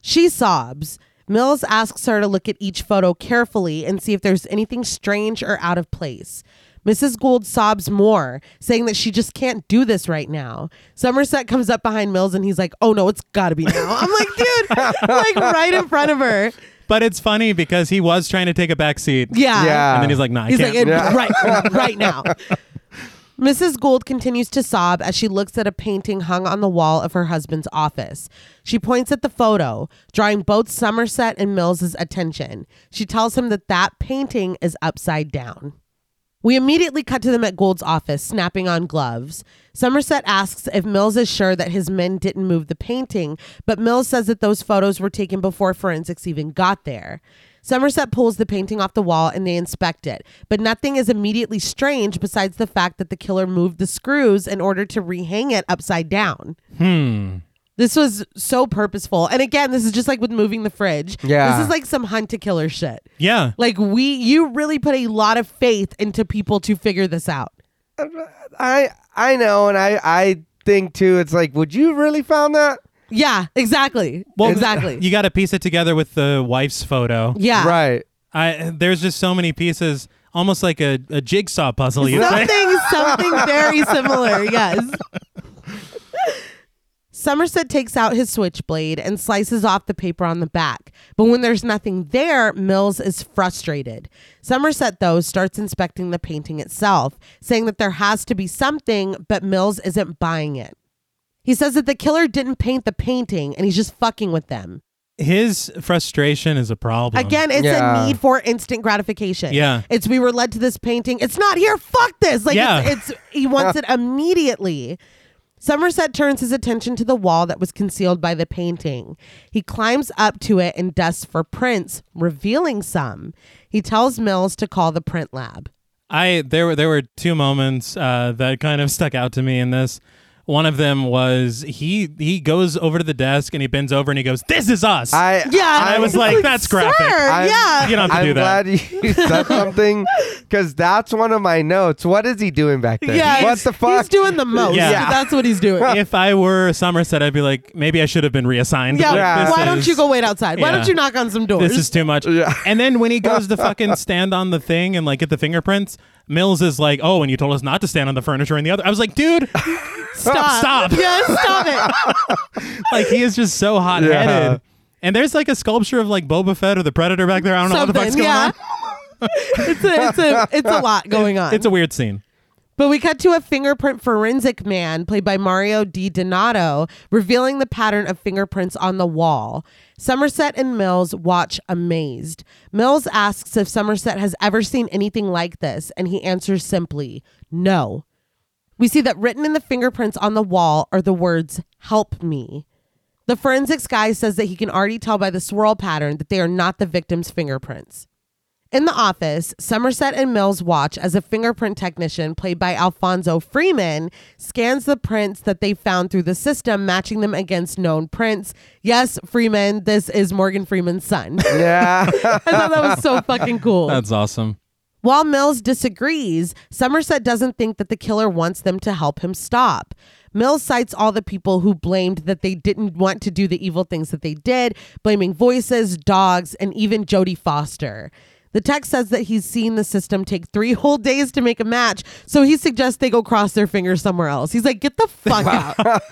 A: She sobs. Mills asks her to look at each photo carefully and see if there's anything strange or out of place. Mrs. Gould sobs more, saying that she just can't do this right now. Somerset comes up behind Mills and he's like, "Oh no, it's got to be now." I'm like, "Dude, like right in front of her."
C: But it's funny because he was trying to take a back seat.
A: Yeah.
B: Yeah.
C: And then he's like, nah, I
A: He's
C: can't.
A: like, "It- right, right now. Mrs. Gould continues to sob as she looks at a painting hung on the wall of her husband's office. She points at the photo, drawing both Somerset and Mills's attention. She tells him that that painting is upside down. We immediately cut to them at Gould's office, snapping on gloves. Somerset asks if Mills is sure that his men didn't move the painting, but Mills says that those photos were taken before forensics even got there. Somerset pulls the painting off the wall and they inspect it, but nothing is immediately strange besides the fact that the killer moved the screws in order to rehang it upside down. This was so purposeful. And again, this is just like with moving the fridge.
B: Yeah.
A: This is like some hunt to killer shit.
C: yeah.
A: Like we you really put a lot of faith into people to figure this out.
B: I I know, and I I think too. It's like, would you really found that?
A: Yeah, exactly.
C: Well,
A: exactly.
C: You got to piece it together with the wife's photo.
A: yeah.
B: Right.
C: I there's just so many pieces, almost like a, a jigsaw puzzle. You think?
A: Something something very similar. Yes. Somerset takes out his switchblade and slices off the paper on the back. But when there's nothing there, Mills is frustrated. Somerset, though, starts inspecting the painting itself, saying that there has to be something, but Mills isn't buying it. He says that the killer didn't paint the painting and he's just fucking with them.
C: His frustration is a problem.
A: Again, it's
B: Yeah.
A: a need for instant gratification.
C: Yeah.
A: It's we were led to this painting. It's not here. Fuck this. Like
C: Yeah.
A: it's, it's he wants it immediately. Somerset turns his attention to the wall that was concealed by the painting. He climbs up to it and dusts for prints, revealing some. He tells Mills to call the print lab.
C: I there were there were two moments uh, that kind of stuck out to me in this. One of them was he he goes over to the desk and he bends over and he goes, "This is us."
B: I
A: Yeah.
C: I was
A: it's
C: like, that's graphic.
A: sir,
B: I'm-
A: yeah.
C: you don't have to
B: I'm
C: do that.
B: glad you said something because that's one of my notes. What is he doing back there?
A: yeah.
B: what
A: he's-
B: the fuck?
A: He's doing the most.
C: Yeah.
A: Yeah. That's what he's doing.
C: if I were Somerset, I'd be like, maybe I should have been reassigned.
A: Yeah.
C: Like,
B: Yeah.
C: this
A: Why don't
C: is-
A: you go wait outside? Why
C: Yeah.
A: don't you knock on some doors?
C: This is too much.
B: Yeah.
C: And then when he goes to fucking stand on the thing and like get the fingerprints, Mills is like, "Oh, and you told us not to stand on the furniture and the other." I was like, "Dude,
A: stop.
C: stop.
A: Yeah, stop it.
C: like he is just so hot-headed." And there's like a sculpture of like Boba Fett or the Predator back there. I don't know what the fuck's going on.
A: it's a it's a it's a lot going on.
C: It's a weird scene.
A: but we cut to a fingerprint forensic man played by Mario D. Donato revealing the pattern of fingerprints on the wall. Somerset and Mills watch amazed. Mills asks if Somerset has ever seen anything like this, and he answers simply, "No." We see that written in the fingerprints on the wall are the words "Help me." The forensics guy says that he can already tell by the swirl pattern that they are not the victim's fingerprints. In the office, Somerset and Mills watch as a fingerprint technician, played by Alfonso Freeman, scans the prints that they found through the system, matching them against known prints. Yes, Freeman, this is Morgan Freeman's son. I
B: yeah.
A: thought that was so fucking cool.
C: That's awesome.
A: While Mills disagrees, Somerset doesn't think that the killer wants them to help him stop. Mills cites all the people who blamed that they didn't want to do the evil things that they did, blaming voices, dogs, and even Jodie Foster. The text says that he's seen the system take three whole days to make a match, so he suggests they go cross their fingers somewhere else. He's like, get the fuck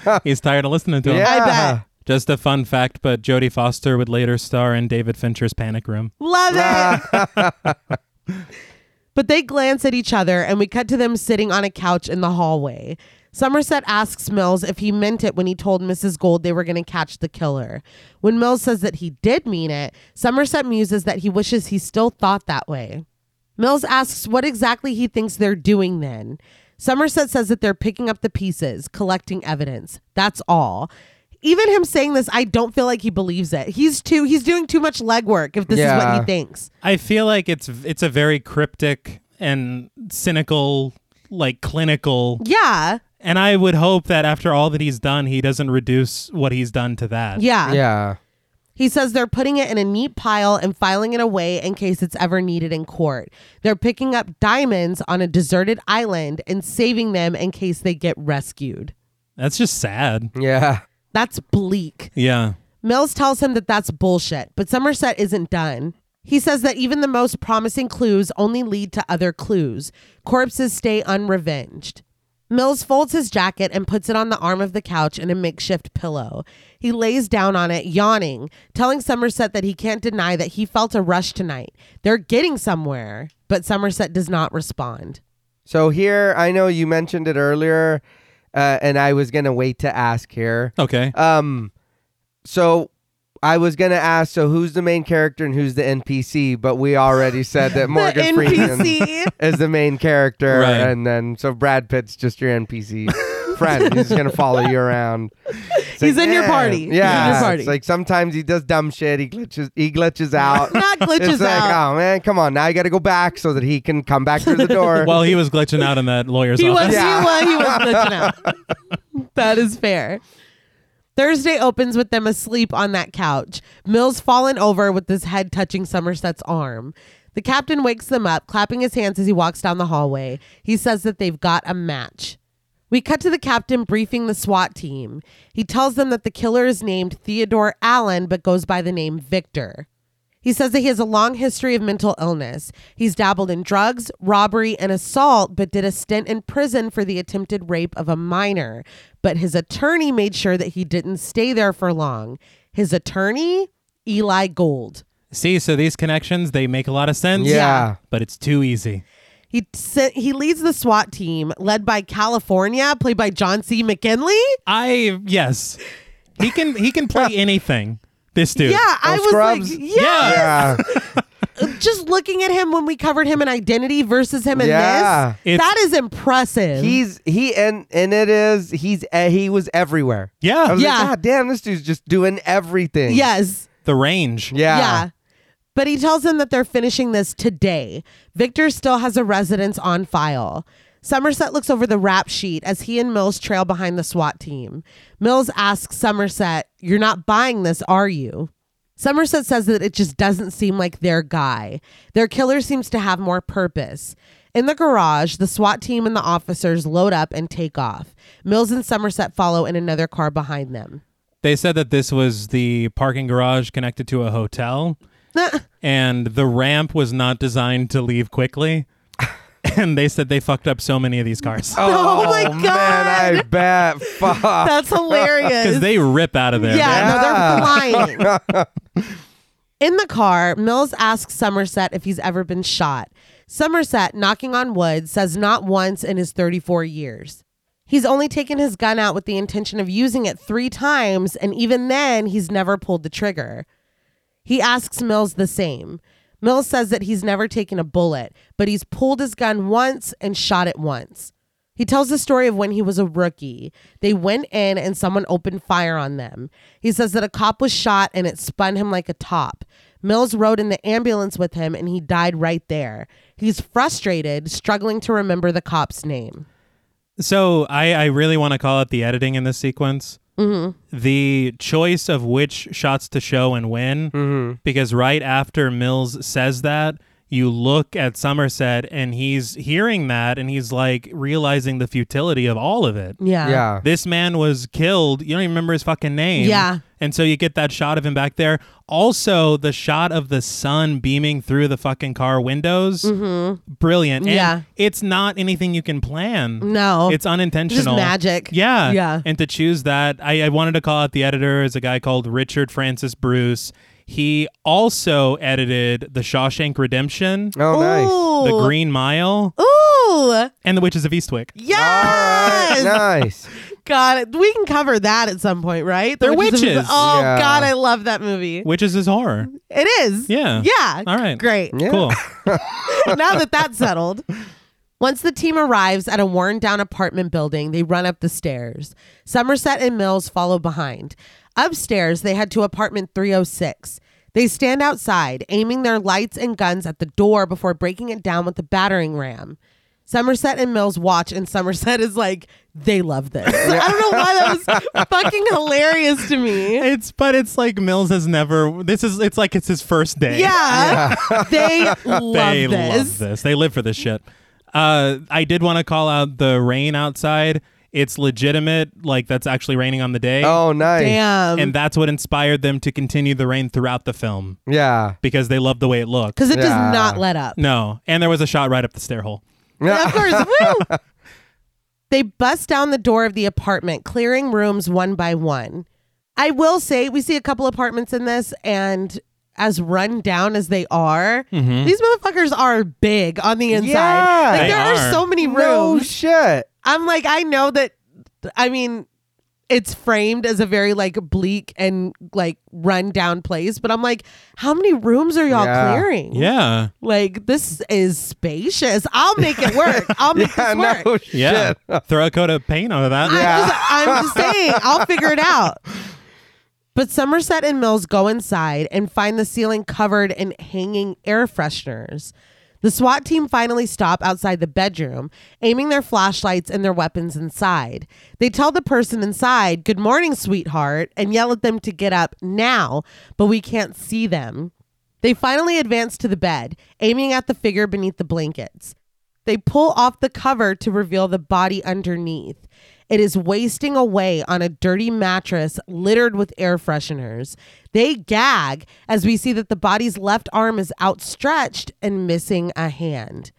A: out.
C: He's tired of listening to him.
B: Yeah.
A: I bet.
C: Just a fun fact, but Jodie Foster would later star in David Fincher's Panic Room.
A: Love it. but they glance at each other and we cut to them sitting on a couch in the hallway. Somerset asks Mills if he meant it when he told Mrs. Gold they were going to catch the killer. When Mills says that he did mean it, Somerset muses that he wishes he still thought that way. Mills asks what exactly he thinks they're doing then. Somerset says that they're picking up the pieces, collecting evidence. That's all. Even him saying this, I don't feel like he believes it. He's too he's doing too much legwork if this is what
B: Yeah.
A: he thinks.
C: I feel like it's it's a very cryptic and cynical, like clinical.
A: Yeah.
C: And I would hope that after all that he's done, he doesn't reduce what he's done to that.
A: Yeah.
B: Yeah.
A: He says they're putting it in a neat pile and filing it away in case it's ever needed in court. They're picking up diamonds on a deserted island and saving them in case they get rescued.
C: That's just sad.
B: Yeah.
A: That's bleak.
C: Yeah.
A: Mills tells him that that's bullshit, but Somerset isn't done. He says that even the most promising clues only lead to other clues. Corpses stay unrevenged. Mills folds his jacket and puts it on the arm of the couch in a makeshift pillow. He lays down on it, yawning, telling Somerset that he can't deny that he felt a rush tonight. They're getting somewhere, but Somerset does not respond.
B: So here, I know you mentioned it earlier, uh, and I was gonna wait to ask here.
C: Okay.
A: Uh,
B: Um, so I was gonna ask, so who's the main character and who's the NPC? But we already said that
A: the
B: Morgan Freeman
A: NPC.
B: is the main character,
C: Right.
B: and then so Brad Pitt's just your NPC friend. He's just gonna follow you around. It's
A: He's in your party. He's in your
B: Yeah,
A: party.
B: It's like sometimes he does dumb shit. He glitches. He glitches out.
A: Not glitches
B: Uh, it's like,
A: out.
B: oh man, come on! Now you got to go back so that he can come back through the door.
C: well, he was glitching out in that lawyer's
A: He
C: office.
A: was,
B: Yeah.
A: he was, he was glitching out. that is fair. Thursday opens with them asleep on that couch. Mills fallen over with his head touching Somerset's arm. The captain wakes them up, clapping his hands as he walks down the hallway. He says that they've got a match. We cut to the captain briefing the SWAT team. He tells them that the killer is named Theodore Allen, but goes by the name Victor. He says that he has a long history of mental illness. He's dabbled in drugs, robbery, and assault, but did a stint in prison for the attempted rape of a minor. But his attorney made sure that he didn't stay there for long. His attorney, Eli Gold.
C: See, so these connections, they make a lot of sense.
B: Yeah.
C: But it's too easy.
A: He sent, he leads the SWAT team led by California, played by John C. McKinley.
C: I yes. He can he can play anything. This dude.
A: Yeah, I
B: Oh,
A: was
B: Scrubs?
A: like,
C: Yeah.
A: yeah.
B: yeah.
A: Just looking at him when we covered him in Identity versus him in
B: Yeah.
A: this,
C: It's-
A: that is impressive.
B: He's he and and it is he's uh, he was everywhere.
C: Yeah.
B: I was
A: Yeah.
B: Like, God damn, this dude's just doing everything.
A: yes.
C: The range.
B: Yeah.
A: Yeah. But he tells them that they're finishing this today. Victor still has a residence on file. Somerset looks over the rap sheet as he and Mills trail behind the SWAT team. Mills asks Somerset, You're not buying this, are you? Somerset says that it just doesn't seem like their guy. Their killer seems to have more purpose. In the garage, the SWAT team and the officers load up and take off. Mills and Somerset follow in another car behind them.
C: They said that this was the parking garage connected to a hotel and the ramp was not designed to leave quickly. and they said they fucked up so many of these cars.
A: Oh my
B: man, I bet. Fuck.
A: That's hilarious.
C: Because they rip out of there.
A: Yeah, no, they're flying. In the car, Mills asks Somerset if he's ever been shot. Somerset, knocking on wood, says not once in his 34 years. He's only taken his gun out with the intention of using it three times, and even then, he's never pulled the trigger. He asks Mills the same. Mills says that he's never taken a bullet, but he's pulled his gun once and shot it once. He tells the story of when he was a rookie. They went in and someone opened fire on them. He says that a cop was shot and it spun him like a top. Mills rode in the ambulance with him and he died right there. He's frustrated, struggling to remember the cop's name.
C: So I, I really want to call out the editing in this sequence. Mm-hmm. The choice of which shots to show and when, because right after Mills says that, you look at Somerset and he's hearing that and he's like realizing the futility of all of it.
A: Yeah.
B: Yeah.
C: This man was killed. You don't even remember his fucking name.
A: Yeah.
C: And so you get that shot of him back there. Also, the shot of the sun beaming through the fucking car windows. Brilliant. And
A: Mm-hmm. Yeah.
C: It's not anything you can plan.
A: No.
C: It's unintentional.
A: magic.
C: Yeah.
A: Yeah.
C: And to choose that, I, I wanted to call out the editor is a guy called Richard Francis Bruce. He also edited The Shawshank Redemption,
B: Oh, nice.
A: Ooh.
C: The Green Mile,
A: Ooh.
C: and The Witches of Eastwick.
A: Yes.
B: All right, nice.
A: God, we can cover that at some point, right? The
C: They're
A: Witches of-
C: witches.
A: Oh
B: Yeah.
A: God, I love that movie.
C: Witches is horror.
A: It is.
C: Yeah.
A: Yeah.
C: All right.
A: Great.
B: Yeah.
C: Cool.
A: now that that's settled. Once the team arrives at a worn down apartment building, they run up the stairs. Somerset and Mills follow behind. Upstairs, they head to apartment 306. They stand outside, aiming their lights and guns at the door before breaking it down with the battering ram. Somerset and Mills watch, and Somerset is like, they love this. I don't know why that was fucking hilarious to me.
C: It's but it's like Mills has never. This is it's like it's his first day.
A: Yeah. They love
C: they
A: this.
C: love this. They live for this shit. Uh, I did want to call out the rain outside. It's legitimate, like that's actually raining on the day.
B: Oh, nice.
A: Damn.
C: And that's what inspired them to continue the rain throughout the film
B: Yeah.
C: because they loved the way it looked.
A: Because it
B: Yeah.
A: does not let up.
C: No. And there was a shot right up the stair hole.
A: Yeah, of course. Woo! They bust down the door of the apartment, clearing rooms one by one. I will say, we see a couple apartments in this, and as run down as they are, these motherfuckers are big on the inside.
B: Yeah.
A: Like,
C: They
A: there
C: are.
A: are so many
B: No
A: rooms.
B: shit.
A: I'm like, I know that. I mean, it's framed as a very like bleak and like run down place, but I'm like, how many rooms are y'all
B: Yeah.
A: clearing?
C: Yeah.
A: Like this is spacious. I'll make it work. I'll make
B: Yeah,
A: this work.
B: no shit.
C: Yeah. Throw a coat of paint over that.
A: I'm, just, I'm just saying, I'll figure it out. But Somerset and Mills go inside and find the ceiling covered in hanging air fresheners. The SWAT team finally stop outside the bedroom, aiming their flashlights and their weapons inside. They tell the person inside, Good morning, sweetheart, and yell at them to get up now, but we can't see them. They finally advance to the bed, aiming at the figure beneath the blankets. They pull off the cover to reveal the body underneath. It is wasting away on a dirty mattress littered with air fresheners. They gag as we see that the body's left arm is outstretched and missing a hand.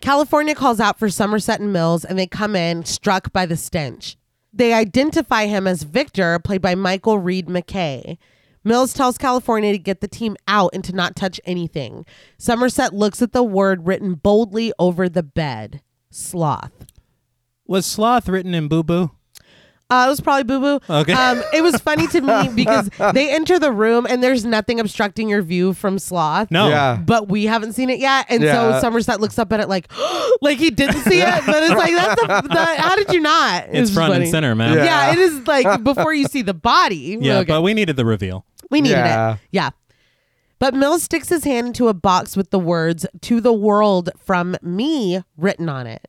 A: California calls out for Somerset and Mills, and they come in struck by the stench. They identify him as Victor, played by Michael Reed McKay. Mills tells California to get the team out and to not touch anything. Somerset looks at the word written boldly over the bed sloth.
C: Was sloth written in boo boo?
A: Uh, it was probably boo boo.
C: Okay.
A: Um, it was funny to me because they enter the room and there's nothing obstructing your view from sloth.
C: No.
B: Yeah.
A: But we haven't seen it yet, and
B: Yeah.
A: so Somerset looks up at it like, like he didn't see it. But it's like that's the, the, how did you not? It
C: It's
A: was
C: front and
A: funny.
C: center, man.
A: Yeah.
C: Yeah,
B: Yeah.
A: it is like before you see the body. Okay.
C: but we needed the reveal.
A: We needed
B: Yeah.
A: it. Yeah. But Mills sticks his hand into a box with the words to the world from me written on it.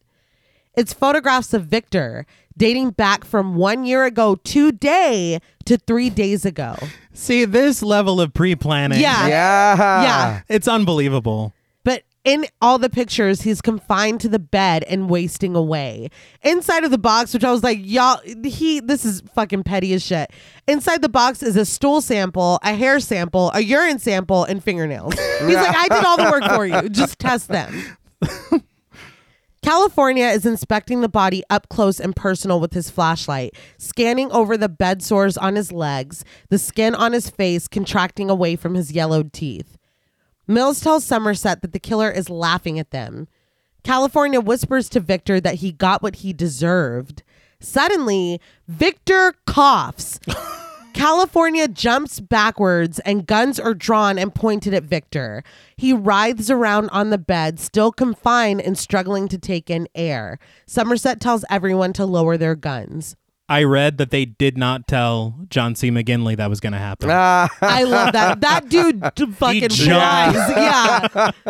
A: It's photographs of Victor dating back from one year ago today to three days ago.
C: See, this level of pre planning.
A: Yeah.
B: Yeah.
A: Yeah.
C: It's unbelievable.
A: But in all the pictures, he's confined to the bed and wasting away. Inside of the box, which I was like, y'all, he, this is fucking petty as shit. Inside the box is a stool sample, a hair sample, a urine sample, and fingernails. He's like, I did all the work for you. Just test them. California is inspecting the body up close and personal with his flashlight, scanning over the bed sores on his legs, the skin on his face contracting away from his yellowed teeth. Mills tells Somerset that the killer is laughing at them. California whispers to Victor that he got what he deserved. Suddenly, Victor coughs. California jumps backwards and guns are drawn and pointed at Victor. He writhes around on the bed, still confined and struggling to take in air. Somerset tells everyone to lower their guns.
C: I read that they did not tell John C. McGinley that was going to happen.
B: Ah.
A: I love that. That dude d- fucking flies.
C: jumped.
A: Yeah.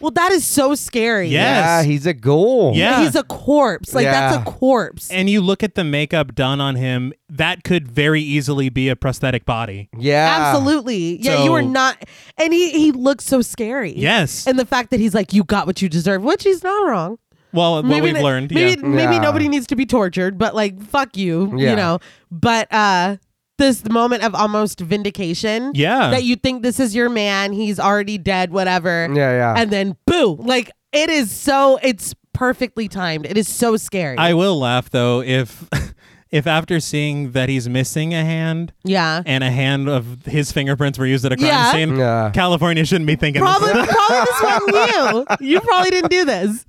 A: Well, that is so scary.
C: Yeah.
B: Yeah,
C: Yes.
B: he's a ghoul.
C: Yeah.
A: He's a corpse. Like
B: Yeah.
A: that's a corpse.
C: and you look at the makeup done on him, that could very easily be a prosthetic body.
B: Yeah.
A: Absolutely. Yeah, you
C: So-
A: are not and he he looks so scary.
C: Yes.
A: And the fact that he's like, You got what you deserve, which he's not wrong.
C: well, what we've
A: n-
C: learned.
A: Maybe
C: yeah.
A: maybe
B: Yeah.
A: nobody needs to be tortured, but like fuck you.
B: Yeah.
A: You know. But uh this moment of almost vindication.
C: Yeah.
A: That you think this is your man, he's already dead, whatever.
B: Yeah, yeah.
A: And then boo. Like it is so it's perfectly timed. It is so scary.
C: I will laugh though if if after seeing that he's missing a hand
A: yeah.
C: and a hand of his fingerprints were used at a crime
A: Yeah.
C: scene,
B: Yeah.
C: California shouldn't be thinking
A: probably,
C: this.
A: probably this wasn't you. You probably didn't do this.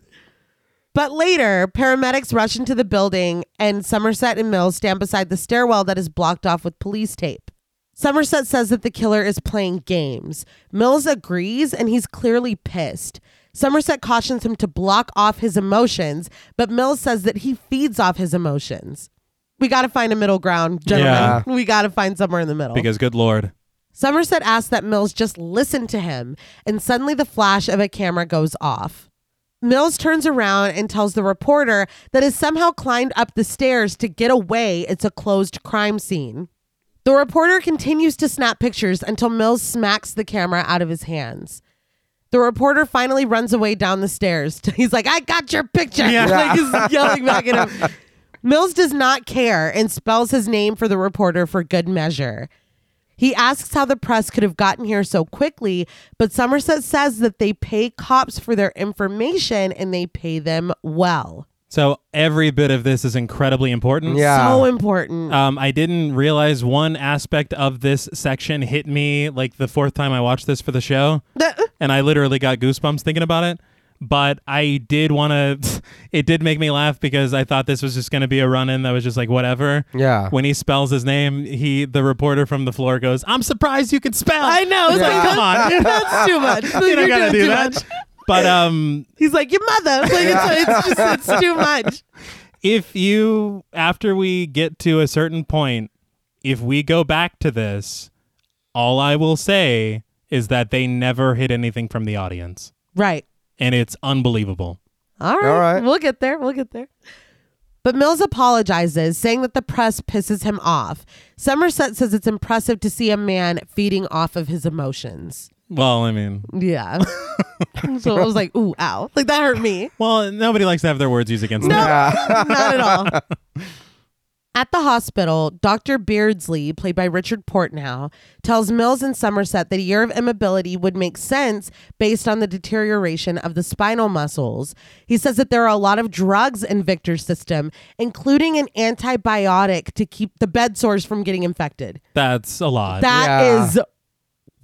A: But later, paramedics rush into the building, and Somerset and Mills stand beside the stairwell that is blocked off with police tape. Somerset says that the killer is playing games. Mills agrees, and he's clearly pissed. Somerset cautions him to block off his emotions, but Mills says that he feeds off his emotions. We got to find a middle ground, gentlemen.
C: Yeah.
A: We got to find somewhere in the middle.
C: because good lord.
A: Somerset asks that Mills just listen to him, and suddenly the flash of a camera goes off. Mills turns around and tells the reporter that has somehow climbed up the stairs to get away. It's a closed crime scene. The reporter continues to snap pictures until Mills smacks the camera out of his hands. The reporter finally runs away down the stairs. He's like, I got your picture.
C: Yeah.
A: Like, he's yelling back at him. Mills does not care and spells his name for the reporter for good measure. He asks how the press could have gotten here so quickly, but Somerset says that they pay cops for their information and they pay them well.
C: So every bit of this is incredibly important.
B: Yeah.
A: So important.
C: Um, I didn't realize one aspect of this section hit me like the fourth time I watched this for the show,
A: The-
C: and I literally got goosebumps thinking about it. But I did want to. It did make me laugh because I thought this was just going to be a run-in that was just like whatever.
B: Yeah.
C: When he spells his name, he the reporter from the floor goes, "I'm surprised you could spell."
A: I know. It's
C: It's
A: like,
C: like, come on, you
A: that's too much. You're
C: don't
A: doing
C: gotta do
A: too
C: that.
A: much.
C: But um,
A: He's like, your mother. Like, it's, it's just, it's too much.
C: if you after we get to a certain point if we go back to this all i will say is that they never hid anything from the audience
A: Right.
C: and it's unbelievable
A: All right.
B: All right.
A: We'll get there. We'll get there. But Mills apologizes, saying that the press pisses him off. Somerset says it's impressive to see a man feeding off of his emotions.
C: well i mean
A: Yeah. so I was like, ooh, ow. Like that hurt me.
C: well nobody likes to have their words used against them
B: Yeah.
A: Not at all. At the hospital, Dr. Beardsley, played by Richard Portnow, tells Mills and Somerset that a year of immobility would make sense based on the deterioration of the spinal muscles. He says that there are a lot of drugs in Victor's system, including an antibiotic to keep the bed sores from getting infected.
C: that's a lot
A: That
B: Yeah.
A: is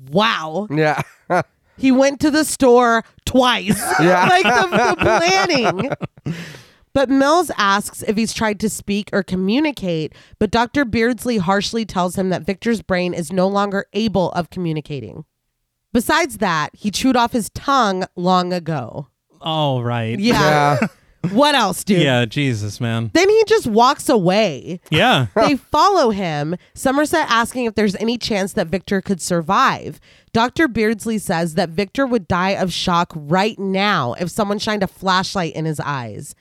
A: wow.
B: Yeah.
A: He went to the store twice.
B: Yeah.
A: like the, the planning. But Mills asks if he's tried to speak or communicate, but Dr. Beardsley harshly tells him that Victor's brain is no longer able of communicating. Besides that, he chewed off his tongue long ago.
C: all right
A: Yeah.
B: Yeah.
A: What else, dude?
C: yeah jesus man
A: Then he just walks away.
C: yeah
A: they follow him, Somerset asking if there's any chance that Victor could survive. Dr. Beardsley says that Victor would die of shock right now if someone shined a flashlight in his eyes.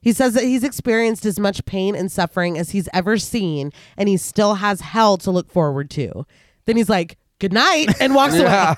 A: He says that he's experienced as much pain and suffering as he's ever seen, and he still has hell to look forward to. Then he's like, Good night, and walks away.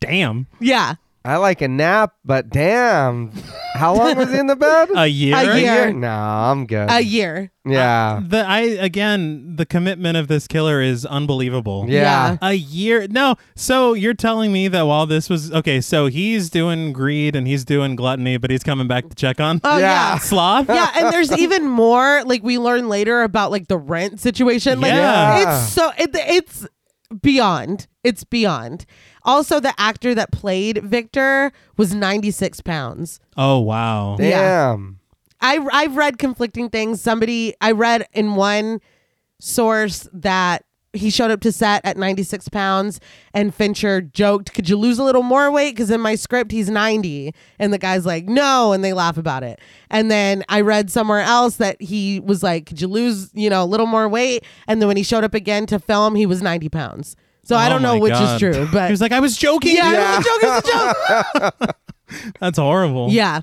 C: damn
A: Yeah.
B: I like a nap, but damn. How long was he in the bed?
C: a year,
A: A year.
B: No, I'm good.
A: A year.
B: yeah.
C: The, I again, the commitment of this killer is unbelievable.
B: Yeah.
C: A year? No. So you're telling me that while this was okay, so he's doing greed and he's doing gluttony, but he's coming back to check on
A: Oh, yeah.
B: Yeah.
C: sloth.
A: yeah and there's even more like we learn later about like the rent situation like
C: Yeah.
A: it's so it, it's beyond it's beyond also the actor that played victor was 96 pounds
C: Oh wow.
A: Yeah.
B: Damn.
A: I, i've read conflicting things somebody i read in one source that he showed up to set at 96 pounds and fincher joked could you lose a little more weight because in my script he's 90 and the guy's like no and they laugh about it and then i read somewhere else that he was like could you lose you know a little more weight and then when he showed up again to film he was 90 pounds so i
C: Oh,
A: don't know
C: my
A: which
C: God.
A: is true but
C: he was like, I was joking.
A: yeah,
B: Yeah.
A: It was a joke it's a joke
C: That's horrible.
A: yeah.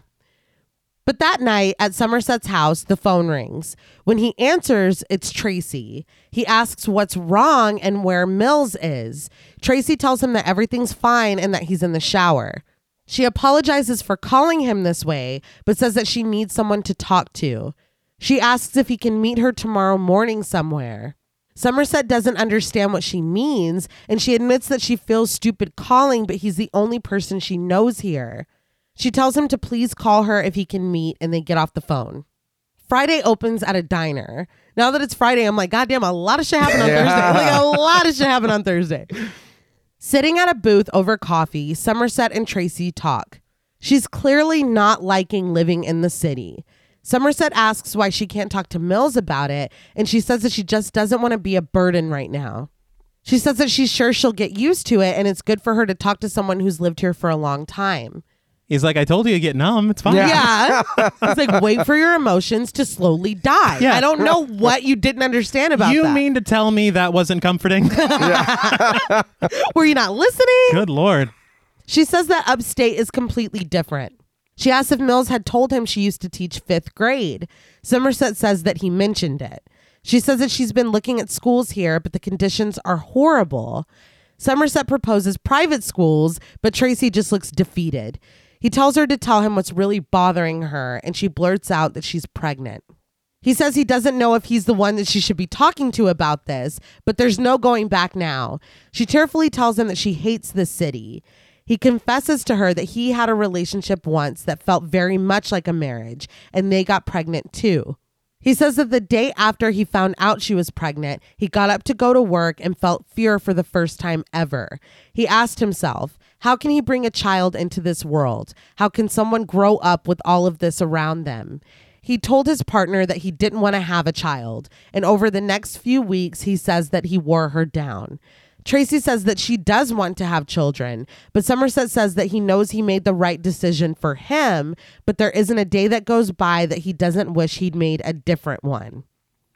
A: But that night at Somerset's house, the phone rings. When he answers, it's Tracy. He asks what's wrong and where Mills is. Tracy tells him that everything's fine and that he's in the shower. She apologizes for calling him this way, but says that she needs someone to talk to. She asks if he can meet her tomorrow morning somewhere. Somerset doesn't understand what she means, and she admits that she feels stupid calling, but he's the only person she knows here. She tells him to please call her if he can meet, and they get off the phone. Friday opens at a diner. Now that it's Friday, I'm like, goddamn, a lot of shit happened on
B: Yeah.
A: Thursday. Like, a lot of shit happened on Thursday. Sitting at a booth over coffee, Somerset and Tracy talk. She's clearly not liking living in the city. Somerset asks why she can't talk to Mills about it, and she says that she just doesn't want to be a burden right now. She says that she's sure she'll get used to it, and it's good for her to talk to someone who's lived here for a long time.
C: He's like, I told you to get numb. It's fine.
A: Yeah. it's like, wait for your emotions to slowly die.
C: Yeah.
A: I don't know what you didn't understand about
C: You
A: that.
C: mean to tell me that wasn't comforting?
A: Were you not listening?
C: Good lord.
A: She says that upstate is completely different. She asks if Mills had told him she used to teach fifth grade. Somerset says that he mentioned it. She says that she's been looking at schools here, but the conditions are horrible. Somerset proposes private schools, but Tracy just looks defeated. He tells her to tell him what's really bothering her, and she blurts out that she's pregnant. He says he doesn't know if he's the one that she should be talking to about this, but there's no going back now. She tearfully tells him that she hates the city. He confesses to her that he had a relationship once that felt very much like a marriage, and they got pregnant too. He says that the day after he found out she was pregnant, he got up to go to work and felt fear for the first time ever. He asked himself, how can he bring a child into this world? How can someone grow up with all of this around them? He told his partner that he didn't want to have a child, and over the next few weeks, he says that he wore her down. Tracy says that she does want to have children, but Somerset says that he knows he made the right decision for him, but there isn't a day that goes by that he doesn't wish he'd made a different one.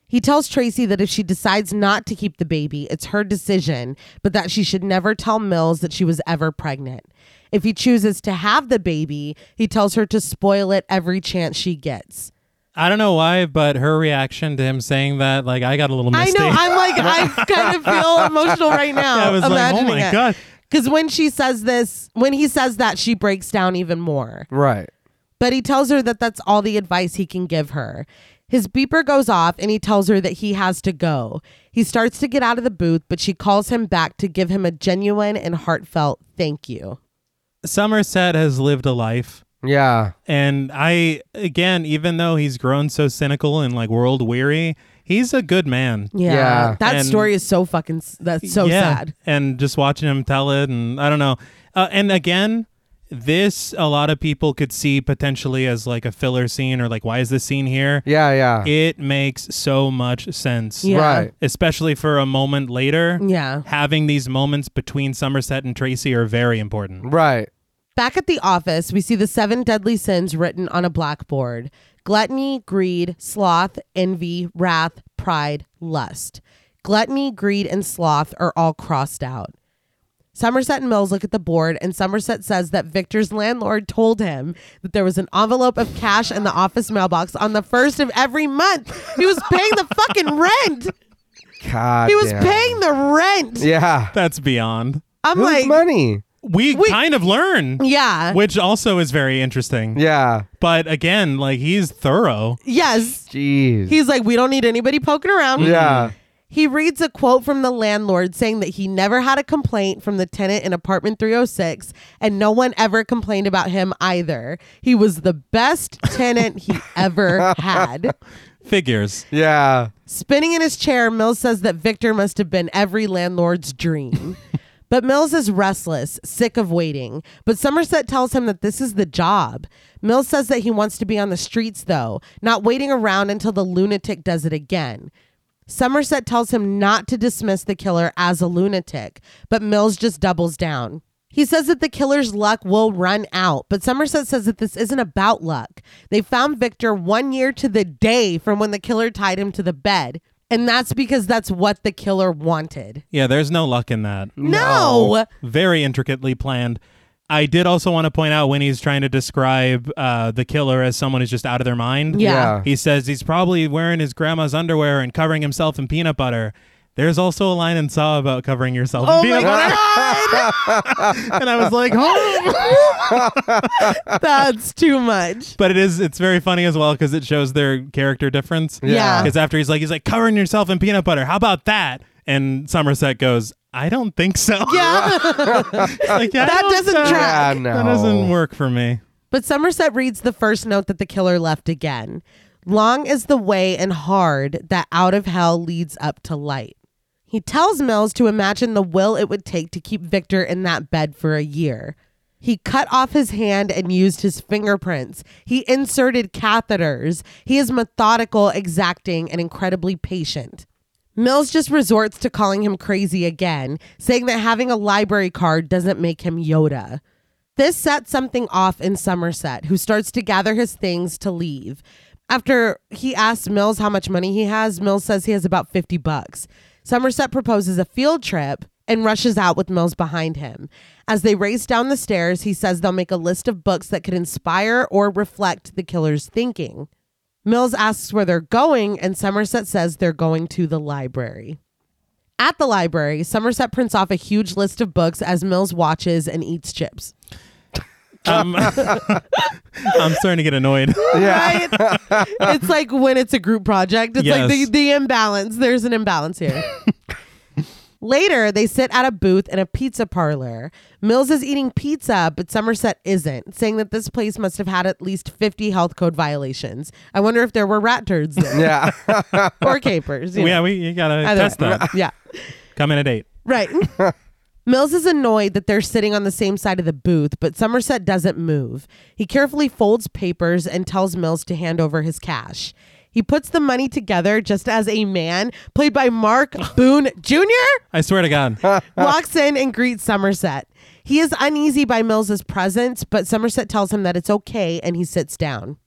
A: He tells Tracy that if she decides not to keep the baby, it's her decision, but that she should never tell Mills that she was ever pregnant. If he chooses to have the baby, he tells her to spoil it every chance she gets.
C: I don't know why, but her reaction to him saying that, like, I got a little misty.
A: I know. I'm like, I kind of feel emotional right now.
C: I was like, oh
A: imagining
C: my God.
A: Because when she says this, when he says that, she breaks down even more.
B: Right.
A: But he tells her that that's all the advice he can give her. His beeper goes off and he tells her that he has to go. He starts to get out of the booth, but she calls him back to give him a genuine and heartfelt thank you.
C: Somerset has lived a life.
B: Yeah.
C: And I, again, even though he's grown so cynical and like world weary, he's a good man.
A: Yeah.
B: Yeah.
A: That
C: And-
A: story is so fucking, s- that's so
C: Yeah.
A: sad.
C: And just watching him tell it, and I don't know. Uh, and again, this a lot of people could see potentially as like a filler scene or like, why is this scene here?
B: Yeah. Yeah.
C: It makes so much sense.
A: Yeah.
B: Right.
C: Especially for a moment later.
A: Yeah.
C: Having these moments between Somerset and Tracy are very important.
B: Right.
A: Back at the office, we see the seven deadly sins written on a blackboard gluttony, greed, sloth, envy, wrath, pride, lust. Gluttony, greed, and sloth are all crossed out. Somerset and Mills look at the board, and Somerset says that Victor's landlord told him that there was an envelope of cash in the office mailbox on the first of every month. He was paying the fucking rent.
B: God.
A: He was
B: damn.
A: paying the rent.
B: Yeah.
C: That's beyond.
A: I'm
B: Whose
A: like,
B: money?
C: We,
A: We-
C: kind of learn,
A: yeah.
C: which also is very interesting.
B: Yeah.
C: But again, like he's thorough.
A: yes.
B: Jeez.
A: He's like, we don't need anybody poking around.
B: yeah.
A: He reads a quote from the landlord saying that he never had a complaint from the tenant in apartment 306 and no one ever complained about him either. He was the best tenant he ever had.
C: Figures.
B: Yeah.
A: Spinning in his chair, Mills says that Victor must have been every landlord's dream. but Mills is restless, sick of waiting. But Somerset tells him that this is the job. Mills says that he wants to be on the streets, though, not waiting around until the lunatic does it again. Somerset tells him not to dismiss the killer as a lunatic, but Mills just doubles down. He says that the killer's luck will run out, but Somerset says that this isn't about luck. They found Victor one year to the day from when the killer tied him to the bed, and that's because that's what the killer wanted.
C: Yeah, there's no luck in that.
A: No!
C: Very intricately planned. I did also want to point out when he's trying to describe uh, the killer as someone who's just out of their mind.
A: Yeah.
C: He says he's probably wearing his grandma's underwear and covering himself in peanut butter. There's also a line in Saw about covering yourself in
A: Oh my
C: peanut butter.
A: god!
C: And I was like, oh.
A: that's too much.
C: But it is, it's very funny as well because it shows their character difference.
A: Yeah.
C: Because after he's like, he's like, covering yourself in peanut butter. How about that? And Somerset goes, I don't think so.
A: Yeah.
C: Like, yeah, I
A: That
C: don't
A: doesn't
C: think-
A: track.
B: Yeah.
A: That
B: No.
C: That doesn't work for me.
A: But Somerset reads the first note that the killer left again. Long is the way and hard that out of hell leads up to light. He tells Mills to imagine the will it would take to keep Victor in that bed for a year. He cut off his hand and used his fingerprints. He inserted catheters. He is methodical, exacting, and incredibly patient. Mills just resorts to calling him crazy again, saying that having a library card doesn't make him Yoda. This sets something off in Somerset, who starts to gather his things to leave. After he asks Mills how much money he has, Mills says he has about 50 bucks. Somerset proposes a field trip and rushes out with Mills behind him. As they race down the stairs, he says they'll make a list of books that could inspire or reflect the killer's thinking. Mills asks where they're going, and Somerset says they're going to the library. At the library, Somerset prints off a huge list of books as Mills watches and eats chips.
C: Um, I'm starting to get annoyed.
A: Yeah. Right? it's like when it's a group project. It's like the,
C: Yes.
A: the imbalance. There's an imbalance here. Later, they sit at a booth in a pizza parlor. Mills is eating pizza, but Somerset isn't, saying that this place must have had at least 50 health code violations. I wonder if there were rat turds there
B: Yeah.
A: or capers. you know.
C: yeah, we you gotta
A: Either
C: test
A: way.
C: that.
A: Yeah.
C: Come in at eight.
A: Right. Mills is annoyed that they're sitting on the same side of the booth, but Somerset doesn't move. He carefully folds papers and tells Mills to hand over his cash. He puts the money together just as a man, played by Mark Boone Jr.,
C: I swear to God.
A: walks in and greets Somerset. He is uneasy by Mills's presence, but Somerset tells him that it's okay and he sits down.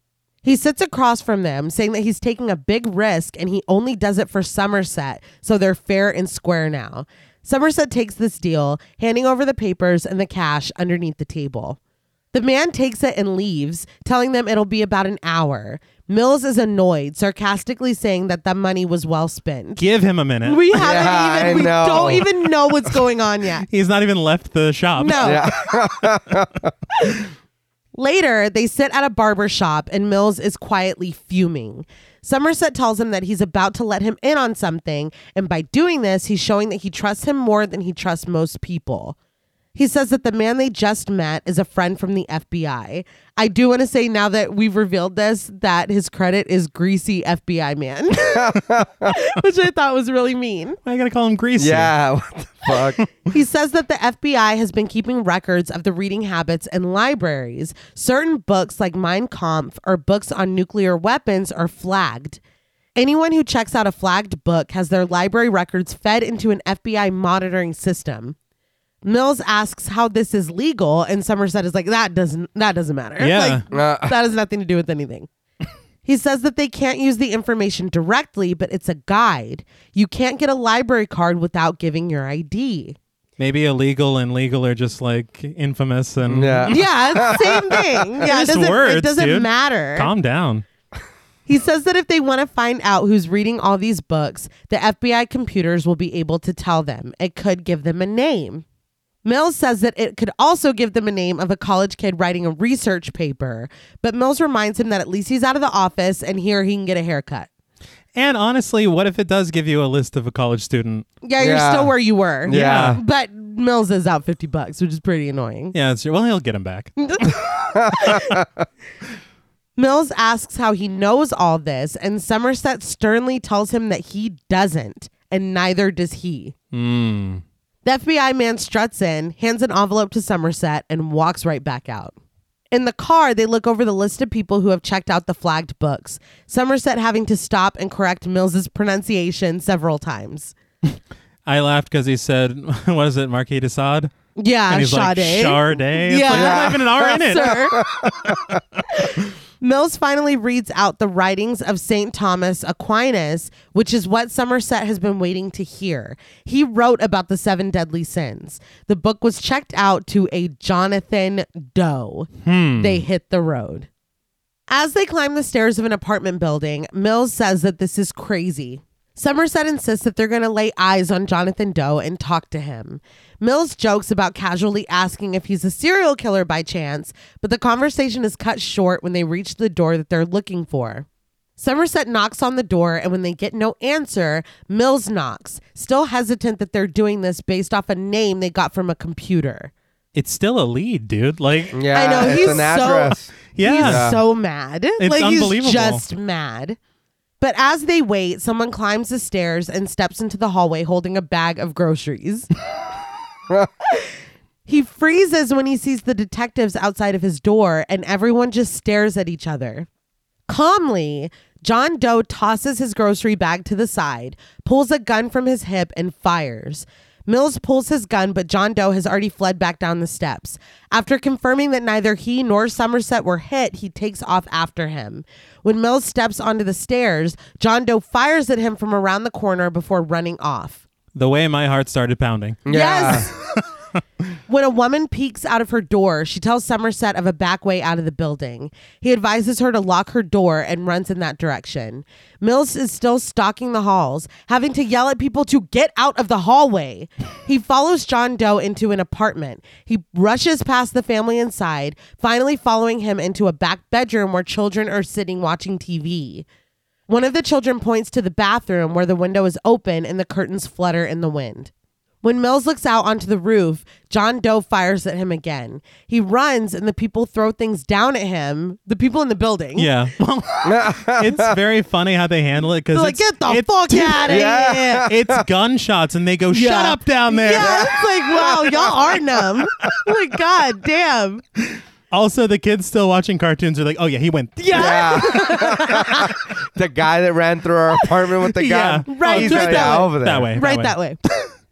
A: He sits across from them, saying that he's taking a big risk and he only does it for Somerset, so they're fair and square now. Somerset takes this deal, handing over the papers and the cash underneath the table. The man takes it and leaves, telling them it'll be about an hour. Mills is annoyed, sarcastically saying that the money was well spent.
C: Give him a minute.
A: We haven't
B: Yeah, I
A: even. We
B: know.
A: don't even know what's going on yet.
C: He's not even left the shop.
A: No. Later, they sit at a barber shop, and Mills is quietly fuming. Somerset tells him that he's about to let him in on something, and by doing this, he's showing that he trusts him more than he trusts most people. He says that the man they just met is a friend from the FBI. I do want to say now that we've revealed this that his credit is greasy FBI man, which I thought was really mean.
C: Why I gotta call him greasy.
B: yeah. What the fuck?
A: He says that the FBI has been keeping records of the reading habits in libraries. Certain books, like Mein Kampf or books on nuclear weapons, are flagged. Anyone who checks out a flagged book has their library records fed into an FBI monitoring system. Mills asks how this is legal, and Somerset is like, "That doesn't that doesn't matter.
C: Yeah.
A: Like, that has nothing to do with anything." He says that they can't use the information directly, but it's a guide. You can't get a library card without giving your ID.
C: Maybe illegal and legal are just like infamous and
B: Yeah.
A: Yeah, it's the same thing. Yeah, it
C: Just
A: doesn't, it
C: words,
A: doesn't
C: dude.
A: matter.
C: calm down.
A: he says that if they want to find out who's reading all these books, the FBI computers will be able to tell them. It could give them a name. Mills says that it could also give them a name of a college kid writing a research paper, but Mills reminds him that at least he's out of the office and here he can get a haircut.
C: And honestly, what if it does give you a list of a college student?
A: Yeah, you're
B: Yeah.
A: still where you were.
B: Yeah.
A: But Mills is out 50 bucks, which is pretty annoying.
C: Yeah, it's, well, he'll get him back.
A: Mm. Mills asks how he knows all this, and Somerset sternly tells him that he doesn't, and neither does he.
C: Mm.
A: The FBI man struts in, hands an envelope to Somerset, and walks right back out. In the car, they look over the list of people who have checked out the flagged books, Somerset having to stop and correct Mills's pronunciation several times.
C: I laughed because he said, "What is it, Marquis de Sade?"
A: Yeah,
C: and he's
A: Sade.
C: like, "Sade." It's
A: Yeah.
C: like, "Oh there's not even an R in it.
A: Sir. Mills finally reads out the writings of St. Thomas Aquinas, which is what Somerset has been waiting to hear. He wrote about the seven deadly sins. The book was checked out to a Jonathan Doe. They hit the road. As they climb the stairs of an apartment building, Mills says that this is crazy. Somerset insists that they're going to lay eyes on Jonathan Doe and talk to him. Mills jokes about casually asking if he's a serial killer by chance, but the conversation is cut short when they reach the door that they're looking for. Somerset knocks on the door, and when they get no answer, Mills knocks, still hesitant that they're doing this based off a name they got from a computer.
C: It's still a lead, dude. Like,
B: Yeah.
A: I know,
B: It's
A: he's
B: an
A: so-
B: address.
C: yeah,
A: Mm. He's so mad. like he's
C: unbelievable.
A: just mad. But as they wait, someone climbs the stairs and steps into the hallway holding a bag of groceries. he freezes when he sees the detectives outside of his door and everyone just stares at each other. Calmly, John Doe tosses his grocery bag to the side, pulls a gun from his hip, and fires. Mills pulls his gun, but John Doe has already fled back down the steps. After confirming that neither he nor Somerset were hit, he takes off after him. When Mills steps onto the stairs, John Doe fires at him from around the corner before running off. Mm.
C: the way my heart started pounding.
B: Yeah.
A: Yes. When a woman peeks out of her door, she tells Somerset of a back way out of the building. He advises her to lock her door and runs in that direction. Mills is still stalking the halls, having to yell at people to get out of the hallway. He follows John Doe into an apartment. He rushes past the family inside, finally following him into a back bedroom where children are sitting watching TV. One of the children points to the bathroom where the window is open and the curtains flutter in the wind. When Mills looks out onto the roof, John Doe fires at him again. He runs and the people throw things down at him, the people in the building.
C: Yeah. Well, it's very funny how they handle it because
A: They're like, get the
C: it's,
A: fuck out of
B: Yeah.
A: here.
C: It's gunshots, and they go, "Shut
A: Yeah.
C: up down there."
A: Yeah, it's like, wow, y'all are numb. like, god damn.
C: Also, the kids still watching cartoons are like, "Oh yeah, he went." Yeah.
B: Yeah. the guy that ran through our apartment with the
C: Yeah.
B: gun. Oh,
A: Right,
B: He's
A: just
B: right
A: that
B: now
A: way.
B: over there.
C: That way.
A: Right that way.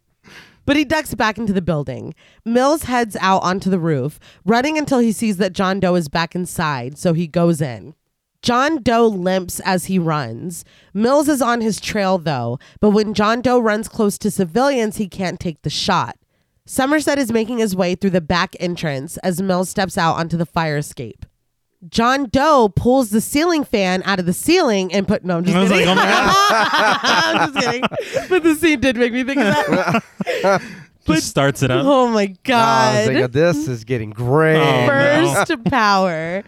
A: but he ducks back into the building. Mills heads out onto the roof, running until he sees that John Doe is back inside, so he goes in. John Doe limps as he runs. Mills is on his trail though, but when John Doe runs close to civilians, he can't take the shot. Somerset is making his way through the back entrance as Mills steps out onto the fire escape. John Doe pulls the ceiling fan out of the ceiling and put no. I'm just
C: I was
A: kidding.
C: like, "Oh my God."
A: I'm just kidding. But the scene did make me think of that.
C: Just starts it up.
A: Oh my
B: I was
A: god.
B: thinking, this is getting great.
C: Oh, no.
A: First power.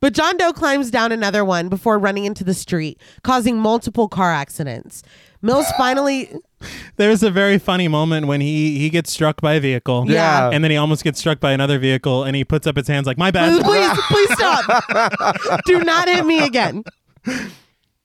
A: But John Doe climbs down another one before running into the street, causing multiple car accidents. Mills finally
C: There's a very funny moment when he he gets struck by a vehicle.
B: Yeah.
C: And then he almost gets struck by another vehicle, and he puts up his hands like, "My
A: please,
C: bad."
A: please, please stop. Do not hit me again.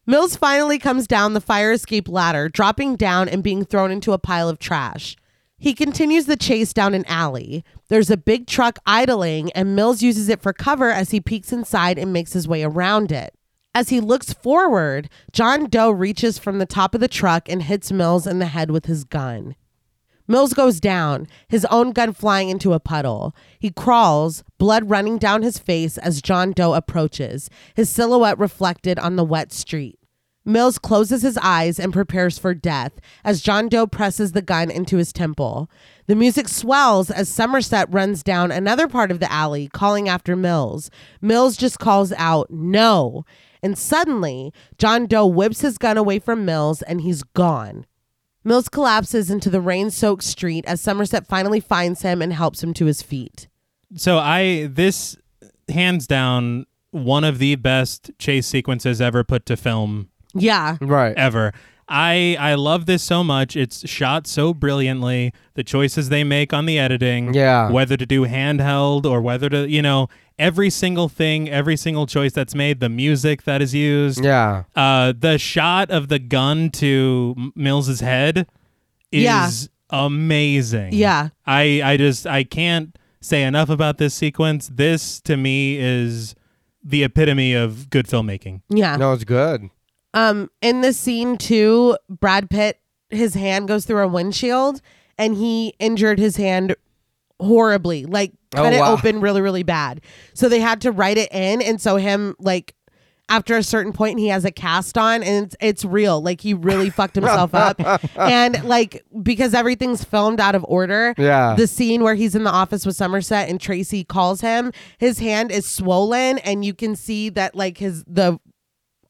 A: Mills finally comes down the fire escape ladder, dropping down and being thrown into a pile of trash. He continues the chase down an alley. There's a big truck idling, and Mills uses it for cover as he peeks inside and makes his way around it. As he looks forward, John Doe reaches from the top of the truck and hits Mills in the head with his gun. Mills goes down, his own gun flying into a puddle. He crawls, blood running down his face as John Doe approaches, his silhouette reflected on the wet street. Mills closes his eyes and prepares for death as John Doe presses the gun into his temple. The music swells as Somerset runs down another part of the alley, calling after Mills. Mills just calls out, No! And suddenly, John Doe whips his gun away from Mills and he's gone. Mills collapses into the rain soaked street as Somerset finally finds him and helps him to his feet.
C: So I this hands down one of the best chase sequences ever put to film
A: Yeah.
B: Right.
C: ever. I I love this so much. It's shot so brilliantly. The choices they make on the editing,
B: Yeah.
C: whether to do handheld or whether to, you know, every single thing, every single choice that's made, the music that is used,
B: Yeah.
C: uh, the shot of the gun to M- Mills's head is
A: Yeah.
C: amazing.
A: Yeah.
C: I I just I can't say enough about this sequence. This to me is the epitome of good filmmaking.
A: Yeah.
B: No, it's good.
A: Um, in the scene too, Brad Pitt, his hand goes through a windshield and he injured his hand horribly, like cut
B: Oh, wow.
A: it open really, really bad. So they had to write it in, and so him like after a certain point he has a cast on and it's, it's real like he really fucked himself up and like because everything's filmed out of order
B: Yeah.
A: the scene where he's in the office with somerset and tracy calls him his hand is swollen and you can see that like his the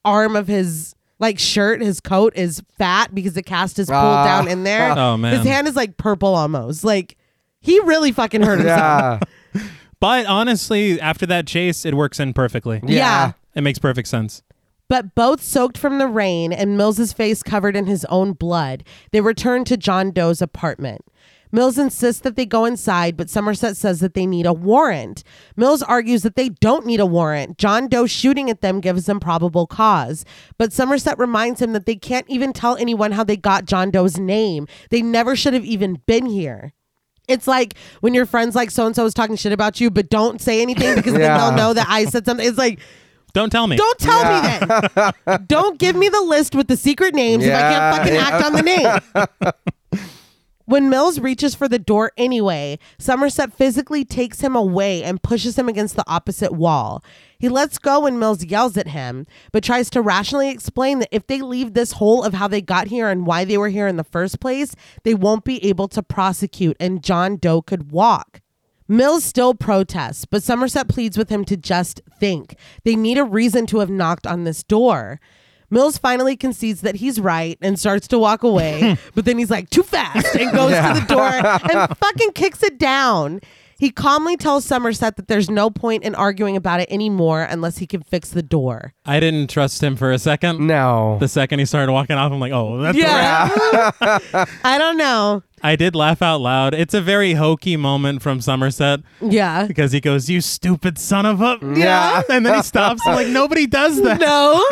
A: arm of his like shirt, his coat is fat because the cast is pulled
B: Ah.
A: down in there.
C: Oh, man.
A: his hand is like purple almost. Like he really fucking hurt himself.
B: Yeah.
C: But honestly, after that chase, it works in perfectly.
A: Yeah.
B: Yeah.
C: It makes perfect sense.
A: But both soaked from the rain and Mills's face covered in his own blood, they return to John Doe's apartment. Mills insists that they go inside, but Somerset says that they need a warrant. Mills argues that they don't need a warrant. John Doe shooting at them gives them probable cause. But Somerset reminds him that they can't even tell anyone how they got John Doe's name. They never should have even been here. It's like when your friends like so and so is talking shit about you, but don't say anything because
B: Yeah.
A: then they'll know that I said something. It's like,
C: Don't tell me.
A: don't tell me then. Don't give me the list with the secret names if I
B: Yeah,
A: can't fucking
B: yeah.
A: act on the name. When Mills reaches for the door anyway, Somerset physically takes him away and pushes him against the opposite wall. He lets go when Mills yells at him, but tries to rationally explain that if they leave this whole of how they got here and why they were here in the first place, they won't be able to prosecute and John Doe could walk. Mills still protests, but Somerset pleads with him to just think. They need a reason to have knocked on this door. Mills finally concedes that he's right and starts to walk away, but then he's like, too fast, and goes to the door and fucking kicks it down. He calmly tells Somerset that there's no point in arguing about it anymore unless he can fix the door.
C: I didn't trust him for a second.
B: No.
C: The second he started walking off, I'm like, oh, that's
A: Yeah. I don't know.
C: I did laugh out loud. It's a very hokey moment from Somerset
A: Yeah.
C: because he goes, "You stupid son of a,"
B: Yeah.
C: and then he stops. I'm like, nobody does that.
A: No.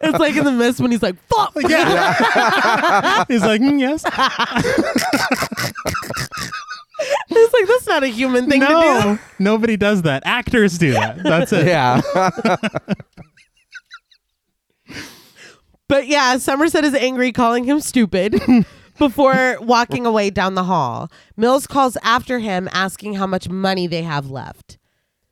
A: it's like in the mist when he's like, fuck.
C: Yeah. He's like, "Mm, yes.
A: It's like, that's not a human thing to do.
C: No, nobody does that. Actors do that. That's it.
B: Yeah.
A: But yeah, Somerset is angry, calling him stupid before walking away down the hall. Mills calls after him, asking how much money they have left.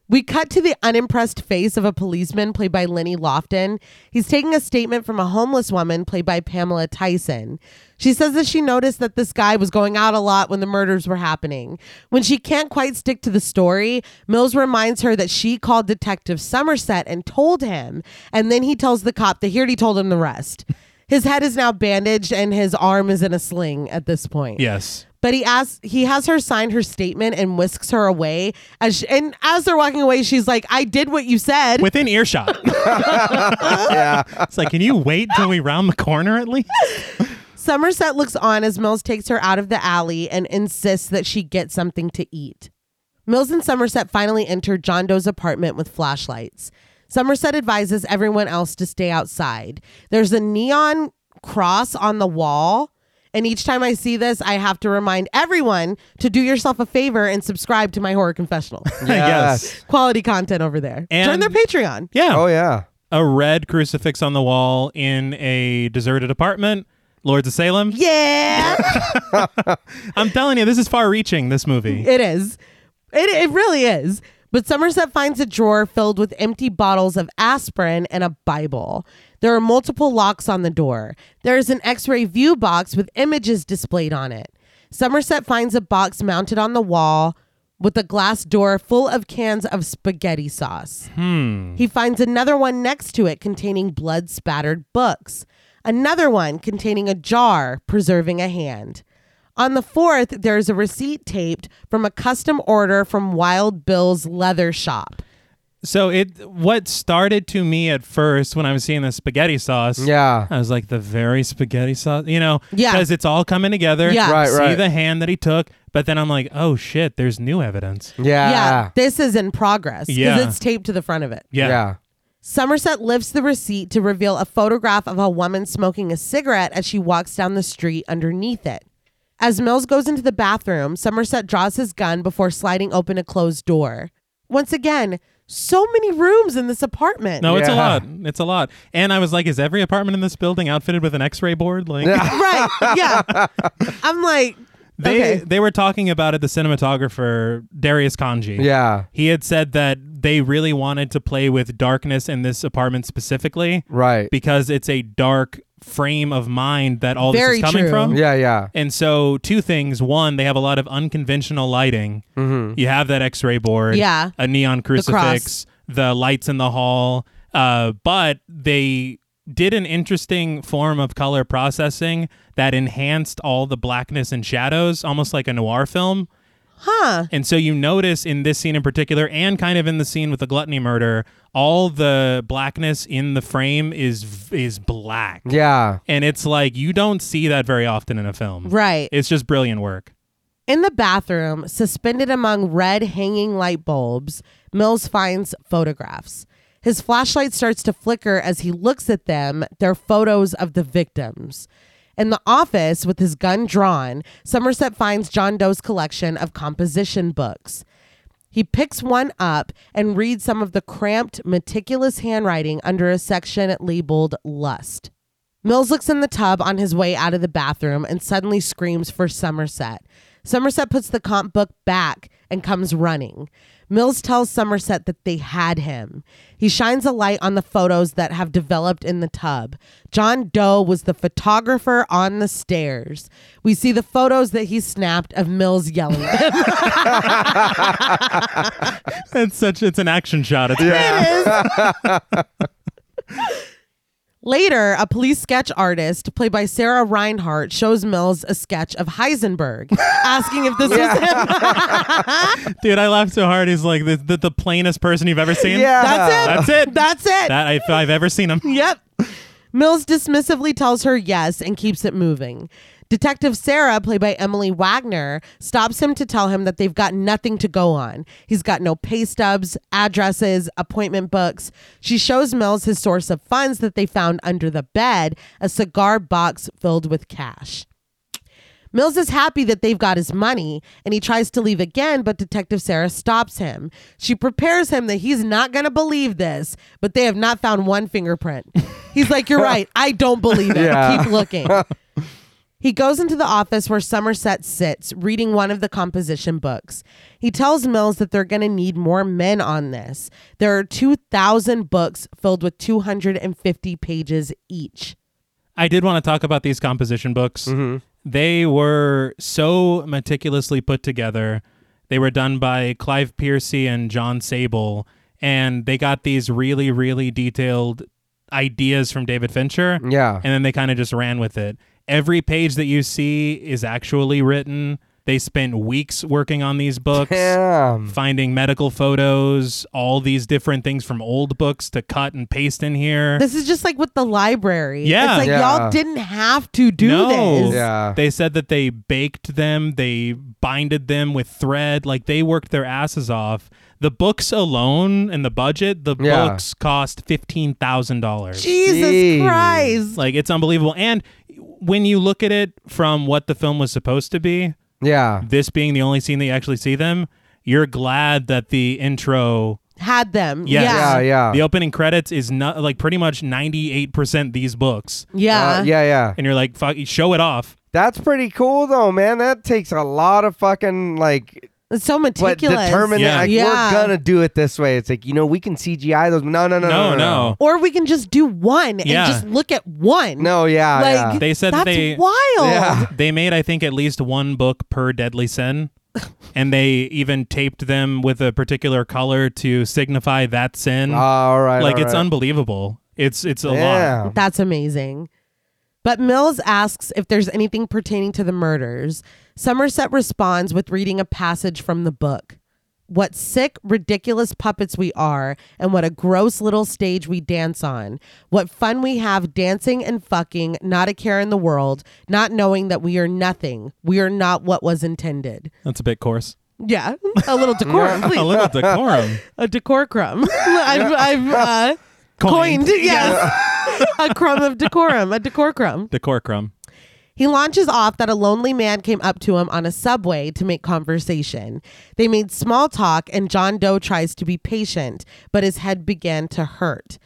A: We cut to the unimpressed face of a policeman played by Lenny Lofton. He's taking a statement from a homeless woman played by Pamela Tyson. She says that she noticed that this guy was going out a lot when the murders were happening. When she can't quite stick to the story, Mills reminds her that she called Detective Somerset and told him, and then he tells the cop that he already told him the rest. His head is now bandaged and his arm is in a sling at this point.
C: Yes.
A: But he asks, he has her sign her statement and whisks her away. As she, and as they're walking away, she's like, "I did what you said."
C: Within earshot.
B: Yeah.
C: It's like, can you wait till we round the corner at least?
A: Somerset looks on as Mills takes her out of the alley and insists that she get something to eat. Mills and Somerset finally enter John Doe's apartment with flashlights. Somerset advises everyone else to stay outside. There's a neon cross on the wall, and each time I see this, I have to remind everyone to do yourself a favor and subscribe to my horror confessional.
B: Yes.
A: quality content over there. Join
C: And-
A: their Patreon.
C: Yeah.
B: Oh yeah.
C: A red crucifix on the wall in a deserted apartment. Lords of Salem.
A: Yeah,
C: I'm telling you, this is far reaching, this movie.
A: it is. It, it really is. But Somerset finds a drawer filled with empty bottles of aspirin and a Bible. There are multiple locks on the door. There is an x ray view box with images displayed on it. Somerset finds a box mounted on the wall with a glass door full of cans of spaghetti sauce. He finds another one next to it containing blood spattered books, another one containing a jar preserving a hand. On the fourth, there's a receipt taped from a custom order from Wild Bill's leather shop.
C: So it what started to me at first when I was seeing the spaghetti sauce.
B: Yeah.
C: I was like, the very spaghetti sauce, you know,
A: Yeah.
C: because it's all coming together.
A: Yeah.
B: Right,
C: See
B: right.
C: the hand that he took, but then I'm like, oh shit, there's new evidence.
B: Yeah.
A: this is in progress because
C: Yeah.
A: it's taped to the front of it.
C: Yeah.
B: Yeah.
A: Somerset lifts the receipt to reveal a photograph of a woman smoking a cigarette as she walks down the street underneath it. As Mills goes into the bathroom, Somerset draws his gun before sliding open a closed door. Once again, so many rooms in this apartment.
C: No, it's a
B: Yeah.
C: lot. It's a lot. And I was like, is every apartment in this building outfitted with an X-ray board? Like,
A: Right. Yeah. I'm like,
C: they
A: okay.
C: they were talking about it. The cinematographer Darius Kanji.
B: Yeah.
C: He had said that they really wanted to play with darkness in this apartment specifically
B: Right.
C: because it's a dark frame of mind that all this
A: Very
C: is coming
A: true.
C: from.
B: Yeah. Yeah.
C: And so, two things. One, they have a lot of unconventional lighting. You have that x ray board,
A: Yeah.
C: a neon
A: cross.
C: crucifix, the, lights in the hall. Uh, but they did an interesting form of color processing that enhanced all the blackness and shadows, almost like a noir film.
A: Huh.
C: And so, you notice in this scene in particular, and kind of in the scene with the gluttony murder, all the blackness in the frame is is black.
B: Yeah.
C: And it's like you don't see that very often in a film.
A: Right.
C: It's just brilliant work.
A: In the bathroom, suspended among red hanging light bulbs, Mills finds photographs. His flashlight starts to flicker as he looks at them. They're photos of the victims. In the office, with his gun drawn, Somerset finds John Doe's collection of composition books. He picks one up and reads some of the cramped, meticulous handwriting under a section labeled Lust. Mills looks in the tub on his way out of the bathroom and suddenly screams for Somerset. Somerset puts the comp book back and comes running. Mills tells Somerset that they had him. He shines a light on the photos that have developed in the tub. John Doe was the photographer on the stairs. We see the photos that he snapped of Mills yelling. it
C: It's such it's an action shot. It's yeah.
A: is. Later, a police sketch artist, played by Sarah Reinhart, shows Mills a sketch of Heisenberg, asking if this was him.
C: Dude, I laughed so hard. He's like the, the, the plainest person you've ever seen.
B: Yeah.
A: That's it.
C: That's it.
A: That's it.
C: That if I've ever seen him.
A: yep. Mills dismissively tells her yes and keeps it moving. Detective Sarah, played by Emily Wagner, stops him to tell him that they've got nothing to go on. He's got no pay stubs, addresses, appointment books. She shows Mills his source of funds that they found under the bed a cigar box filled with cash. Mills is happy that they've got his money and he tries to leave again, but Detective Sarah stops him. She prepares him that he's not going to believe this, but they have not found one fingerprint. He's like, You're right. I don't believe it.
B: Yeah.
A: Keep looking. He goes into the office where Somerset sits, reading one of the composition books. He tells Mills that they're going to need more men on this. There are 2,000 books filled with 250 pages each.
C: I did want to talk about these composition books. They were so meticulously put together. They were done by Clive Piercy and John Sable, and they got these really, really detailed ideas from David Fincher.
B: Yeah.
C: And then they kind of just ran with it. Every page that you see is actually written. They spent weeks working on these books.
B: Damn.
C: Finding medical photos, all these different things from old books to cut and paste in here.
A: This is just like with the library.
C: Yeah.
A: It's like
B: Yeah.
A: y'all didn't have to do
C: no.
A: this.
B: Yeah.
C: They said that they baked them, they binded them with thread, like they worked their asses off. The books alone and the budget, the
B: Yeah.
C: books cost fifteen thousand dollars.
A: Jesus
B: Jeez.
A: Christ.
C: Like it's unbelievable. And when you look at it from what the film was supposed to be,
B: Yeah.
C: this being the only scene that you actually see them, you're glad that the intro
A: Had them.
C: Yes.
B: Yeah.
A: Yeah.
B: Yeah.
C: the opening credits is not like pretty much ninety eight percent these books.
A: Yeah.
B: Uh, yeah. Yeah.
C: And you're like, fuck show it off.
B: That's pretty cool though, man. That takes a lot of fucking like
A: It's so
B: what
A: meticulous.
B: determined
C: Yeah.
B: like
A: Yeah.
B: we're gonna do it this way. It's like, you know, we can CGI those. No, no, no, no.
C: no. no.
A: or we can just do one
C: Yeah.
A: and just look at one.
B: No, yeah.
A: Like
B: yeah.
C: They said
A: that's
C: that they-
A: wild.
B: Yeah.
C: they made i think at least one book per deadly sin and they even taped them with a particular color to signify that sin
B: All Ah, right.
C: like
B: all
C: it's
B: right.
C: unbelievable it's it's a lot
B: Yeah.
A: That's amazing. But Mills asks if there's anything pertaining to the murders. Somerset responds with reading a passage from the book. What sick, ridiculous puppets we are, and what a gross little stage we dance on. What fun we have dancing and fucking, not a care in the world, not knowing that we are nothing. We are not what was intended.
C: that's a bit coarse Oh,
A: Yeah, a little decorum,
C: a
A: please.
C: little decorum
A: A decorum. I've, I've uh, coined,
C: Coined.
A: yes. a crumb of decorum, a decorum.
C: decorum
A: He launches off that a lonely man came up to him on a subway to make conversation. They made small talk, and John Doe tries to be patient, but his head began to hurt.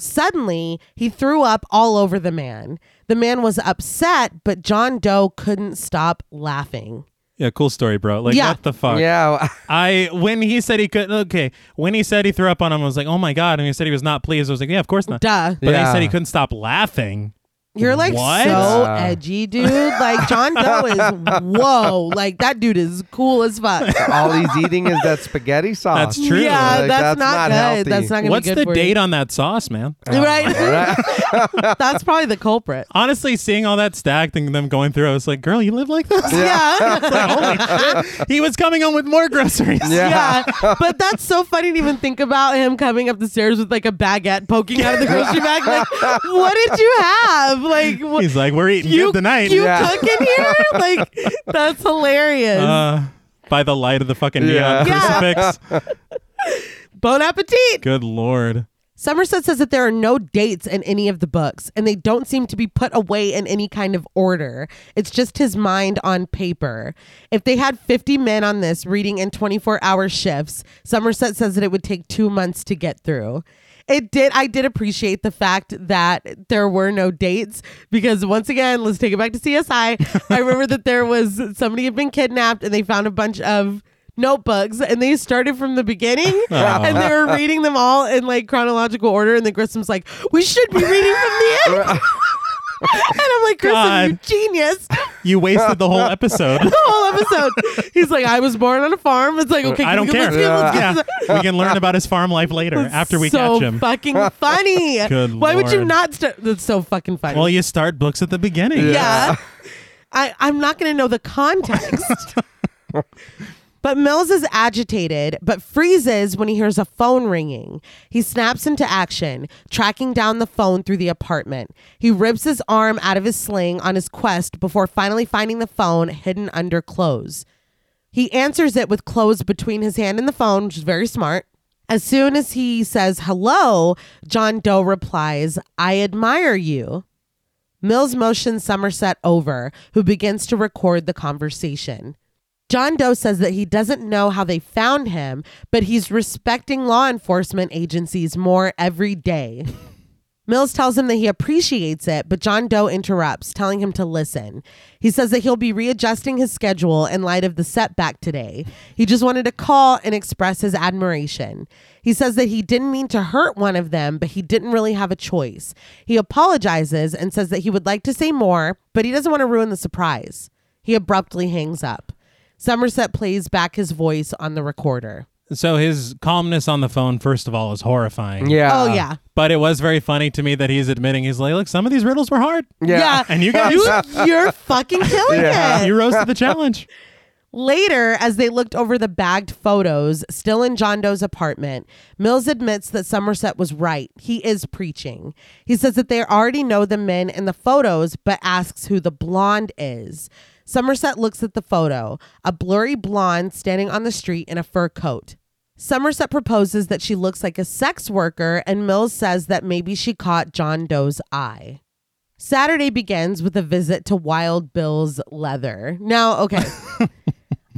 A: Suddenly, he threw up all over the man. The man was upset, but John Doe couldn't stop laughing.
C: yeah cool story bro like
A: Yeah.
C: what the fuck
B: Yeah.
C: i when he said he could okay when he said he threw up on him i was like oh my god and he said he was not pleased i was like yeah of course not
A: Duh.
C: but then he
B: Yeah.
C: said he couldn't stop laughing
A: You're like
C: What?
A: so
B: Yeah.
A: edgy, dude. Like, John Doe is whoa. Like, that dude is cool as fuck.
B: All he's eating is that spaghetti sauce.
C: That's true.
A: Yeah, that's,
B: Like, that's
A: not,
B: not
A: good.
B: healthy. Oh,
A: That's not gonna
C: what's
A: be good
C: the
A: for
C: date
A: you.
C: on that sauce man
A: Right. That's probably the culprit.
C: honestly seeing all that stacked and them going through i was like girl you live like this
A: Yeah.
C: he was coming home with more groceries
A: yeah. But that's so funny to even think about him coming up the stairs with like a baguette poking out of the grocery bag. Like, what did you have? Like, what,
C: He's like, we're eating
A: you,
C: good tonight.
A: you
B: Yeah.
A: cook in here? Like, that's hilarious.
C: Uh, by the light of the fucking neon
A: Yeah.
C: crucifix.
A: bon appetit.
C: Good lord.
A: Somerset says that there are no dates in any of the books, and they don't seem to be put away in any kind of order. It's just his mind on paper. If they had 50 men on this reading in 24 hour shifts, Somerset says that it would take two months to get through. it did. I did appreciate the fact that there were no dates because once again, let's take it back to CSI. I remember that there was somebody had been kidnapped and they found a bunch of notebooks and they started from the beginning and they were reading them all in like chronological order. And then Grissom's like, "We should be reading from the end." and I'm like, "Grissom, you
C: God.
A: genius!"
C: You wasted the whole episode.
A: The whole episode. He's like, "I was born on a farm. It's like, okay,
C: Uh, I don't
A: let's
C: care.
A: get- let's get
C: Yeah.
A: to the-
C: we can learn about his farm life later after we
A: so
C: catch him.
A: fucking funny.
C: Good
A: Why would you
C: lord.
A: not start? That's so fucking funny.
C: well, you start books at the beginning.
A: yeah. I, I'm not going to know the context. but Mills is agitated, but freezes when he hears a phone ringing. He snaps into action, tracking down the phone through the apartment. He rips his arm out of his sling on his quest before finally finding the phone hidden under clothes. He answers it with clothes between his hand and the phone, which is very smart. As soon as he says hello, John Doe replies, I admire you. Mills motions Somerset over, who begins to record the conversation. John Doe says that he doesn't know how they found him, but he's respecting law enforcement agencies more every day. Mills tells him that he appreciates it, but John Doe interrupts, telling him to listen. He says that he'll be readjusting his schedule in light of the setback today. He just wanted to call and express his admiration. He says that he didn't mean to hurt one of them, but he didn't really have a choice. He apologizes and says that he would like to say more, but he doesn't want to ruin the surprise. He abruptly hangs up. Somerset plays back his voice on the recorder.
C: So his calmness on the phone, first of all, is horrifying.
B: Yeah.
A: oh, yeah.
C: But it was very funny to me that he's admitting he's like, look, some of these riddles were hard.
A: Yeah.
C: And you guys-
A: you're fucking killing it.
C: You rose to the challenge.
A: Later, as they looked over the bagged photos still in John Doe's apartment, Mills admits that Somerset was right. He is preaching. He says that they already know the men in the photos, but asks who the blonde is. Somerset looks at the photo a blurry blonde standing on the street in a fur coat. Somerset proposes that she looks like a sex worker, and Mills says that maybe she caught John Doe's eye. Saturday begins with a visit to Wild Bill's leather. Now, okay.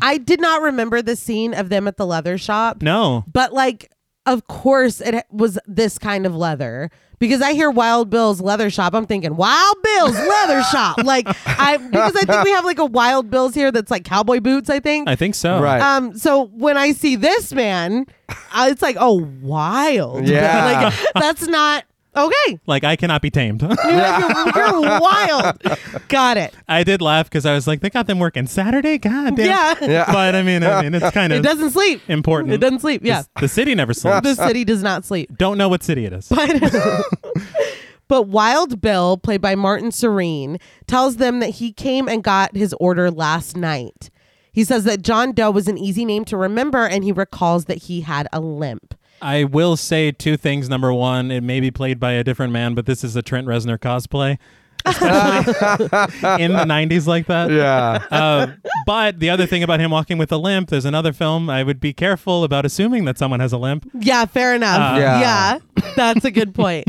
A: I did not remember the scene of them at the leather shop,
C: No.
A: but like, of course, it was this kind of leather because I hear Wild Bill's leather shop. I'm thinking Wild Bill's leather shop. Like, I because I think we have like a Wild Bill's here that's like cowboy boots, I think.
C: I think so.
B: Right.
A: Um, so when I see this man, I, it's like, oh, wild.
B: Yeah.
A: Like, that's not okay.
C: Like, I cannot be tamed.
A: You're, you're wild. Got it.
C: I did laugh because I was like, they got them working Saturday? God damn.
A: Yeah.
B: Yeah.
C: But I mean, I mean, it's kind
A: It
C: of
A: doesn't sleep.
C: important.
A: It doesn't sleep. Yeah.
C: The city never sleeps.
A: The city does not sleep.
C: Don't know what city it is.
A: But, but Wild Bill, played by Martin Serene, tells them that he came and got his order last night. He says that John Doe was an easy name to remember, and he recalls that he had a limp.
C: I will say two things. Number one, it may be played by a different man, but this is a Trent Reznor cosplay, especially in the '90s like that.
B: Yeah.
C: Uh, but the other thing about him walking with a limp, there's another film. I would be careful about assuming that someone has a limp.
A: Yeah, fair enough.
C: Uh,
A: yeah.
B: Yeah.
A: that's a good point.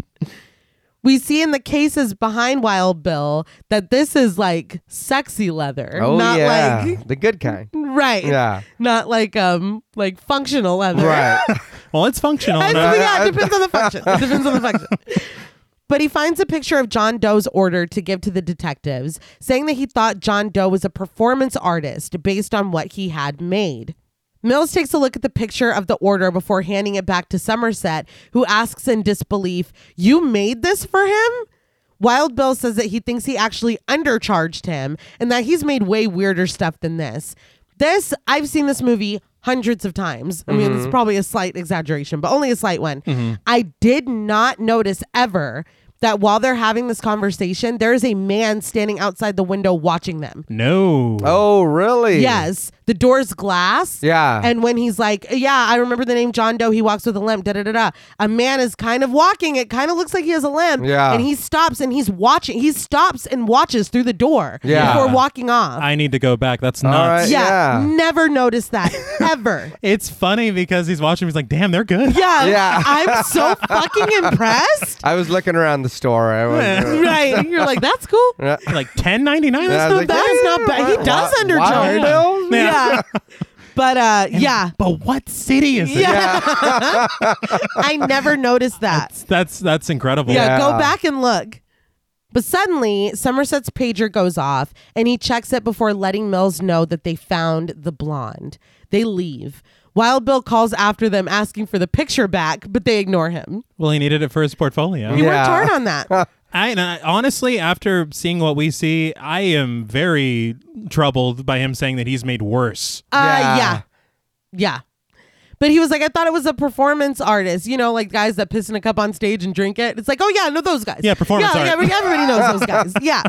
A: We see in the cases behind Wild Bill that this is like sexy leather,
B: Oh
A: not
B: yeah.
A: like
B: the good kind.
A: right,
B: Yeah.
A: not like um like functional leather.
B: Right.
C: Well, it's functional.
A: I-
C: no?
A: yeah, it depends on the function. It depends on the function. But he finds a picture of John Doe's order to give to the detectives, saying that he thought John Doe was a performance artist based on what he had made. Mills takes a look at the picture of the order before handing it back to Somerset, who asks in disbelief, You made this for him? Wild Bill says that he thinks he actually undercharged him and that he's made way weirder stuff than this. This, I've seen this movie hundreds of times. I mean, it's probably a slight exaggeration, but only a slight one. I did not notice ever that while they're having this conversation, there is a man standing outside the window watching them.
C: no.
B: Oh really?
A: Yes, the door's glass.
B: Yeah.
A: And when he's like, yeah, I remember the name John Doe. He walks with a limp. Da da da da. A man is kind of walking. It kind of looks like he has a limp.
B: Yeah.
A: And he stops and he's watching. He stops and watches through the door.
B: Yeah.
A: Before walking off.
C: I need to go back. That's nuts.
B: right. yeah.
A: Never noticed that ever.
C: It's funny because he's watching. He's like, "Damn, they're good."
A: Yeah.
B: Yeah.
A: I'm so fucking impressed.
B: I was looking around the store. I was,
A: right. And you're like, that's cool.
C: Like ten ninety nine.
B: Yeah, I
C: That's
B: was like,
C: not
A: That
C: bad.
A: is not bad. He does
B: Wi-
A: undercharge.
B: Wild Bill?
A: Yeah. But uh, yeah,
C: But what city is it?
A: I never noticed that.
C: That's that's incredible.
A: Yeah, go
B: Yeah.
A: back and look. But suddenly, Somerset's pager goes off and he checks it before letting Mills know that they found the blonde. They leave. Wild Bill calls after them asking for the picture back, but they ignore him.
C: Well, he needed it for his portfolio.
A: You
B: Yeah.
A: worked hard on that.
C: I, and I honestly, after seeing what we see, I am very troubled by him saying that he's made worse.
A: Uh,
B: Yeah.
A: yeah. Yeah. But he was like, I thought it was a performance artist, you know, like guys that piss in a cup on stage and drink it. It's like, oh, yeah, I know those guys.
C: Yeah, performance
A: yeah,
C: art.
A: Yeah, every- everybody knows those guys. Yeah.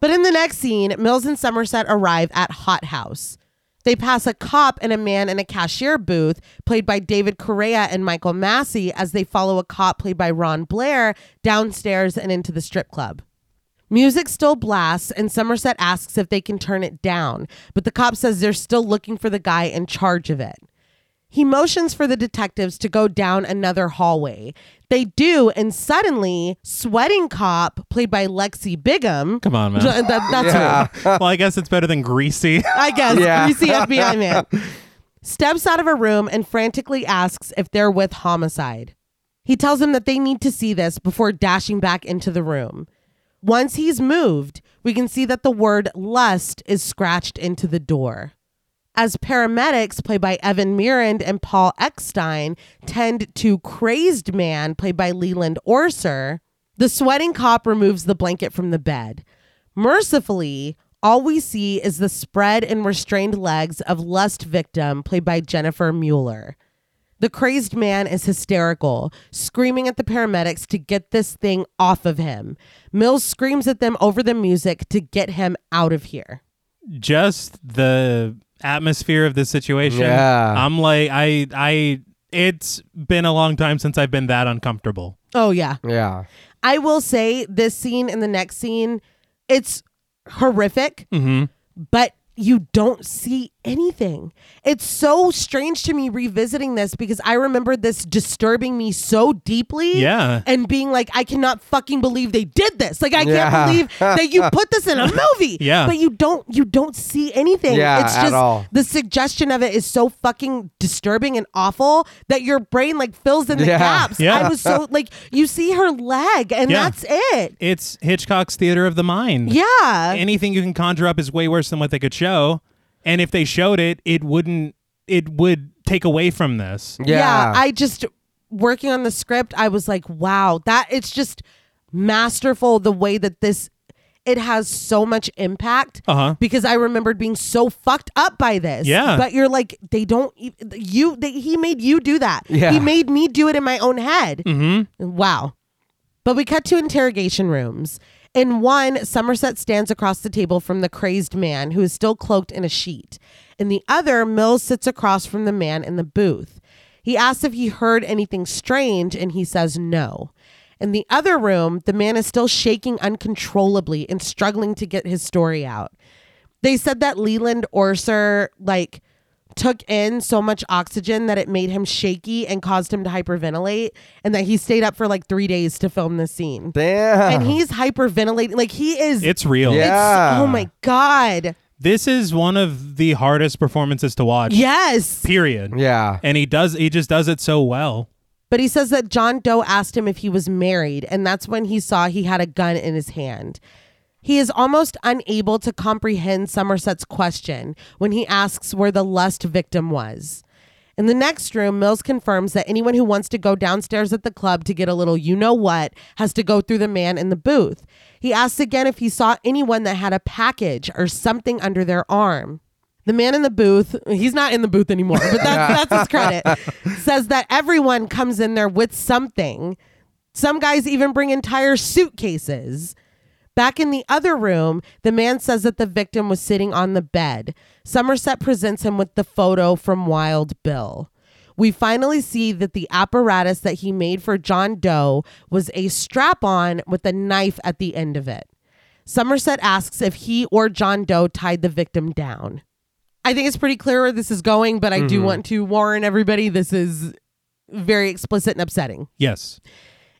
A: but in the next scene, Mills and Somerset arrive at Hot House. They pass a cop and a man in a cashier booth, played by David Correa and Michael Massey, as they follow a cop played by Ron Blair downstairs and into the strip club. Music still blasts, and Somerset asks if they can turn it down, but the cop says they're still looking for the guy in charge of it. He motions for the detectives to go down another hallway. They do, and suddenly, sweating cop, played by Lexi Bigham.
C: Come on, man.
A: Th- that- that's her.
C: well, I guess it's better than greasy.
A: I guess.
B: Yeah.
A: Greasy FBI man. Steps out of a room and frantically asks if they're with homicide. He tells them that they need to see this before dashing back into the room. Once he's moved, we can see that the word lust is scratched into the door. As paramedics, played by Evan Mirand and Paul Eckstein, tend to Crazed Man, played by Leland Orser, the sweating cop removes the blanket from the bed. Mercifully, all we see is the spread and restrained legs of Lust Victim, played by Jennifer Mueller. The crazed man is hysterical, screaming at the paramedics to get this thing off of him. Mills screams at them over the music to get him out of here.
C: Just the atmosphere of this situation.
B: Yeah.
C: I'm like, I, I, it's been a long time since I've been that uncomfortable.
A: Oh, yeah.
B: yeah.
A: I will say this scene and the next scene, it's horrific,
C: Mm-hmm.
A: but you don't see anything. It's so strange to me revisiting this because I remember this disturbing me so deeply.
C: Yeah.
A: And being like, I cannot fucking believe they did this. Like, I
B: Yeah.
A: can't believe that you put this in a movie.
C: Yeah.
A: But you don't, you don't see anything.
B: Yeah,
A: it's
B: at
A: just
B: all.
A: the suggestion of it is so fucking disturbing and awful that your brain like fills in the
B: Yeah.
A: gaps.
C: Yeah.
A: I was so like, you see her leg and
C: Yeah.
A: that's it.
C: It's Hitchcock's theater of the mind.
A: Yeah.
C: Anything you can conjure up is way worse than what they could show. And if they showed it, it wouldn't, it would take away from this.
B: Yeah.
A: I just working on the script, I was like, wow, that it's just masterful the way that this it has so much impact
C: Uh-huh.
A: because I remembered being so fucked up by this.
C: Yeah.
A: but you're like, they don't e- you. They, he made you do that.
B: Yeah.
A: he made me do it in my own head. Mm-hmm. Wow. But we cut to interrogation rooms. In one, Somerset stands across the table from the crazed man who is still cloaked in a sheet. In the other, Mills sits across from the man in the booth. He asks if he heard anything strange, and he says no. In the other room, the man is still shaking uncontrollably and struggling to get his story out. They said that Leland Orser, like, took in so much oxygen that it made him shaky and caused him to hyperventilate, and that he stayed up for like three days to film this scene.
B: Damn.
A: And he's hyperventilating. Like, he is.
C: It's real.
B: Yeah.
A: it's- oh my God.
C: This is one of the hardest performances to watch.
A: Yes.
C: Period.
B: yeah.
C: And he does, he just does it so well.
A: But he says that John Doe asked him if he was married, and that's when he saw he had a gun in his hand. He is almost unable to comprehend Somerset's question when he asks where the lust victim was. In the next room, Mills confirms that anyone who wants to go downstairs at the club to get a little you know what has to go through the man in the booth. He asks again if he saw anyone that had a package or something under their arm. The man in the booth, he's not in the booth anymore, but that's, that's his credit, says that everyone comes in there with something. Some guys even bring entire suitcases. Back in the other room, the man says that the victim was sitting on the bed. Somerset presents him with the photo from Wild Bill. We finally see that the apparatus that he made for John Doe was a strap on with a knife at the end of it. Somerset asks if he or John Doe tied the victim down. I think it's pretty clear where this is going, but I do want to warn everybody this is very explicit and upsetting.
C: Yes.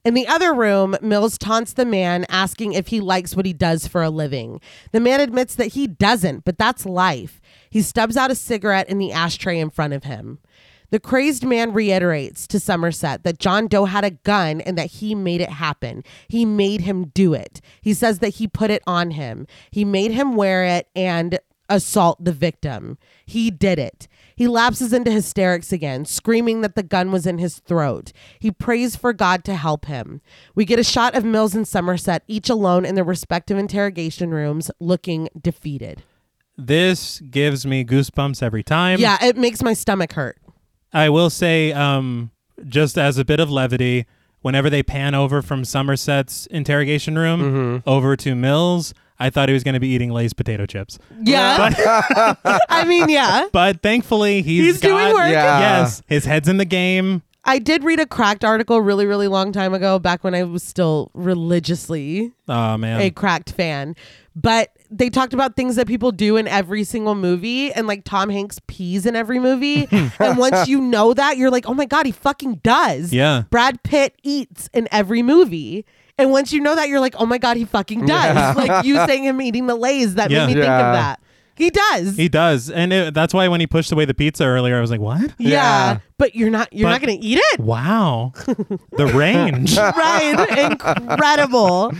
A: In the other room, Mills taunts the man, asking if he likes what he does for a living. The man admits that he doesn't, but that's life. He stubs out a cigarette in the ashtray in front of him. The crazed man reiterates to Somerset that John Doe had a gun and that he made it happen. He made him do it. He says that he put it on him. He made him wear it and assault the victim. He did it. He lapses into hysterics again, screaming that the gun was in his throat. He prays for God to help him. We get a shot of Mills and Somerset, each alone in their respective interrogation rooms, looking defeated.
C: This gives me goosebumps every time.
A: Yeah, it makes my stomach hurt.
C: I will say, um, just as a bit of levity, whenever they pan over from Somerset's interrogation room
A: Mm-hmm.
C: over to Mills, I thought he was going to be eating Lay's potato chips.
A: Yeah. I mean, yeah.
C: But thankfully, he's,
A: He's doing
C: got-
A: work.
B: Yeah.
C: Yes, his head's in the game.
A: I did read a cracked article really, really long time ago, back when I was still religiously
C: Oh man,
A: a cracked fan. But they talked about things that people do in every single movie, and like Tom Hanks pees in every movie. and once you know that, you're like, oh my God, he fucking does.
C: Yeah.
A: Brad Pitt eats in every movie. And once you know that, you're like, oh my God, he fucking does. Like you saying him eating the Lays, that made
C: Yeah.
A: me think
B: Yeah.
A: of that. He does.
C: he does, and it, that's why when he pushed away the pizza earlier, I was like, "What?
A: yeah.
B: Yeah.
A: But you're not you're
C: But-
A: not gonna eat it?
C: Wow, the range."
A: right. Incredible.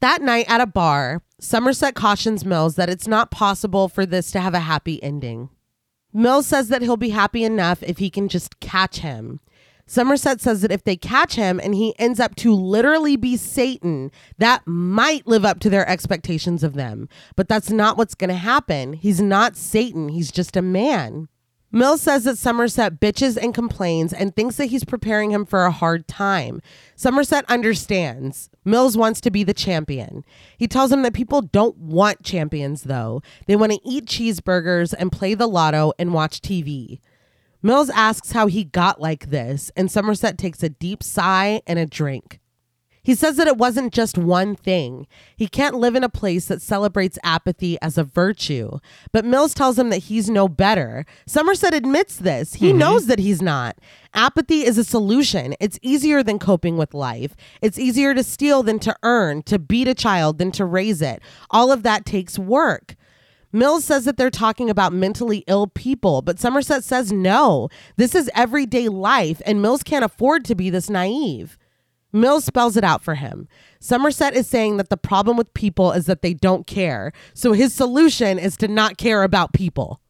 A: That night at a bar, Somerset cautions Mills that it's not possible for this to have a happy ending. Mills says that he'll be happy enough if he can just catch him. Somerset says that if they catch him and he ends up to literally be Satan, that might live up to their expectations of them. But that's not what's going to happen. He's not Satan, he's just a man. Mills says that Somerset bitches and complains and thinks that he's preparing him for a hard time. Somerset understands. Mills wants to be the champion. He tells him that people don't want champions, though. They want to eat cheeseburgers and play the lotto and watch TV. Mills asks how he got like this, and Somerset takes a deep sigh and a drink. He says that it wasn't just one thing. He can't live in a place that celebrates apathy as a virtue. But Mills tells him that he's no better. Somerset admits this. He knows that he's not. Apathy is a solution. It's easier than coping with life. It's easier to steal than to earn, to beat a child than to raise it. All of that takes work. Mills says that they're talking about mentally ill people, but Somerset says no. This is everyday life, and Mills can't afford to be this naive. Mills spells it out for him. Somerset is saying that the problem with people is that they don't care. So his solution is to not care about people.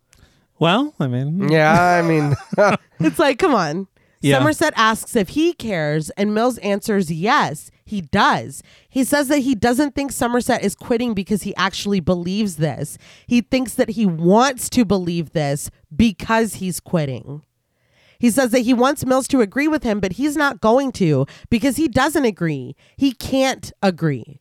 C: well, I mean,
B: Yeah, I mean,
A: It's like, come on.
C: Yeah.
A: Somerset asks if he cares, and Mills answers yes, he does. He says that he doesn't think Somerset is quitting because he actually believes this. He thinks that he wants to believe this because he's quitting. He says that he wants Mills to agree with him, but he's not going to because he doesn't agree. He can't agree.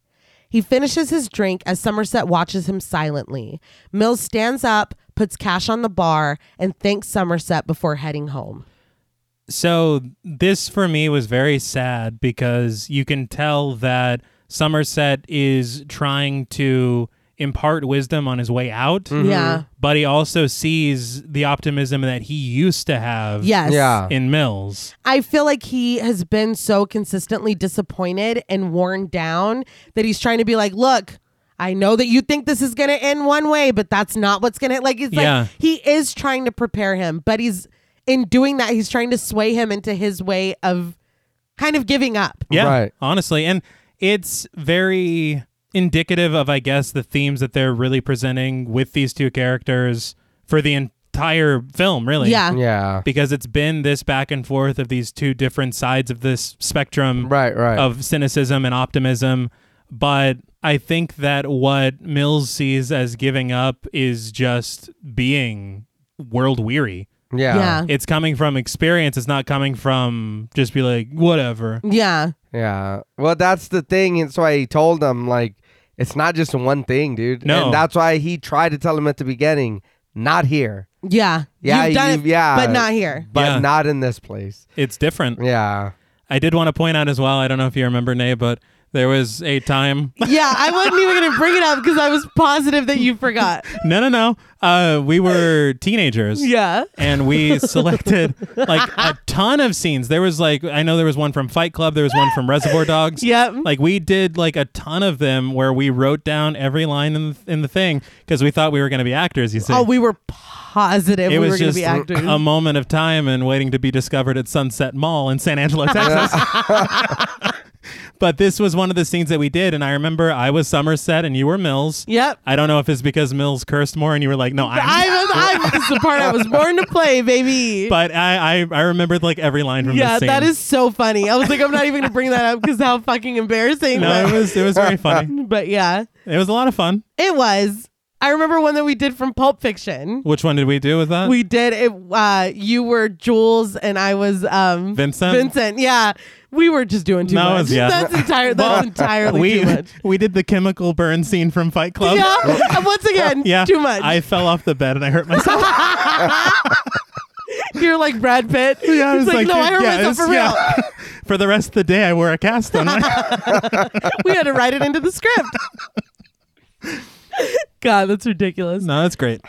A: He finishes his drink as Somerset watches him silently. Mills stands up, puts cash on the bar, and thanks Somerset before heading home.
C: so this for me was very sad because you can tell that Somerset is trying to impart wisdom on his way out.
A: Mm-hmm. Yeah.
C: But he also sees the optimism that he used to have
A: Yes.
B: yeah.
C: in Mills.
A: I feel like he has been so consistently disappointed and worn down that he's trying to be like, look, I know that you think this is going to end one way, but that's not what's going to like. It's
C: Yeah.
A: like he is trying to prepare him, but he's in doing that, he's trying to sway him into his way of kind of giving up.
C: Yeah,
B: Right.
C: honestly. And it's very indicative of, I guess, the themes that they're really presenting with these two characters for the entire film, really.
A: Yeah.
B: yeah.
C: Because it's been this back and forth of these two different sides of this spectrum
B: Right, right.
C: of cynicism and optimism. But I think that what Mills sees as giving up is just being world weary.
A: Yeah.
B: yeah.
C: It's coming from experience. It's not coming from just be like, whatever.
A: Yeah.
B: Yeah. Well, that's the thing. That's why he told him, like, it's not just one thing, dude.
C: No.
B: And that's why he tried to tell him at the beginning, not here,
A: Yeah.
B: Yeah,
A: You've done
B: you've-
A: it,
B: yeah.
A: but not here.
B: but
C: Yeah.
B: not in this place.
C: It's different.
B: Yeah.
C: I did want to point out as well. I don't know if you remember, Nay, but There was a time.
A: Yeah, I wasn't even going to bring it up because I was positive that you forgot.
C: No, no, no. Uh, we were teenagers.
A: Yeah.
C: and we selected like a ton of scenes. There was like I know there was one from Fight Club, there was one from Reservoir Dogs.
A: Yep.
C: Like we did like a ton of them where we wrote down every line in the, in the thing because we thought we were going to be actors. You see,
A: Oh, we were positive
C: it
A: we were
C: was
A: going to
C: just um,
A: be actors.
C: a moment of time and waiting to be discovered at Sunset Mall in San Angelo, Texas. but this was one of the scenes that we did, and I remember I was Somerset and you were Mills.
A: Yep.
C: I don't know if it's because Mills cursed more, and you were like, "No, I'm."
A: I was, I, this is the part I was born to play, baby.
C: but I, I I remembered like every line from
A: yeah,
C: the scene.
A: that is so funny. I was like, I'm not even going to bring that up because how fucking embarrassing.
C: No, it
A: but,
C: was it was very funny.
A: but yeah,
C: It was a lot of fun.
A: it was. I remember one that we did from Pulp Fiction.
C: Which one did we do with that?
A: We did it. Uh, you were Jules and I was um,
C: Vincent?
A: Vincent, yeah. We were just doing too
C: That
A: much.
C: was- yeah.
A: That's entire. That's entirely
C: we,
A: too much.
C: we did the chemical burn scene from Fight Club.
A: yeah. Once again,
C: Yeah.
A: too much.
C: I fell off the bed and I hurt myself.
A: You're like Brad Pitt. Yeah,
C: I
A: He's
C: was
A: like, no, I
C: "Dude,
A: hurt
C: yeah,
A: myself
C: it's-
A: for real.
C: yeah." For the rest of the day, I wore a cast on.
A: we had to write it into the script. God, that's ridiculous.
C: no, that's great.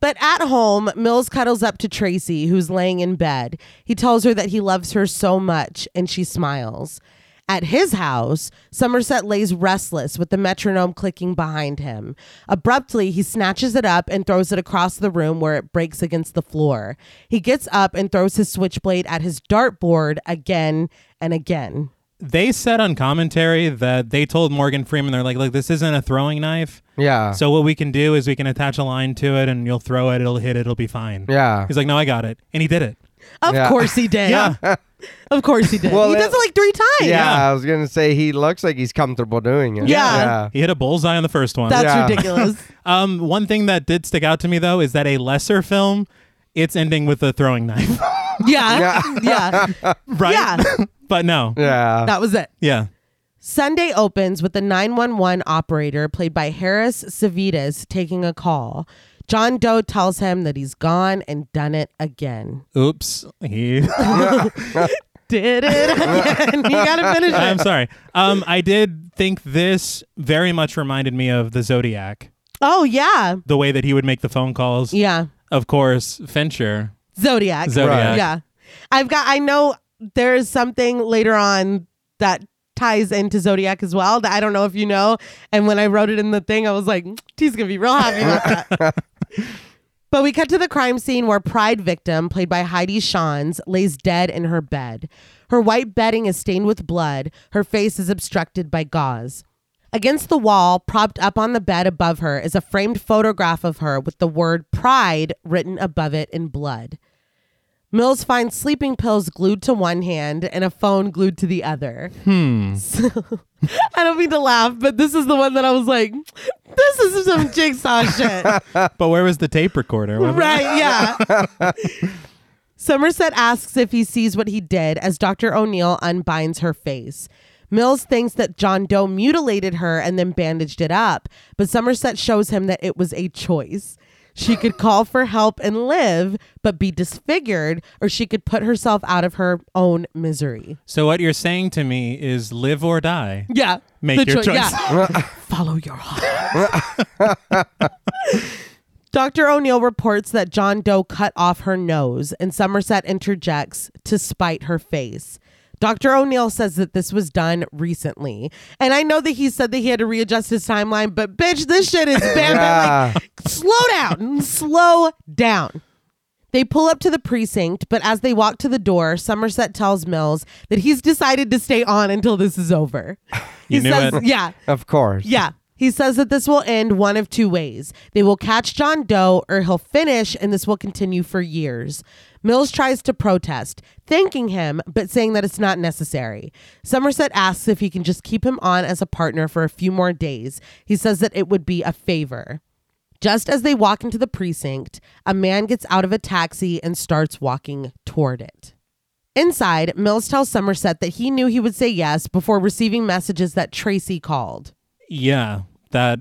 A: But at home, Mills cuddles up to Tracy, who's laying in bed. He tells her that he loves her so much, and she smiles. At his house, Somerset lays restless with the metronome clicking behind him. Abruptly, he snatches it up and throws it across the room where it breaks against the floor. He gets up and throws his switchblade at his dartboard again and again.
C: They said on commentary that they told Morgan Freeman, they're like, look, this isn't a throwing knife.
B: Yeah.
C: So what we can do is we can attach a line to it and you'll throw it, it'll hit it, it'll be fine.
B: Yeah.
C: He's like, no, I got it. And he did it.
A: Of
B: Yeah.
A: course he did.
C: Yeah.
A: Of course he did.
B: Well,
A: he
B: that-
A: does it like three times.
B: yeah, I was gonna say he looks like he's comfortable doing it.
A: Yeah.
C: He hit a bullseye on the first one.
A: That's
B: Yeah.
A: ridiculous.
C: Um, one thing that did stick out to me though is that a lesser film, it's ending with a throwing knife,
A: Yeah. Yeah.
C: right?
A: Yeah.
C: but no, yeah.
B: Yeah.
A: That was it. Sunday opens with the 911 operator played by Harris Savitas taking a call. John Doe tells him that he's gone and done it again.
C: Oops. He.
A: Did it again. you gotta finish
C: I'm
A: it.
C: sorry. Um, I did think this very much reminded me of the Zodiac,
A: Oh, yeah.
C: the way that he would make the phone calls.
A: Yeah.
C: Of course, Fincher.
A: Zodiac.
C: Zodiac.
A: Yeah. I've got, I know there is something later on that ties into Zodiac as well that I don't know if you know. And when I wrote it in the thing, I was like, "Mm, he's going to be real happy about that. But we cut to the crime scene where Pride victim, played by Heidi Shans, lays dead in her bed. Her white bedding is stained with blood. Her face is obstructed by gauze. Against the wall, propped up on the bed above her, is a framed photograph of her with the word Pride written above it in blood. Mills finds sleeping pills glued to one hand and a phone glued to the other. Hmm. So, I don't mean to laugh, but this is the one that I was like, this is some jigsaw shit.
C: But where was the tape recorder? Where-
A: Right, yeah. Somerset asks if he sees what he did as Dr. O'Neill unbinds her face. Mills thinks that John Doe mutilated her and then bandaged it up, but Somerset shows him that it was a choice. She could call for help and live, but be disfigured, or she could put herself out of her own misery.
C: So what you're saying to me is live or die.
A: Yeah.
C: Make
A: the
C: your
A: choi-
C: choice.
A: yeah. Follow your heart. Dr. O'Neill reports that John Doe cut off her nose, and Somerset interjects to spite her face. Dr. O'Neill says that this was done recently. And I know that he said that he had to readjust his timeline, but bitch, this shit is bam,
B: Ah,
A: bam. Like, slow down, slow down. They pull up to the precinct, but as they walk to the door, Somerset tells Mills that he's decided to stay on until this is over. He
C: You knew
A: says,
C: it.
A: Yeah,
B: Of course.
A: yeah. He says that this will end one of two ways. They will catch John Doe, or he'll finish, and this will continue for years. Mills tries to protest, thanking him, but saying that it's not necessary. Somerset asks if he can just keep him on as a partner for a few more days. He says that it would be a favor. Just as they walk into the precinct, a man gets out of a taxi and starts walking toward it. Inside, Mills tells Somerset that he knew he would say yes before receiving messages that Tracy called.
C: Yeah. That.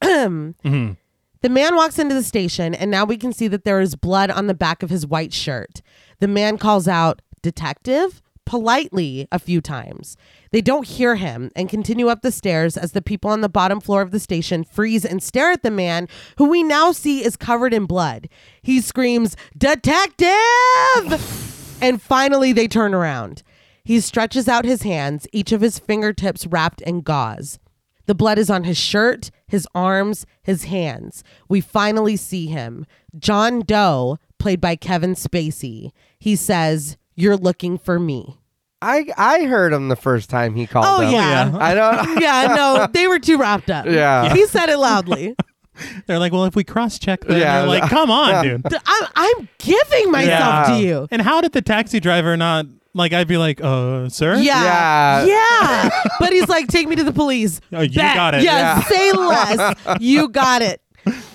A: The man walks into the station, and now we can see that there is blood on the back of his white shirt. The man calls out, Detective? politely a few times. They don't hear him and continue up the stairs as the people on the bottom floor of the station freeze and stare at the man who we now see is covered in blood. He screams, Detective! And finally, they turn around. He stretches out his hands, each of his fingertips wrapped in gauze. The blood is on his shirt, his arms, his hands. We finally see him. John Doe, played by Kevin Spacey. He says, You're looking for me.
B: I I heard him the first time he called.
A: Oh,
B: up.
A: yeah.
B: I don't.
A: Yeah, no, they were too wrapped up.
B: Yeah.
A: He said it loudly.
C: They're like, well, if we cross check, then
B: Yeah.
C: they're like, come on, dude.
A: D- I'm, I'm giving myself
B: Yeah.
A: to you.
C: And how did the taxi driver not like? I'd be like, uh, sir.
A: Yeah.
B: Yeah.
A: Yeah. but he's like, take me to the police.
C: Oh, you got it.
A: Yeah,
B: Yeah.
A: Say less. you got it.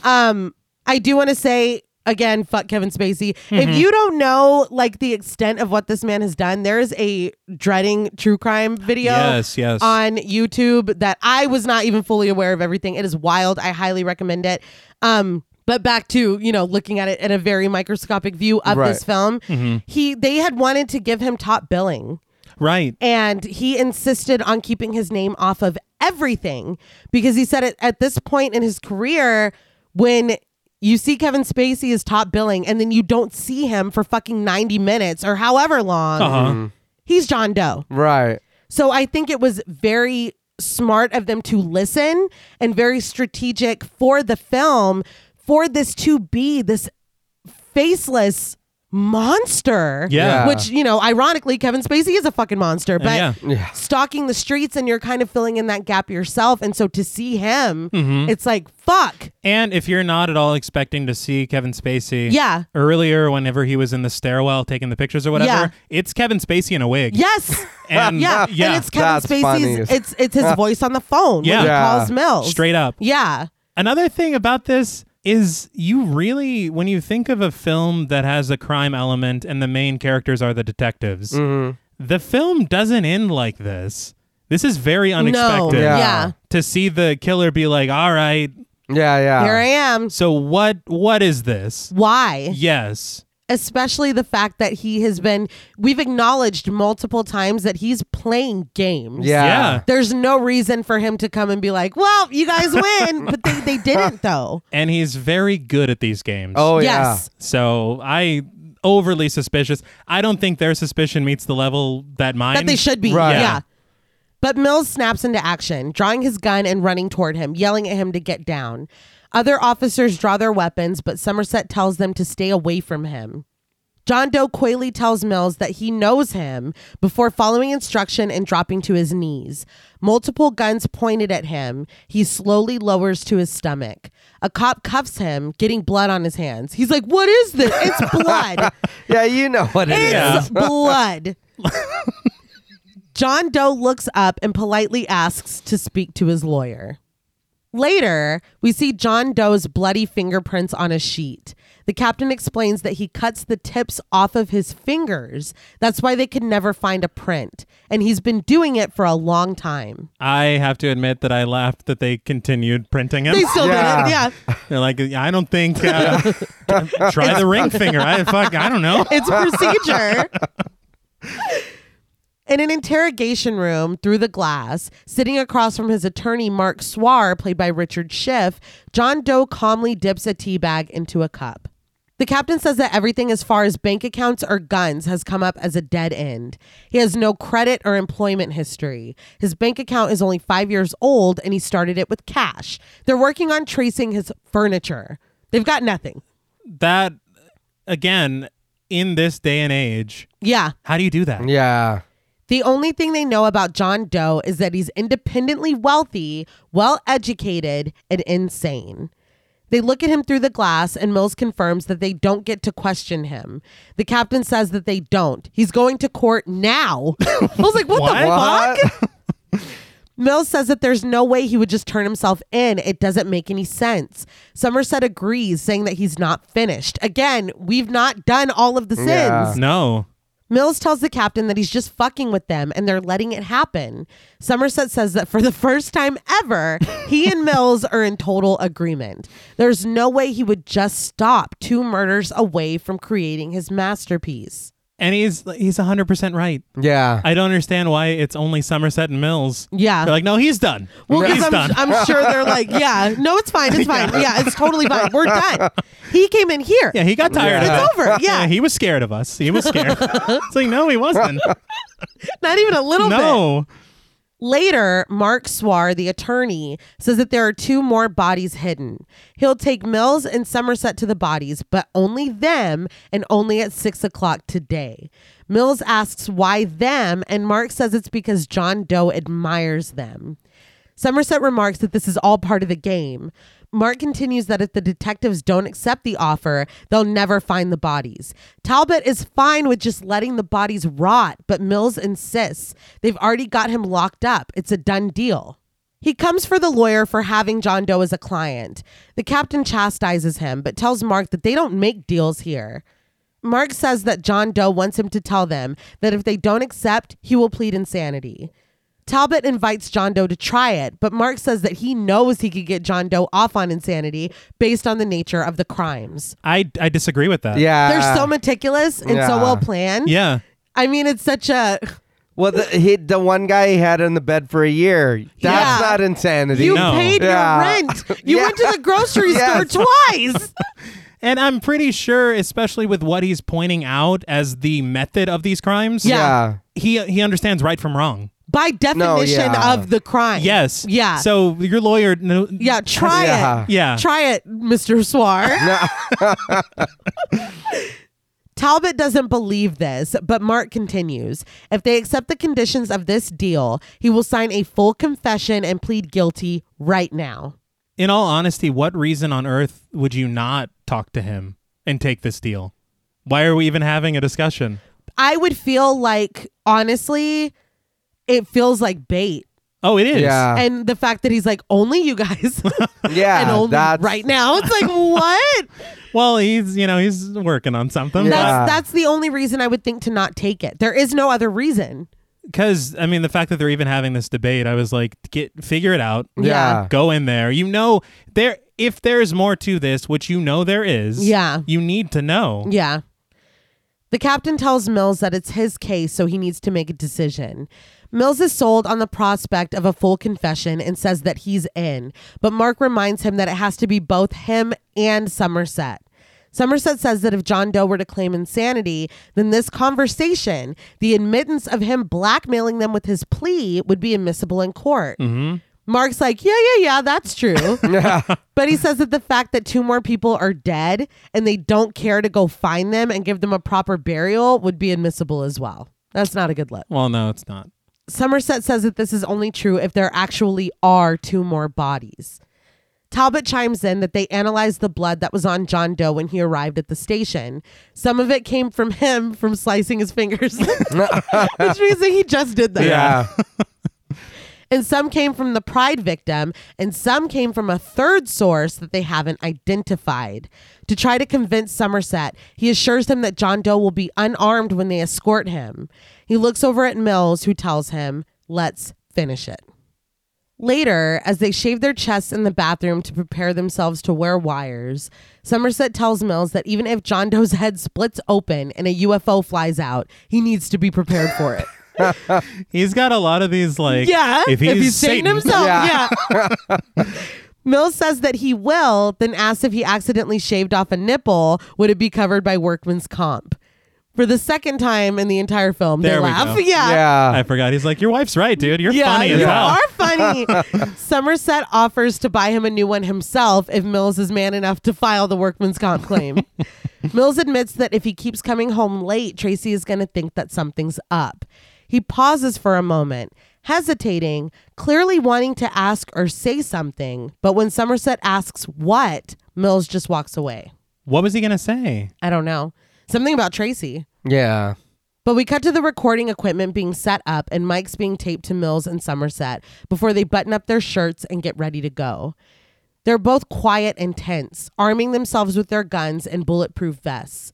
A: Um, I do want to say again, fuck Kevin Spacey.
C: Mm-hmm.
A: If you don't know like the extent of what this man has done, there is a dreading true crime video
C: Yes, yes.
A: on YouTube that I was not even fully aware of everything. It is wild. I highly recommend it. Um, but back to you know looking at it in a very microscopic view of
B: Right.
A: this film,
C: Mm-hmm.
A: he they had wanted to give him top billing
C: Right.
A: and he insisted on keeping his name off of everything because he said it at this point in his career when you see Kevin Spacey as top billing and then you don't see him for fucking 90 minutes or however long,
C: Uh huh.
A: he's John Doe.
B: Right.
A: So I think it was very smart of them to listen and very strategic for the film for this to be this faceless monster.
C: Yeah. Uh,
A: Which, you know, ironically, Kevin Spacey is a fucking monster, but
C: yeah.
B: Yeah.
A: stalking the streets and you're kind of filling in that gap yourself. And so to see him,
C: Mm-hmm.
A: it's like, fuck.
C: And if you're not at all expecting to see Kevin Spacey,
A: Yeah.
C: earlier whenever he was in the stairwell taking the pictures or whatever,
A: Yeah.
C: it's Kevin Spacey in a wig.
A: Yes.
C: And
A: yeah.
C: yeah.
A: And it's Kevin
B: That's
A: Spacey's
B: funny.
A: it's it's his voice on the phone.
C: Yeah.
A: When he
B: Yeah.
A: calls Mills.
C: straight up.
A: Yeah.
C: Another thing about this is you really when you think of a film that has a crime element and the main characters are the detectives,
B: Mm-hmm.
C: the film doesn't end like this. This is very unexpected.
A: No.
B: Yeah.
A: yeah.
C: To see the killer be like, "All right,
B: Yeah. Yeah.
A: Here I am.
C: so what what is this?"
A: Why?
C: Yes.
A: Especially the fact that he has been, we've acknowledged multiple times that he's playing games.
B: Yeah.
C: Yeah.
A: There's no reason for him to come and be like, well, you guys win. but they, they didn't, though.
C: And he's very good at these games.
B: Oh
A: yes.
C: So I overly suspicious. I don't think their suspicion meets the level that mine.
A: That they should be.
B: Right.
A: Yeah.
C: Yeah.
A: But Mills snaps into action, drawing his gun and running toward him, yelling at him to get down. Other officers draw their weapons, but Somerset tells them to stay away from him. John Doe coyly tells Mills that he knows him before following instruction and dropping to his knees. Multiple guns pointed at him. He slowly lowers to his stomach. A cop cuffs him, getting blood on his hands. He's like, What is this? It's blood.
B: Yeah. You know what it
A: It's
B: is.
C: Yeah.
A: blood. John Doe looks up and politely asks to speak to his lawyer. Later, we see John Doe's bloody fingerprints on a sheet. The captain explains that he cuts the tips off of his fingers. That's why they could never find a print. And he's been doing it for a long time.
C: I have to admit that I laughed that they continued printing him.
A: They still did it.
B: Yeah.
A: Yeah.
C: They're like, I don't think. Uh, try the ring finger. I fuck. I don't know.
A: It's procedure. In an interrogation room through the glass, sitting across from his attorney, Mark Swar, played by Richard Schiff, John Doe calmly dips a tea bag into a cup. The captain says that everything as far as bank accounts or guns has come up as a dead end. He has no credit or employment history. His bank account is only five years old and he started it with cash. They're working on tracing his furniture. They've got nothing.
C: That again, in this day and age,
A: Yeah.
C: how do you do that?
B: Yeah.
A: The only thing they know about John Doe is that he's independently wealthy, well educated, and insane. They look at him through the glass, and Mills confirms that they don't get to question him. The captain says that they don't. He's going to court now. I was like, what, the fuck?
B: What?
A: Mills says that there's no way he would just turn himself in. It doesn't make any sense. Somerset agrees, saying that he's not finished. Again, we've not done all of the sins.
B: Yeah.
C: No.
A: Mills tells the captain that he's just fucking with them and they're letting it happen. Somerset says that for the first time ever, he and Mills are in total agreement. There's no way he would just stop two murders away from creating his masterpiece.
C: and he's he's 100% right.
B: Yeah.
C: I don't understand why it's only Somerset and Mills.
A: Yeah.
C: They're like, no, he's done.
A: Well,
C: he's
A: because I'm,
C: done.
A: I'm sure they're like, yeah, no, it's fine, it's fine, yeah, it's totally fine. We're done. He came in here.
C: yeah, he got tired
A: It's
C: of it.
A: over. Yeah.
C: he was scared of us. He was scared. it's like, no, he wasn't.
A: Not even a little bit.
C: no.
A: Later, Mark Swar, the attorney, says that there are two more bodies hidden. He'll take Mills and Somerset to the bodies, but only them and only at six o'clock today. Mills asks why them, and Mark says it's because John Doe admires them. Somerset remarks that this is all part of the game. Mark continues that if the detectives don't accept the offer, they'll never find the bodies. Talbot is fine with just letting the bodies rot, but Mills insists they've already got him locked up. It's a done deal. He comes for the lawyer for having John Doe as a client. The captain chastises him, but tells Mark that they don't make deals here. Mark says that John Doe wants him to tell them that if they don't accept, he will plead insanity. Talbot invites John Doe to try it, but Mark says that he knows he could get John Doe off on insanity based on the nature of the crimes.
C: I, I disagree with that.
B: Yeah.
A: They're so meticulous and so
B: Ah. yeah.
A: well planned.
C: Yeah.
A: I mean, it's such a
B: Well, the, he, the one guy he had in the bed for a year. That's
A: Yeah.
B: not insanity.
A: you
C: No.
A: paid
B: Yeah.
A: your rent. You
B: Yeah.
A: went to the grocery
B: Yes.
A: store twice.
C: And I'm pretty sure, especially with what he's pointing out as the method of these crimes,
A: Yeah.
B: yeah.
C: he he understands right from wrong.
A: By definition
B: yeah.
A: of the crime.
C: Yes.
A: Yeah.
C: So your lawyer. No,
A: yeah, try
B: Yeah.
A: it.
C: Yeah.
A: Try it, Mr. Swar. Talbot doesn't believe this, but Mark continues. If they accept the conditions of this deal, he will sign a full confession and plead guilty right now.
C: In all honesty, what reason on earth would you not talk to him and take this deal? Why are we even having a discussion?
A: I would feel like, honestly, it feels like bait.
C: Oh, it is.
B: Yeah.
A: and the fact that he's like, only you guys
B: Yeah.
A: and only
B: that's,
A: right now, it's like, what?
C: Well, he's you know he's working on something.
B: Yeah.
A: That's, that's the only reason I would think to not take it. There is no other reason.
C: Because I mean, the fact that they're even having this debate, I was like, get figure it out.
B: Yeah.
C: Go in there. You know there if there's more to this, which you know there is.
A: Yeah.
C: You need to know.
A: Yeah. The captain tells Mills that it's his case, so he needs to make a decision. Mills is sold on the prospect of a full confession and says that he's in, but Mark reminds him that it has to be both him and Somerset. Somerset says that if John Doe were to claim insanity, then this conversation, the admittance of him blackmailing them with his plea, would be admissible in court. Mark's like, yeah, yeah, yeah, that's true. But he says that the fact that two more people are dead and they don't care to go find them and give them a proper burial would be admissible as well. That's not a good look.
C: Well, no, it's not.
A: Somerset says that this is only true if there actually are two more bodies. Talbot chimes in that they analyzed the blood that was on John Doe when he arrived at the station. Some of it came from him from slicing his fingers, which means that he just did that.
B: Yeah.
A: And some came from the pride victim, and some came from a third source that they haven't identified. To try to convince Somerset, he assures them that John Doe will be unarmed when they escort him. He looks over at Mills, who tells him, Let's finish it. Later, as they shave their chests in the bathroom to prepare themselves to wear wires, Somerset tells Mills that even if John Doe's head splits open and a UFO flies out, he needs to be prepared for it.
C: He's got a lot of these like
A: yeah.
C: if he's,
A: Satan
C: Satan,
A: himself, yeah.
B: Yeah.
A: Mills says that he will, then asks if he accidentally shaved off a nipple, would it be covered by workman's comp? For the second time in the entire film, they
C: There we
A: laugh.
C: go.
A: Yeah.
B: yeah.
C: I forgot. He's like, your wife's right, dude. You're
A: Yeah,
C: funny as
A: you
C: hell.
A: are funny. Somerset offers to buy him a new one himself if Mills is man enough to file the workman's comp claim. Mills admits that if he keeps coming home late, Tracy is going to think that something's up. He pauses for a moment, hesitating, clearly wanting to ask or say something, but when Somerset asks what, Mills just walks away.
C: What was he gonna say?
A: I don't know. Something about Tracy.
B: Yeah.
A: But we cut to the recording equipment being set up and mics being taped to Mills and Somerset before they button up their shirts and get ready to go. They're both quiet and tense, arming themselves with their guns and bulletproof vests.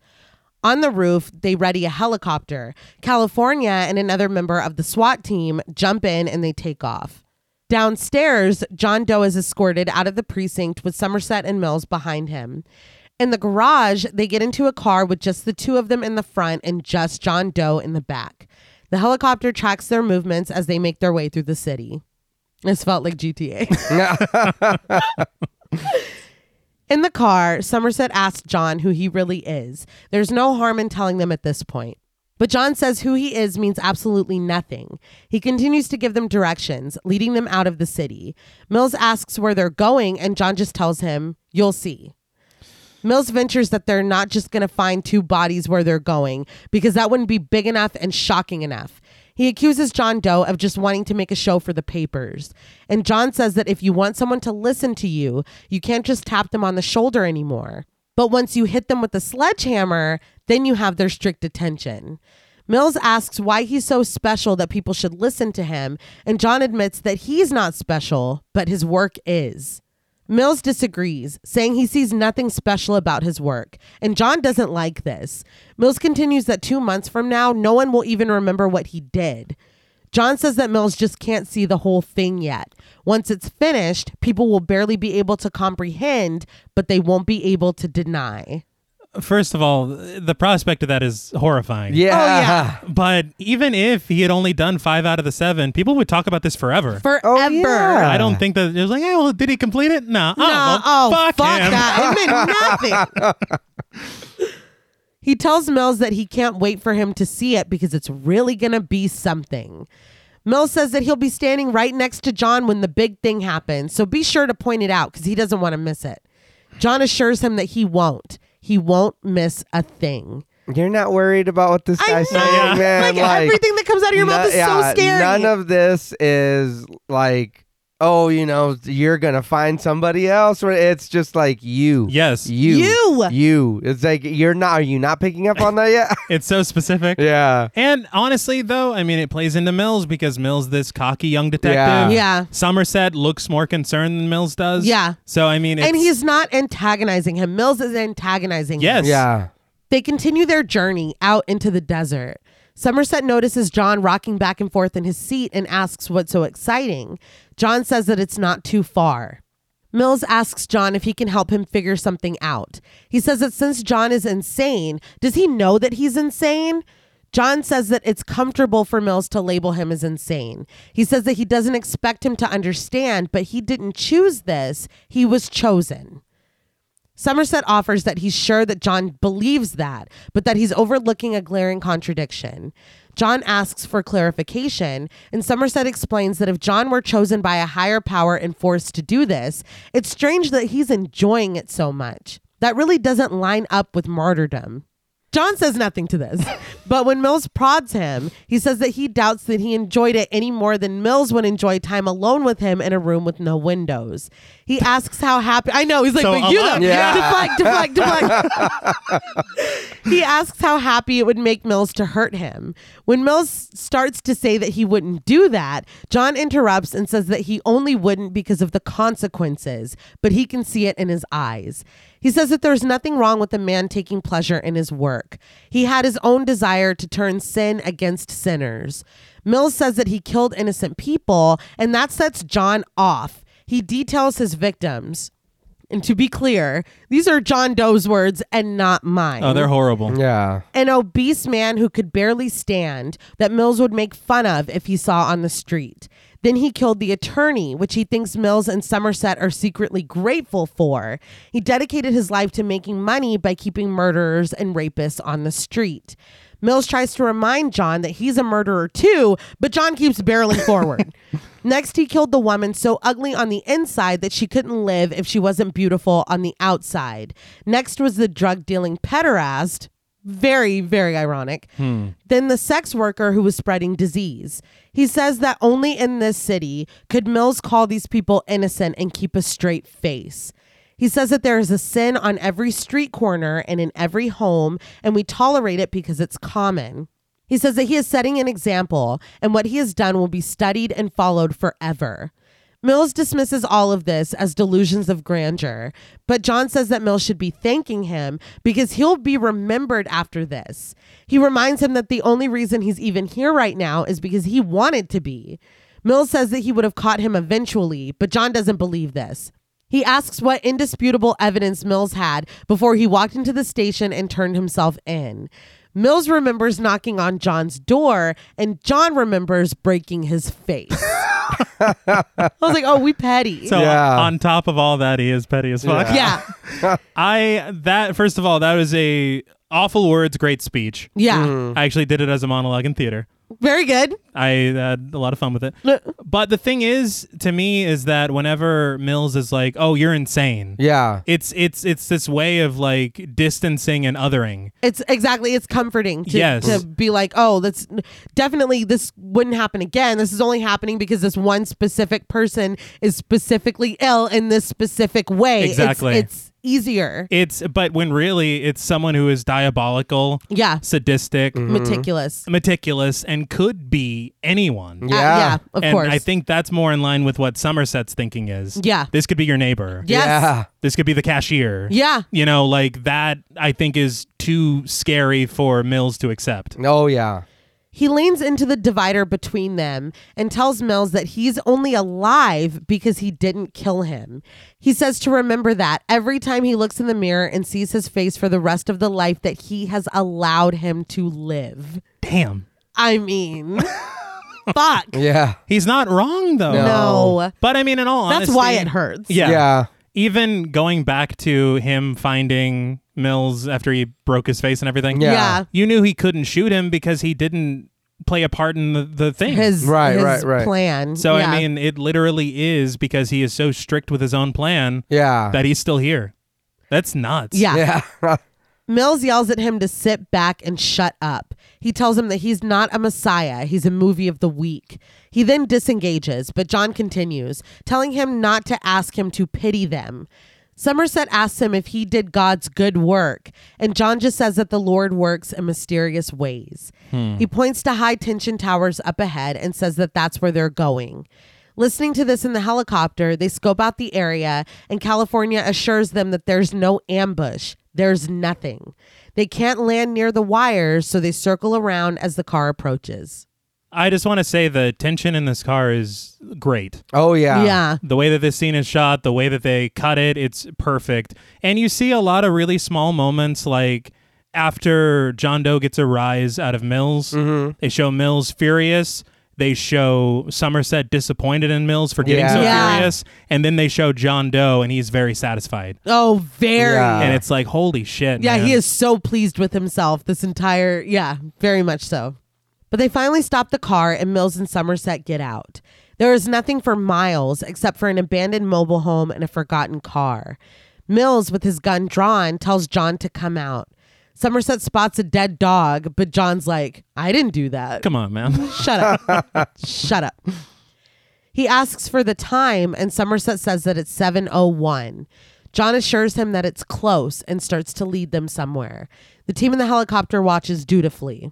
A: On the roof, they ready a helicopter. California and another member of the SWAT team jump in and they take off. Downstairs, John Doe is escorted out of the precinct with Somerset and Mills behind him. In the garage, they get into a car with just the two of them in the front and just John Doe in the back. The helicopter tracks their movements as they make their way through the city. This felt like GTA. in the car, Somerset asks John who he really is. There's no harm in telling them at this point. But John says who he is means absolutely nothing. He continues to give them directions, leading them out of the city. Mills asks where they're going, and John just tells him, You'll see. Mills ventures that they're not just going to find two bodies where they're going because that wouldn't be big enough and shocking enough. He accuses John Doe of just wanting to make a show for the papers. And John says that if you want someone to listen to you, you can't just tap them on the shoulder anymore. But once you hit them with a sledgehammer, then you have their strict attention. Mills asks why he's so special that people should listen to him, and John admits that he's not special, but his work is. Mills disagrees, saying he sees nothing special about his work, and John doesn't like this. Mills continues that two months from now, no one will even remember what he did. John says that Mills just can't see the whole thing yet. Once it's finished, people will barely be able to comprehend, but they won't be able to deny.
C: First of all, the prospect of that is horrifying.
A: Oh,
B: yeah.
C: But even if he had only done five out of the seven, people would talk about this forever.
A: Forever.
B: yeah.
C: I
A: Uh.
C: don't think that it was like, hey, well, did he complete it? No.
A: No,
C: oh, well, fuck, him.
A: that. It meant nothing. he tells Mills that he can't wait for him to see it because it's really going to be something. Mills says that he'll be standing right next to John when the big thing happens, so be sure to point it out because he doesn't want to miss it. John assures him that he won't. He won't miss a thing.
B: You're not worried about what this
A: I
B: guy's
A: know.
B: saying, man.
A: like, everything that comes out of your mouth
B: no-
A: is
B: yeah,
A: so scary.
B: None of this is like, oh, you know, you're gonna find somebody else. Or It's just like you.
C: Yes.
B: You.
A: You.
B: You. It's like you're not. Are you not picking up on that yet?
C: It's so specific.
B: yeah.
C: And honestly, though, I mean, it plays into Mills because Mills, this cocky young detective.
A: Yeah.
C: Somerset looks more concerned than Mills does.
A: Yeah.
C: So, I mean, it's,
A: and he's not antagonizing him. Mills is antagonizing him.
C: Yes.
B: Yeah.
A: They continue their journey out into the desert. Somerset notices John rocking back and forth in his seat and asks what's so exciting. John says that it's not too far. Mills asks John if he can help him figure something out. He says that since John is insane, does he know that he's insane? John says that it's comfortable for Mills to label him as insane. He says that he doesn't expect him to understand, but he didn't choose this, he was chosen. Somerset offers that he's sure that John believes that, but that he's overlooking a glaring contradiction. John asks for clarification, and Somerset explains that if John were chosen by a higher power and forced to do this, it's strange that he's enjoying it so much. That really doesn't line up with martyrdom. John says nothing to this, but when Mills prods him, he says that he doubts that he enjoyed it any more than Mills would enjoy time alone with him in a room with no windows. He asks how happy I know he's like,
C: So
A: but you
C: alone-
A: though,
B: Yeah.
A: deflect, deflect, deflect. he asks how happy it would make Mills to hurt him. When Mills starts to say that he wouldn't do that, John interrupts and says that he only wouldn't because of the consequences, but he can see it in his eyes. He says that there's nothing wrong with a man taking pleasure in his work. He had his own desire to turn sin against sinners. Mills says that he killed innocent people, and that sets John off. He details his victims. And to be clear, these are John Doe's words and not mine.
C: oh, they're horrible.
B: Yeah.
A: An obese man who could barely stand that Mills would make fun of if he saw on the street. Then he killed the attorney, which he thinks Mills and Somerset are secretly grateful for. He dedicated his life to making money by keeping murderers and rapists on the street. Mills tries to remind John that he's a murderer too, but John keeps barreling forward. Next, he killed the woman so ugly on the inside that she couldn't live if she wasn't beautiful on the outside. Next was the drug dealing pederast. Very, very ironic. Then the sex worker who was spreading disease. He says that only in this city could Mills call these people innocent and keep a straight face. He says that there is a sin on every street corner and in every home, and we tolerate it because it's common. He says that he is setting an example, and what he has done will be studied and followed forever. Mills dismisses all of this as delusions of grandeur, but John says that Mills should be thanking him because he'll be remembered after this. He reminds him that the only reason he's even here right now is because he wanted to be. Mills says that he would have caught him eventually, but John doesn't believe this. He asks what indisputable evidence Mills had before he walked into the station and turned himself in. Mills remembers knocking on John's door, and John remembers breaking his face. I was like, oh, we petty.
C: So
B: Yeah.
C: on top of all that, he is petty as fuck.
A: yeah.
C: I that first of all, that was a awful words, great speech.
A: Yeah.
B: Mm.
C: I actually did it as a monologue in theater.
A: Very good.
C: I had a lot of fun with it. But the thing is, to me, is that whenever Mills is like, "Oh, you're insane,"
B: Yeah.
C: it's it's it's this way of like distancing and othering.
A: It's exactly it's comforting to,
C: Yes.
A: to be like, oh, that's definitely this wouldn't happen again. This is only happening because this one specific person is specifically ill in this specific way. It's-
C: Exactly.
A: It's, easier.
C: It's but when really it's someone who is diabolical,
A: yeah.
C: sadistic,
A: Mm-hmm. Meticulous.
C: meticulous, and could be anyone.
A: Uh,
B: Yeah.
A: yeah, of
C: and
A: course.
C: I think that's more in line with what Somerset's thinking is.
A: Yeah.
C: This could be your neighbor.
A: yes.
B: Yeah.
C: This could be the cashier.
A: Yeah.
C: You know, like that I think is too scary for Mills to accept.
B: Oh yeah.
A: He leans into the divider between them and tells Mills that he's only alive because he didn't kill him. He says to remember that every time he looks in the mirror and sees his face for the rest of the life that he has allowed him to live.
C: Damn.
A: I mean, fuck.
B: Yeah.
C: He's not wrong though.
A: No.
C: But I mean in all
A: That's
C: honesty,
A: why it hurts.
C: Yeah.
B: Yeah.
C: Even going back to him finding Mills after he broke his face and everything.
B: Yeah.
A: Yeah.
C: You knew he couldn't shoot him because he didn't play a part in the, the thing.
A: His,
B: Right,
A: his
B: right, right.
A: plan.
C: so
A: Yeah.
C: I mean it literally is because he is so strict with his own plan
B: Yeah.
C: that he's still here. That's nuts.
A: yeah.
B: Yeah.
A: Mills yells at him to sit back and shut up. He tells him that he's not a messiah, he's a movie of the weak. He then disengages, but John continues, telling him not to ask him to pity them. Somerset asks him if he did God's good work, and John just says that the Lord works in mysterious ways. He points to high tension towers up ahead and says that that's where they're going. Listening to this in the helicopter, they scope out the area, and California assures them that there's no ambush. There's nothing. They can't land near the wires, so they circle around as the car approaches.
C: I just want to say the tension in this car is great.
B: Oh yeah.
A: yeah.
C: The way that this scene is shot, the way that they cut it, it's perfect. And you see a lot of really small moments like after John Doe gets a rise out of Mills,
A: Mm-hmm.
C: they show Mills furious. They show Somerset disappointed in Mills for getting
B: Yeah.
C: so
A: Yeah.
C: furious. And then they show John Doe and he's very satisfied.
A: Oh, very.
B: Yeah.
A: Yeah,
C: and it's like, holy shit. man.
A: he is so pleased with himself this entire, yeah, very much so. But they finally stop the car, and Mills and Somerset get out. There is nothing for miles except for an abandoned mobile home and a forgotten car. Mills, with his gun drawn, tells John to come out. Somerset spots a dead dog, but John's like, I didn't do that.
C: Come on, man.
A: Shut up. Shut up. He asks for the time and Somerset says that it's 701. John assures him that it's close and starts to lead them somewhere. The team in the helicopter watches dutifully.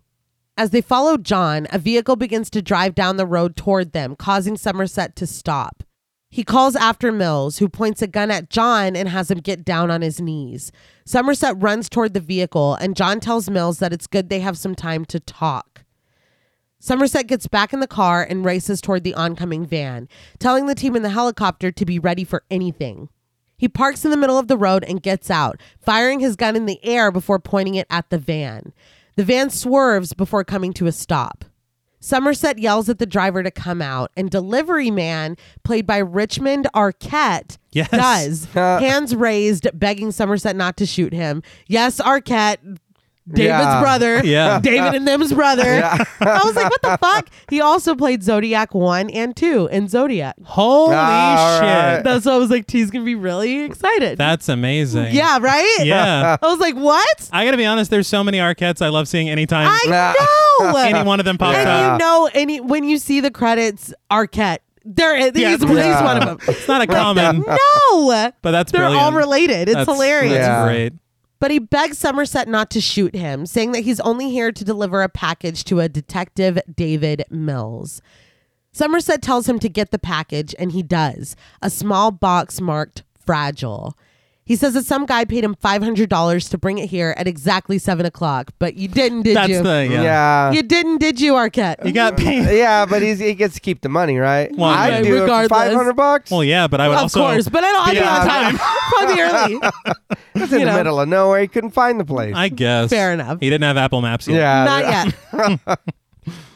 A: As they follow John, a vehicle begins to drive down the road toward them, causing Somerset to stop. He calls after Mills, who points a gun at John and has him get down on his knees. Somerset runs toward the vehicle, and John tells Mills that it's good they have some time to talk. Somerset gets back in the car and races toward the oncoming van, telling the team in the helicopter to be ready for anything. He parks in the middle of the road and gets out, firing his gun in the air before pointing it at the van. The van swerves before coming to a stop. Somerset yells at the driver to come out, and delivery man, played by Richmond Arquette,
C: Yes.
A: does. Hands raised, begging Somerset not to shoot him. Yes, Arquette, David's
B: Yeah.
A: brother.
C: Yeah.
A: David and them's brother. I was like, what the fuck? He also played Zodiac 1 and 2 in Zodiac.
C: Holy
B: All
C: shit.
B: right.
A: That's why I was like, T's gonna be really excited.
C: That's amazing.
A: yeah, right?
C: Yeah.
A: I was like, what?
C: I gotta be honest. There's so many Arquettes I love seeing anytime
B: Nah.
A: I know.
C: any one of them pops
A: and
C: up.
A: you know, any when you see the credits, Arquette, there is
C: Yeah.
A: he's, he's
B: Yeah.
A: one of them.
C: It's not a common,
A: No,
C: but that's
A: they're
C: brilliant.
A: all related. It's
C: That's-
A: hilarious.
C: That's
B: Yeah.
C: great.
A: But he begs Somerset not to shoot him, saying that he's only here to deliver a package to a detective, David Mills. Somerset tells him to get the package, and he does a small box marked fragile. He says that some guy paid him five hundred dollars to bring it here at exactly seven o'clock, but you didn't, did
C: That's
A: you?
C: the yeah.
B: Yeah.
A: you didn't, did you, Arquette?
C: You got paid.
B: Yeah, but he's, he gets to keep the money, right?
C: Well,
B: I'd
C: yeah.
B: do it for
A: Regardless.
B: 500 bucks.
C: Well, yeah, but I would
A: of
C: also
A: course, but I don't. I'd be
C: Yeah.
A: on time. Probably early.
B: it's in
A: you
B: the
A: know.
B: middle of nowhere. He couldn't find the place.
C: I guess
A: Fair enough.
C: He didn't have Apple Maps yet.
B: yeah.
A: Not yet.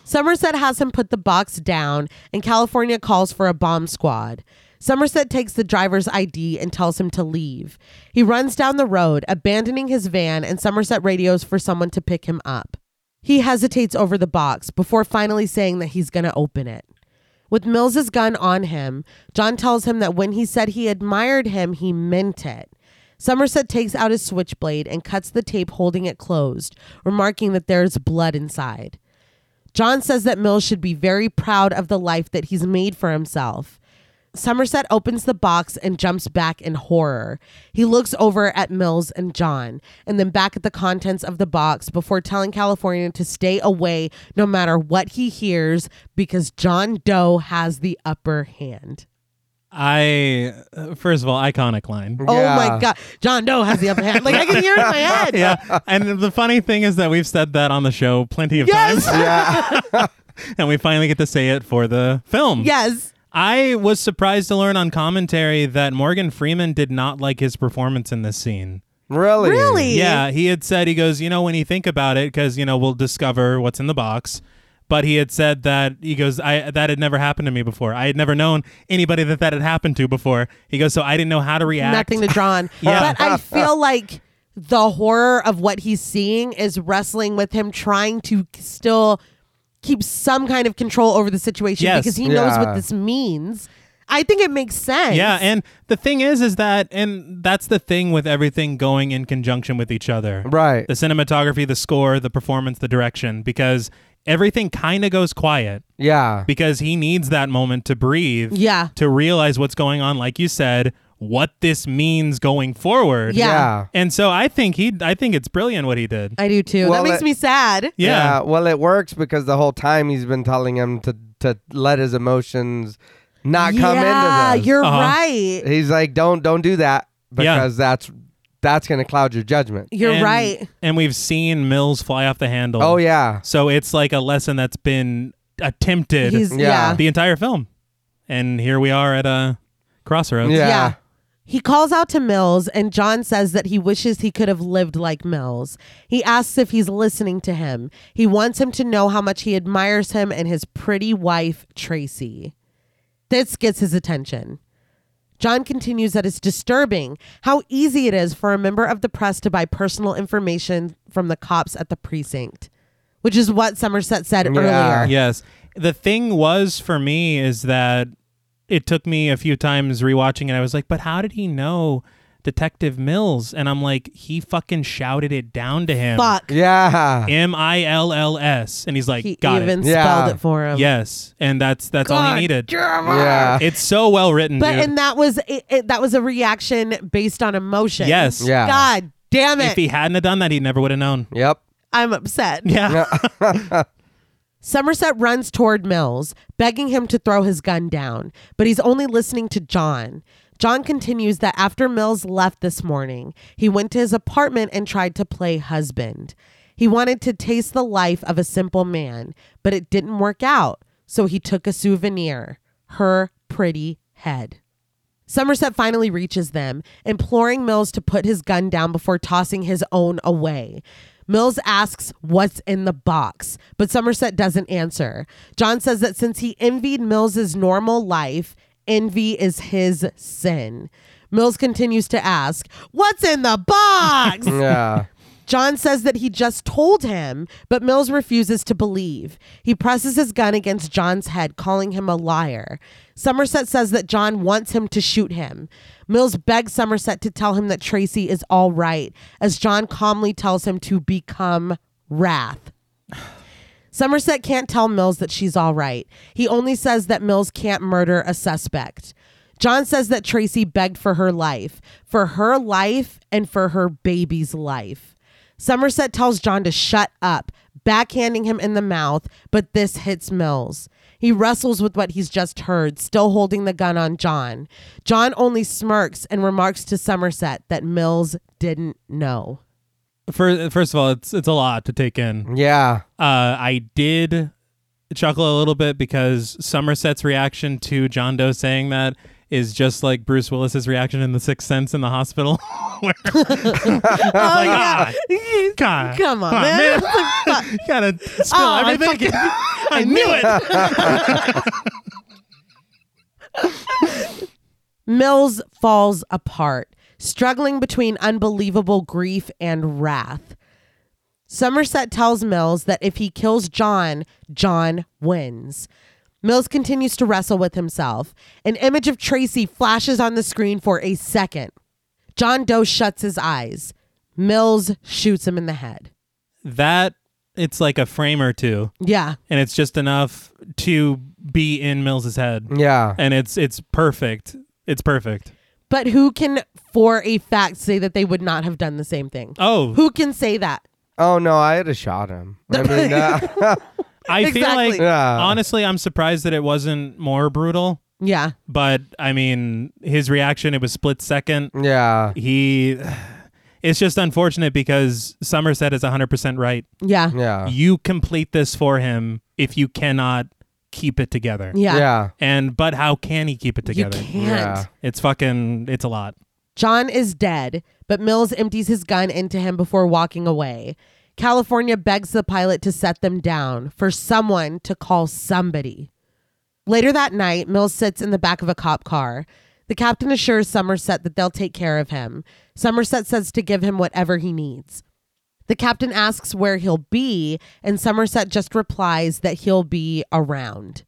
A: Somerset has him put the box down, and California calls for a bomb squad. Somerset takes the driver's ID and tells him to leave. He runs down the road, abandoning his van, and Somerset radios for someone to pick him up. He hesitates over the box before finally saying that he's going to open it. With Mills's gun on him, John tells him that when he said he admired him, he meant it. Somerset takes out his switchblade and cuts the tape holding it closed, remarking that there's blood inside. John says that Mills should be very proud of the life that he's made for himself. Somerset opens the box and jumps back in horror. He looks over at Mills and John, and then back at the contents of the box before telling California to stay away no matter what he hears because John Doe has the upper hand.
C: I uh, first of all, iconic line.
A: Oh my
B: Yeah.
A: God. John Doe has the upper hand. Like, I can hear it in my head.
C: Yeah, and the funny thing is that we've said that on the show plenty of
A: Yes.
C: times,
B: Yeah.
C: and we finally get to say it for the film.
A: Yes.
C: I was surprised to learn on commentary that Morgan Freeman did not like his performance in this scene.
B: really?
A: Really?
C: Yeah, he had said he goes, you know, when you think about it, because you know we'll discover what's in the box. But he had said that he goes, I that had never happened to me before. I had never known anybody that that had happened to before. He goes, so I didn't know how to react.
A: nothing to draw on.
C: Yeah.
A: But I feel like the horror of what he's seeing is wrestling with him trying to still keep some kind of control over the situation
C: Yes.
A: because he knows what
B: Yeah.
A: this means. I think it makes sense.
C: Yeah, and the thing is, is that, and that's the thing with everything going in conjunction with each other.
B: Right.
C: The cinematography, the score, the performance, the direction, because everything kind of goes quiet
B: Yeah.
C: because he needs that moment to breathe.
A: Yeah.
C: To realize what's going on, like you said, what this means going forward.
A: Yeah. Uh,
B: Yeah.
C: And so I think he, I think it's brilliant what he did.
A: I do too.
B: Well,
A: that makes
B: it-
A: me sad.
C: Yeah.
B: Well, it works because the whole time he's been telling him to to let his emotions not come
A: Yeah,
B: into this.
A: you're
C: Uh-huh.
A: right.
B: He's like, don't don't do that
C: Yeah.
B: because that's that's gonna cloud your judgment.
A: You're
C: And-
A: right.
C: And we've seen Mills fly off the handle.
B: Oh yeah.
C: So it's like a lesson that's been attempted.
A: He's
B: Yeah.
A: yeah.
C: the entire film. And here we are at a crossroads.
B: Yeah.
A: He calls out to Mills, and John says that he wishes he could have lived like Mills. He asks if he's listening to him. He wants him to know how much he admires him and his pretty wife, Tracy. This gets his attention. John continues that it's disturbing how easy it is for a member of the press to buy personal information from the cops at the precinct, which is what Somerset said
B: Yeah.
A: earlier.
C: Yes. The thing was for me is that it took me a few times rewatching it. I was like, but how did he know Detective Mills? And I'm like, he fucking shouted it down to him.
A: Fuck.
B: Yeah.
C: M I L L S. And he's like,
A: He
C: got
A: even
C: it.
B: Yeah.
A: spelled it for him.
C: Yes. And that's that's all he needed.
B: Yeah.
C: It's so well written.
A: But
C: dude.
A: and that was it, it, that was a reaction based on emotion.
C: yes.
B: Yeah.
A: God damn
C: If
A: it.
C: he hadn't have done that, he never would have known.
B: Yep.
A: I'm upset.
C: Yeah.
A: Somerset runs toward Mills, begging him to throw his gun down, but he's only listening to John. John continues that after Mills left this morning, he went to his apartment and tried to play husband. He wanted to taste the life of a simple man, but it didn't work out, so he took a souvenir her pretty head. Somerset finally reaches them, imploring Mills to put his gun down before tossing his own away. Mills asks what's in the box, but Somerset doesn't answer. John says that since he envied Mills's normal life, envy is his sin. Mills continues to ask, "What's in the box?"
B: Yeah.
A: John says that he just told him, but Mills refuses to believe. He presses his gun against John's head, calling him a liar. Somerset says that John wants him to shoot him. Mills begs Somerset to tell him that Tracy is all right, as John calmly tells him to become wrath. Somerset can't tell Mills that she's all right. He only says that Mills can't murder a suspect. John says that Tracy begged for her life, for her life, and for her baby's life. Somerset tells John to shut up, backhanding him in the mouth, but this hits Mills. He wrestles with what he's just heard, still holding the gun on John. John only smirks and remarks to Somerset that Mills didn't know.
C: Fir- First of all, it's it's a lot to take in.
B: Yeah.
C: Uh, I did chuckle a little bit because Somerset's reaction to John Doe saying that is just like Bruce Willis's reaction in The Sixth Sense in the hospital. where-
A: Oh,
C: God. God.
A: Come on, man.
C: you gotta spill
A: Oh, I
C: everything. I, knew it.
A: Mills falls apart, struggling between unbelievable grief and wrath. Somerset tells Mills that if he kills John, John wins. Mills continues to wrestle with himself. An image of Tracy flashes on the screen for a second. John Doe shuts his eyes. Mills shoots him in the head.
C: That it's like a frame or two,
A: Yeah.
C: and it's just enough to be in Mills's head,
B: Yeah.
C: and it's it's perfect. It's perfect.
A: But who can, for a fact, say that they would not have done the same thing?
C: Oh,
A: Who can say that?
B: Oh no, I had shot him. I mean, uh,
C: I feel
A: Exactly.
C: like
B: Yeah.
C: honestly, I'm surprised that it wasn't more brutal.
A: Yeah.
C: But I mean, his reaction it was split second.
B: yeah.
C: He, it's just unfortunate because Somerset is 100 percent right.
A: Yeah.
B: Yeah.
C: you complete this for him if you cannot keep it together.
A: Yeah.
B: Yeah.
C: And but how can he keep it
A: You
C: together?
A: can't.
B: Yeah.
C: It's fucking it's a lot.
A: John is dead, but Mills empties his gun into him before walking away. California begs the pilot to set them down, for someone to call somebody. Later that night, Mills sits in the back of a cop car. The captain assures Somerset that they'll take care of him. Somerset says to give him whatever he needs. The captain asks where he'll be, and Somerset just replies that he'll be around.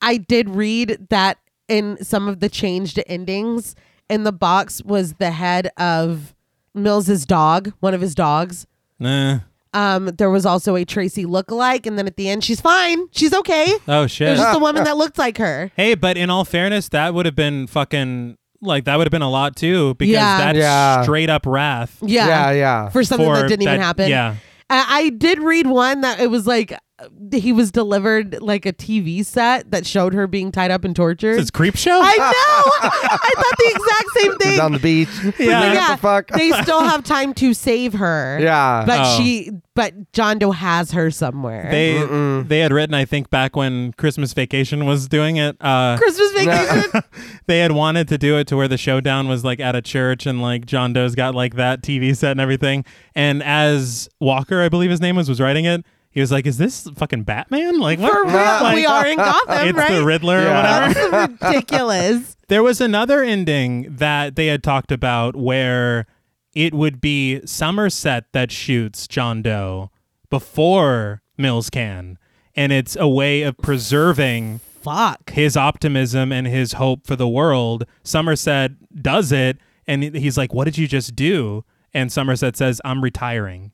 A: I did read that in some of the changed endings, in the box was the head of Mills's dog, one of his dogs.
C: Nah.
A: Um, there was also a Tracy lookalike, and then at the end, she's fine, she's okay.
C: Oh
A: It
C: shit.
A: was just the woman that looked like her.
C: hey, but in all fairness, that would have been fucking like that would have been a lot too because
A: Yeah.
C: that's
B: Yeah.
C: straight up wrath.
A: Yeah,
B: Yeah. Yeah.
A: for something
C: for
A: that didn't even
C: that-
A: happen.
C: yeah.
A: I, I did read one that it was like uh, he was delivered like a TV set that showed her being tied up and tortured.
C: It's creep show.
A: I know. I thought the exact same
B: He's
A: thing.
B: on the beach.
C: Yeah.
B: What
A: yeah,
B: the fuck?
A: they still have time to save her.
B: yeah.
A: but
C: Oh.
A: she, but John Doe has her somewhere.
C: they they had written I think back when Christmas Vacation was doing it. Uh,
A: Christmas vacation.
C: they had wanted to do it to where the showdown was like at a church and like John Doe's got like that TV set and everything. And as Walker, I believe his name was, was writing it, he was like, "Is this fucking Batman? Like what?
A: For real,
C: Like,
A: we are in Gotham,
C: it's
A: right?
C: the Riddler or
B: Yeah.
C: whatever."
A: That's ridiculous.
C: There was another ending that they had talked about where it would be Somerset that shoots John Doe before Mills can, and it's a way of preserving
A: Fuck.
C: his optimism and his hope for the world. Somerset does it, and he's like, "What did you just do?" And Somerset says, "I'm retiring."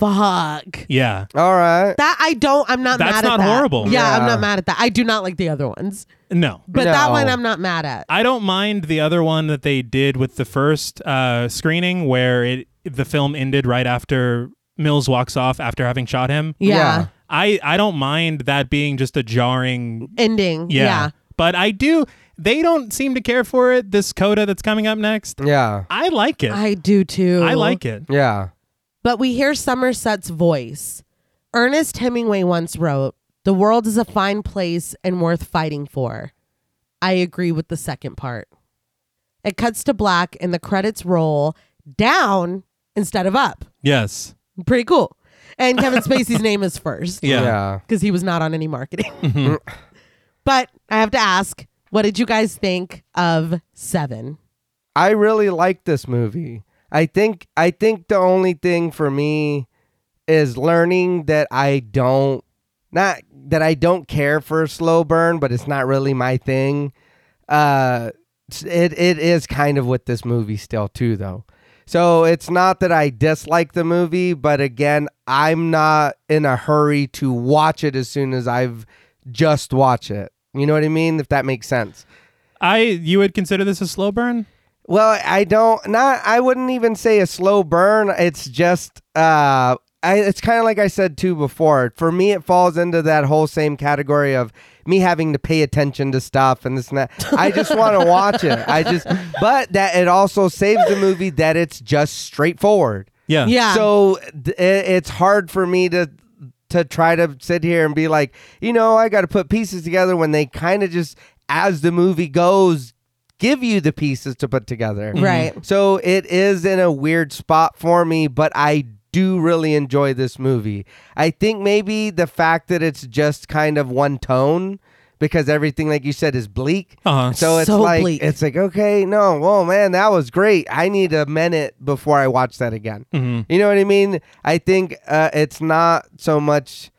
A: Fuck.
C: Yeah,
B: All right.
A: That I don't. I'm not
C: That's
A: mad at
C: not
A: that.
C: horrible.
A: Yeah, I'm
B: Yeah.
A: not mad at that. I do not like the other ones,
C: no,
A: but that
B: No.
A: one I'm not mad at.
C: I don't mind the other one that they did with the first uh, screening, where it the film ended right after Mills walks off after having shot him.
A: Yeah.
B: Yeah.
C: I I don't mind that being just a jarring
A: Ending. Yeah.
C: yeah, but I do. They don't seem to care for it. This coda that's coming up next,
B: Yeah.
C: I like it.
A: I do too.
C: I like it.
B: Yeah.
A: But we hear Somerset's voice. Ernest Hemingway once wrote, "The world is a fine place and worth fighting for." I agree with the second part. It cuts to black and the credits roll down instead of up.
C: Yes.
A: Pretty cool. And Kevin Spacey's name is first.
C: Yeah. Mm-hmm.
B: Yeah.
A: because he was not on any marketing. but I have to ask, what did you guys think of Seven?
B: I really like this movie. I think I think the only thing for me is learning that I don't not that I don't care for a slow burn, but it's not really my thing. Uh it it is kind of what this movie still too though. So it's not that I dislike the movie, but again, I'm not in a hurry to watch it as soon as I've just watched it. You know what I mean? If that makes sense.
C: I you would consider this a slow burn?
B: Well, I don't not I wouldn't even say a slow burn. It's just uh I, it's kind of like I said too before. For me, it falls into that whole same category of me having to pay attention to stuff and this and that. I just want to watch it. I just, but that it also saves the movie that it's just straightforward.
C: Yeah.
A: Yeah.
B: So th- it, it's hard for me to to try to sit here and be like, you know, I got to put pieces together when they kind of just as the movie goes give you the pieces to put together.
A: Right.
C: Mm-hmm.
B: So it is in a weird spot for me, but I do really enjoy this movie. I think maybe the fact that it's just kind of one tone because everything like you said is bleak.
C: Uh-huh.
B: So it's
A: So
B: like
A: bleak.
B: it's like okay, no, whoa man, that was great. I need a minute before I watch that again.
C: Mm-hmm.
B: You know what I mean? I think uh, it's not so much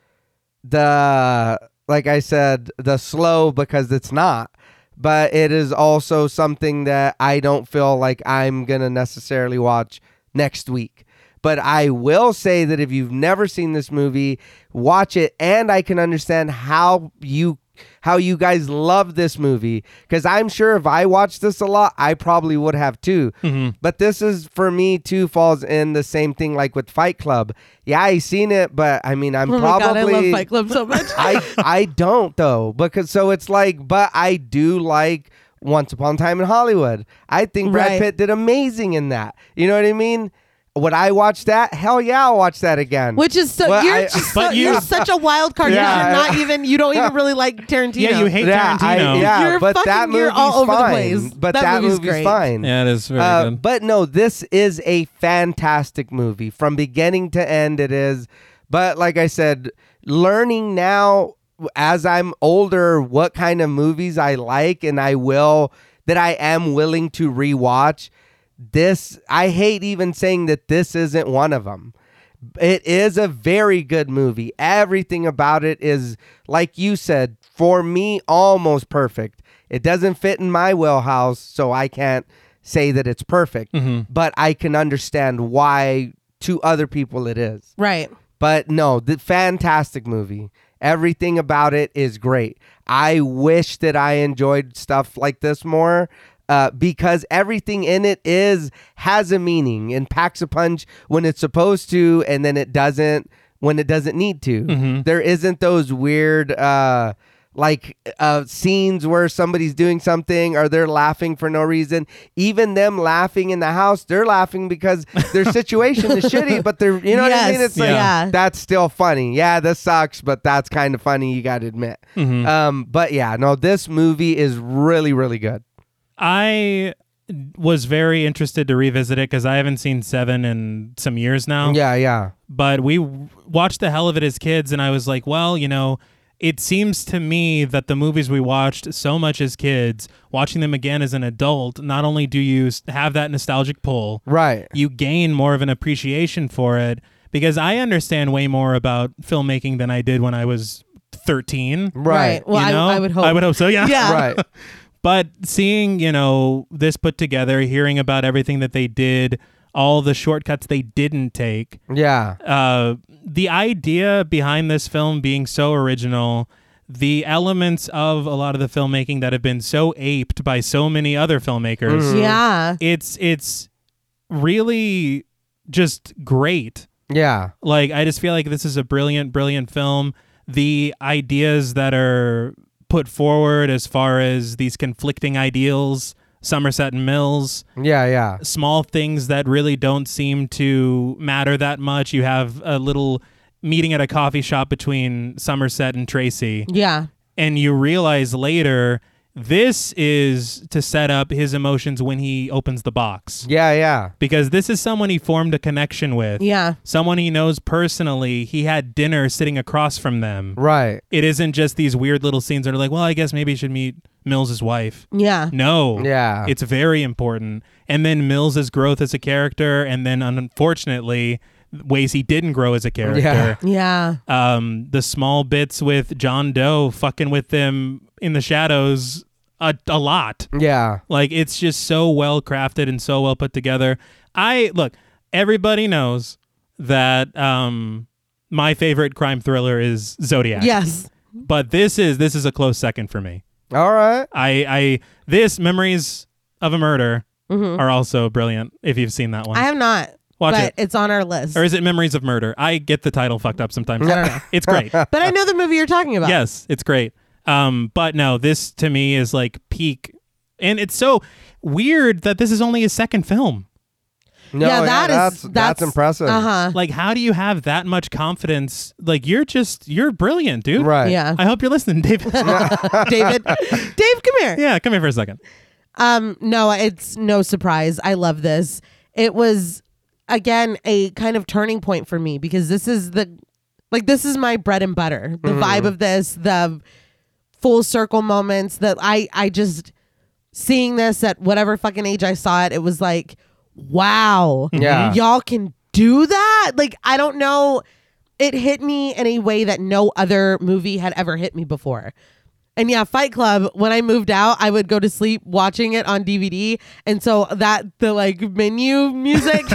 B: the like I said, the slow because it's not. But it is also something that I don't feel like I'm gonna necessarily watch next week. But I will say that if you've never seen this movie, watch it and I can understand how you how you guys love this movie because I'm sure if I watched this a lot, I probably would have too.
A: Mm-hmm.
B: But this is for me too falls in the same thing like with Fight Club. Yeah, I seen it, but I mean, I'm
A: Oh my
B: probably
A: god, I love Fight Club so much.
B: I I don't though because so it's like, but I do like Once Upon a Time in Hollywood. I think Brad
A: Right.
B: Pitt did amazing in that. You know what I mean? Would I watch that? Hell yeah, I'll watch that again.
A: Which is so
B: Well,
A: you're
B: I-
A: just so,
C: But you-
A: you, are such a wild card.
B: Yeah.
A: you're not even you don't even really like Tarantino.
C: Yeah, you hate
B: yeah, I-
C: Tarantino.
B: yeah,
A: You're
B: but that
A: fucking-
B: movie's
A: you're all over the
B: fine.
A: place.
B: But that,
A: That movie's
B: movie's
A: great.
B: fine.
C: Yeah, it is very
B: Uh,
C: good.
B: But no, this is a fantastic movie from beginning to end. It is. But like I said, learning now as I'm older what kind of movies I like and I will that I am willing to rewatch. This I hate even saying that this isn't one of them. It is a very good movie. Everything about it is, like you said, for me, almost perfect. It doesn't fit in my wheelhouse, so I can't say that it's perfect, but I can understand why to other people it is.
A: Right.
B: But no, the fantastic movie. Everything about it is great. I wish that I enjoyed stuff like this more. Uh, because everything in it is has a meaning and packs a punch when it's supposed to, and then it doesn't when it doesn't need to. There isn't those weird uh, like uh, scenes where somebody's doing something or they're laughing for no reason. Even them laughing in the house, they're laughing because their situation is shitty, but they're you know what I mean.
A: Yes,
B: It's like
A: yeah.
B: that's still funny. Yeah, this sucks, but that's kind of funny. You got to admit.
A: Mm-hmm.
B: Um, but yeah, no, this movie is really, really good.
C: I was very interested to revisit it because I haven't seen Seven in some years now.
B: Yeah, yeah,
C: But we w- watched the hell of it as kids, and I was like, well, you know, it seems to me that the movies we watched so much as kids, watching them again as an adult, not only do you s- have that nostalgic pull,
B: right.
C: you gain more of an appreciation for it because I understand way more about filmmaking than I did when I was 13.
B: Right.
A: Well,
C: you
A: I,
C: know?
A: I would hope.
C: I would hope so, yeah.
A: Yeah.
B: Right.
C: But seeing, you know, this put together, hearing about everything that they did, all the shortcuts they didn't take,
B: Yeah.
C: uh, the idea behind this film being so original, the elements of a lot of the filmmaking that have been so aped by so many other filmmakers,
A: Mm-hmm. Yeah.
C: it's it's really just great.
B: Yeah.
C: Like I just feel like this is a brilliant, brilliant film. The ideas that are put forward as far as these conflicting ideals, Somerset and Mills,
B: Yeah. Yeah.
C: small things that really don't seem to matter that much. You have a little meeting at a coffee shop between Somerset and Tracy
A: Yeah.
C: and you realize later this is to set up his emotions when he opens the box
B: Yeah. Yeah.
C: because this is someone he formed a connection with.
A: Yeah.
C: Someone he knows personally. He had dinner sitting across from them.
B: Right.
C: It isn't just these weird little scenes that are like, well, I guess maybe you should meet Mills' wife.
A: Yeah.
C: No.
B: Yeah.
C: It's very important. And then Mills' growth as a character, and then unfortunately, ways he didn't grow as a character.
A: Yeah.
C: Um, the small bits with John Doe fucking with them in the shadows a, a lot.
B: Yeah.
C: Like it's just so well crafted and so well put together. I look, everybody knows that um my favorite crime thriller is Zodiac.
A: Yes.
C: But this is this is a close second for me.
B: All right.
C: I I this Memories of a Murder are also brilliant if you've seen that one.
A: Mm-hmm. I have not.
C: Watch
A: but
C: it.
A: it's on our list.
C: Or is it Memories of Murder? I get the title fucked up sometimes.
A: I don't know.
C: It's great.
A: but I know the movie you're talking about.
C: Yes, it's great. Um, but no, this to me is like peak, and it's so weird that this is only his second film.
B: No,
A: yeah, that is-
B: that's,
A: that's-
B: impressive.
A: Uh huh.
C: Like, how do you have that much confidence? Like, you're just you're brilliant, dude.
B: Right.
A: Yeah.
C: I hope you're listening, David.
A: David. Dave, come here.
C: yeah, come here for a second.
A: Um, no, it's no surprise. I love this. It was again a kind of turning point for me because this is the like this is my bread and butter. The vibe of this, the full circle moments that I I just seeing this at whatever fucking age I saw it, it was like, wow.
B: Yeah.
A: Y'all can do that? Like I don't know it hit me in a way that no other movie had ever hit me before. And yeah, Fight Club, when I moved out, I would go to sleep watching it on DVD. And so that the like menu music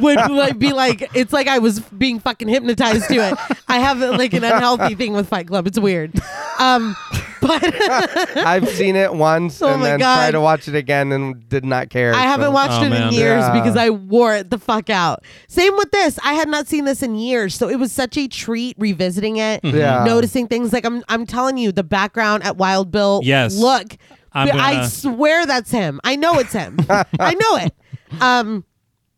A: would like be like it's like I was being fucking hypnotized to it. I have like an unhealthy thing with Fight Club. It's weird. Um but
B: I've seen it once
A: Oh
B: and
A: my
B: then
A: God.
B: tried to watch it again and did not care.
A: I haven't
B: so-
A: watched
C: Oh,
A: it
C: man.
A: in years
B: Yeah.
A: because I wore it the fuck out. Same with this. I had not seen this in years, so it was such a treat revisiting it,
C: Mm-hmm.
B: Yeah.
A: noticing things like I'm. I'm telling you, the background at Wild Bill.
C: Yes.
A: look,
C: I'm
A: But I
C: gonna-
A: swear that's him. I know it's him. I know it. Um,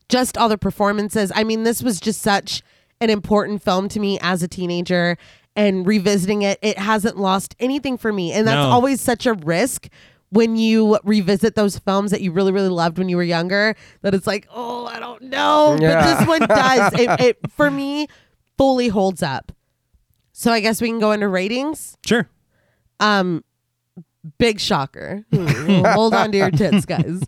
A: just all the performances. I mean, this was just such an important film to me as a teenager. And revisiting it, it hasn't lost anything for me. And that's
C: No.
A: always always such a risk when you revisit those films that you really really loved when you were younger that it's like oh i don't know
B: Yeah.
A: but this one does it, it for me fully holds up so i guess we can go into ratings
C: Sure.
A: um big shocker hold on to your tits guys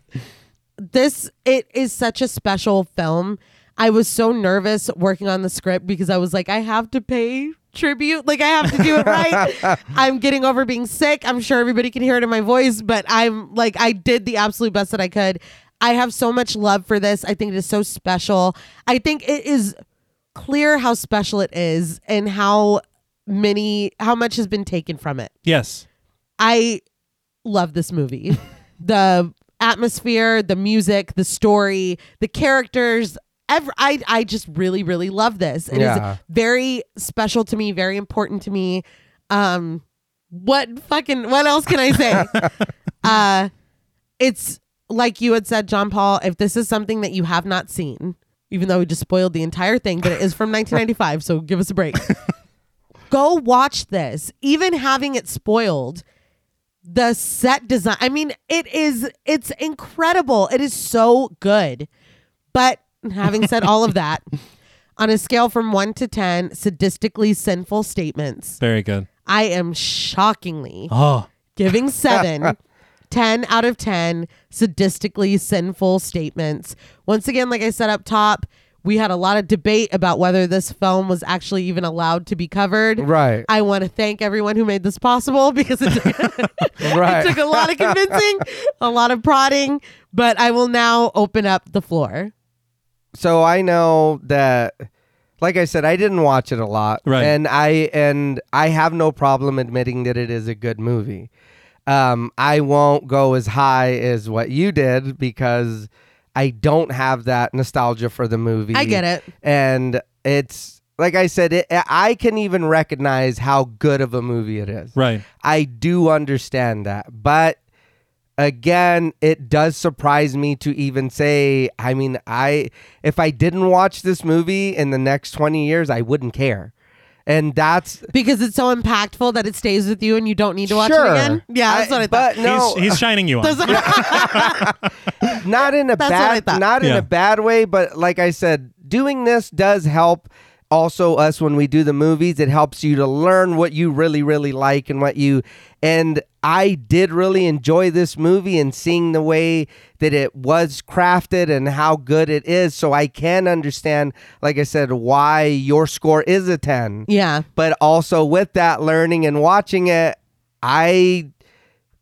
A: this it is such a special film i was so nervous working on the script because i was like i have to pay tribute like i have to do it right i'm getting over being sick i'm sure everybody can hear it in my voice but i'm like i did the absolute best that i could i have so much love for this i think it is so special i think it is clear how special it is and how many how much has been taken from it
C: Yes.
A: I love this movie. the atmosphere, the music, the story, the characters. Ever, I I just really really love this. It is
B: Yeah.
A: very special to me, very important to me. Um, what fucking what else can I say? uh, it's like you had said, John Paul. If this is something that you have not seen, even though we just spoiled the entire thing, but it is from 1995, so give us a break go watch this even having it spoiled the set design i mean it is it's incredible it is so good but having said all of that on a scale from 1 to 10 sadistically sinful statements
C: Very good.
A: i am shockingly
C: Oh,
A: giving 7 10 out of 10 sadistically sinful statements once again like i said up top we had a lot of debate about whether this film was actually even allowed to be covered
B: Right.
A: I want to thank everyone who made this possible because it took, it
B: right.
A: took a lot of convincing, a lot of prodding, but I will now open up the floor.
B: so I know that like I said, I didn't watch it a lot.
C: Right.
B: And I and I have no problem admitting that it is a good movie. Um, I won't go as high as what you did because I don't have that nostalgia for the movie.
A: I get it.
B: And it's like I said, it, I can even recognize how good of a movie it is.
C: right.
B: I do understand that. But again, it does surprise me to even say, I mean, I if I didn't watch this movie in the next 20 years, I wouldn't care. And that's
A: Because it's so impactful that it stays with you and you don't need to watch
B: sure.
A: it again. Yeah, that's what I thought.
B: But no,
C: he's, he's shining you on.
A: That's what-
B: not in a
A: That's what I
B: bad
A: thought.
B: not in
C: Yeah.
B: a bad way but like i said doing this does help also us when we do the movies it helps you to learn what you really really like and what you and i did really enjoy this movie and seeing the way that it was crafted and how good it is so i can understand like i said why your score is a 10
A: yeah.
B: but also with that learning and watching it, I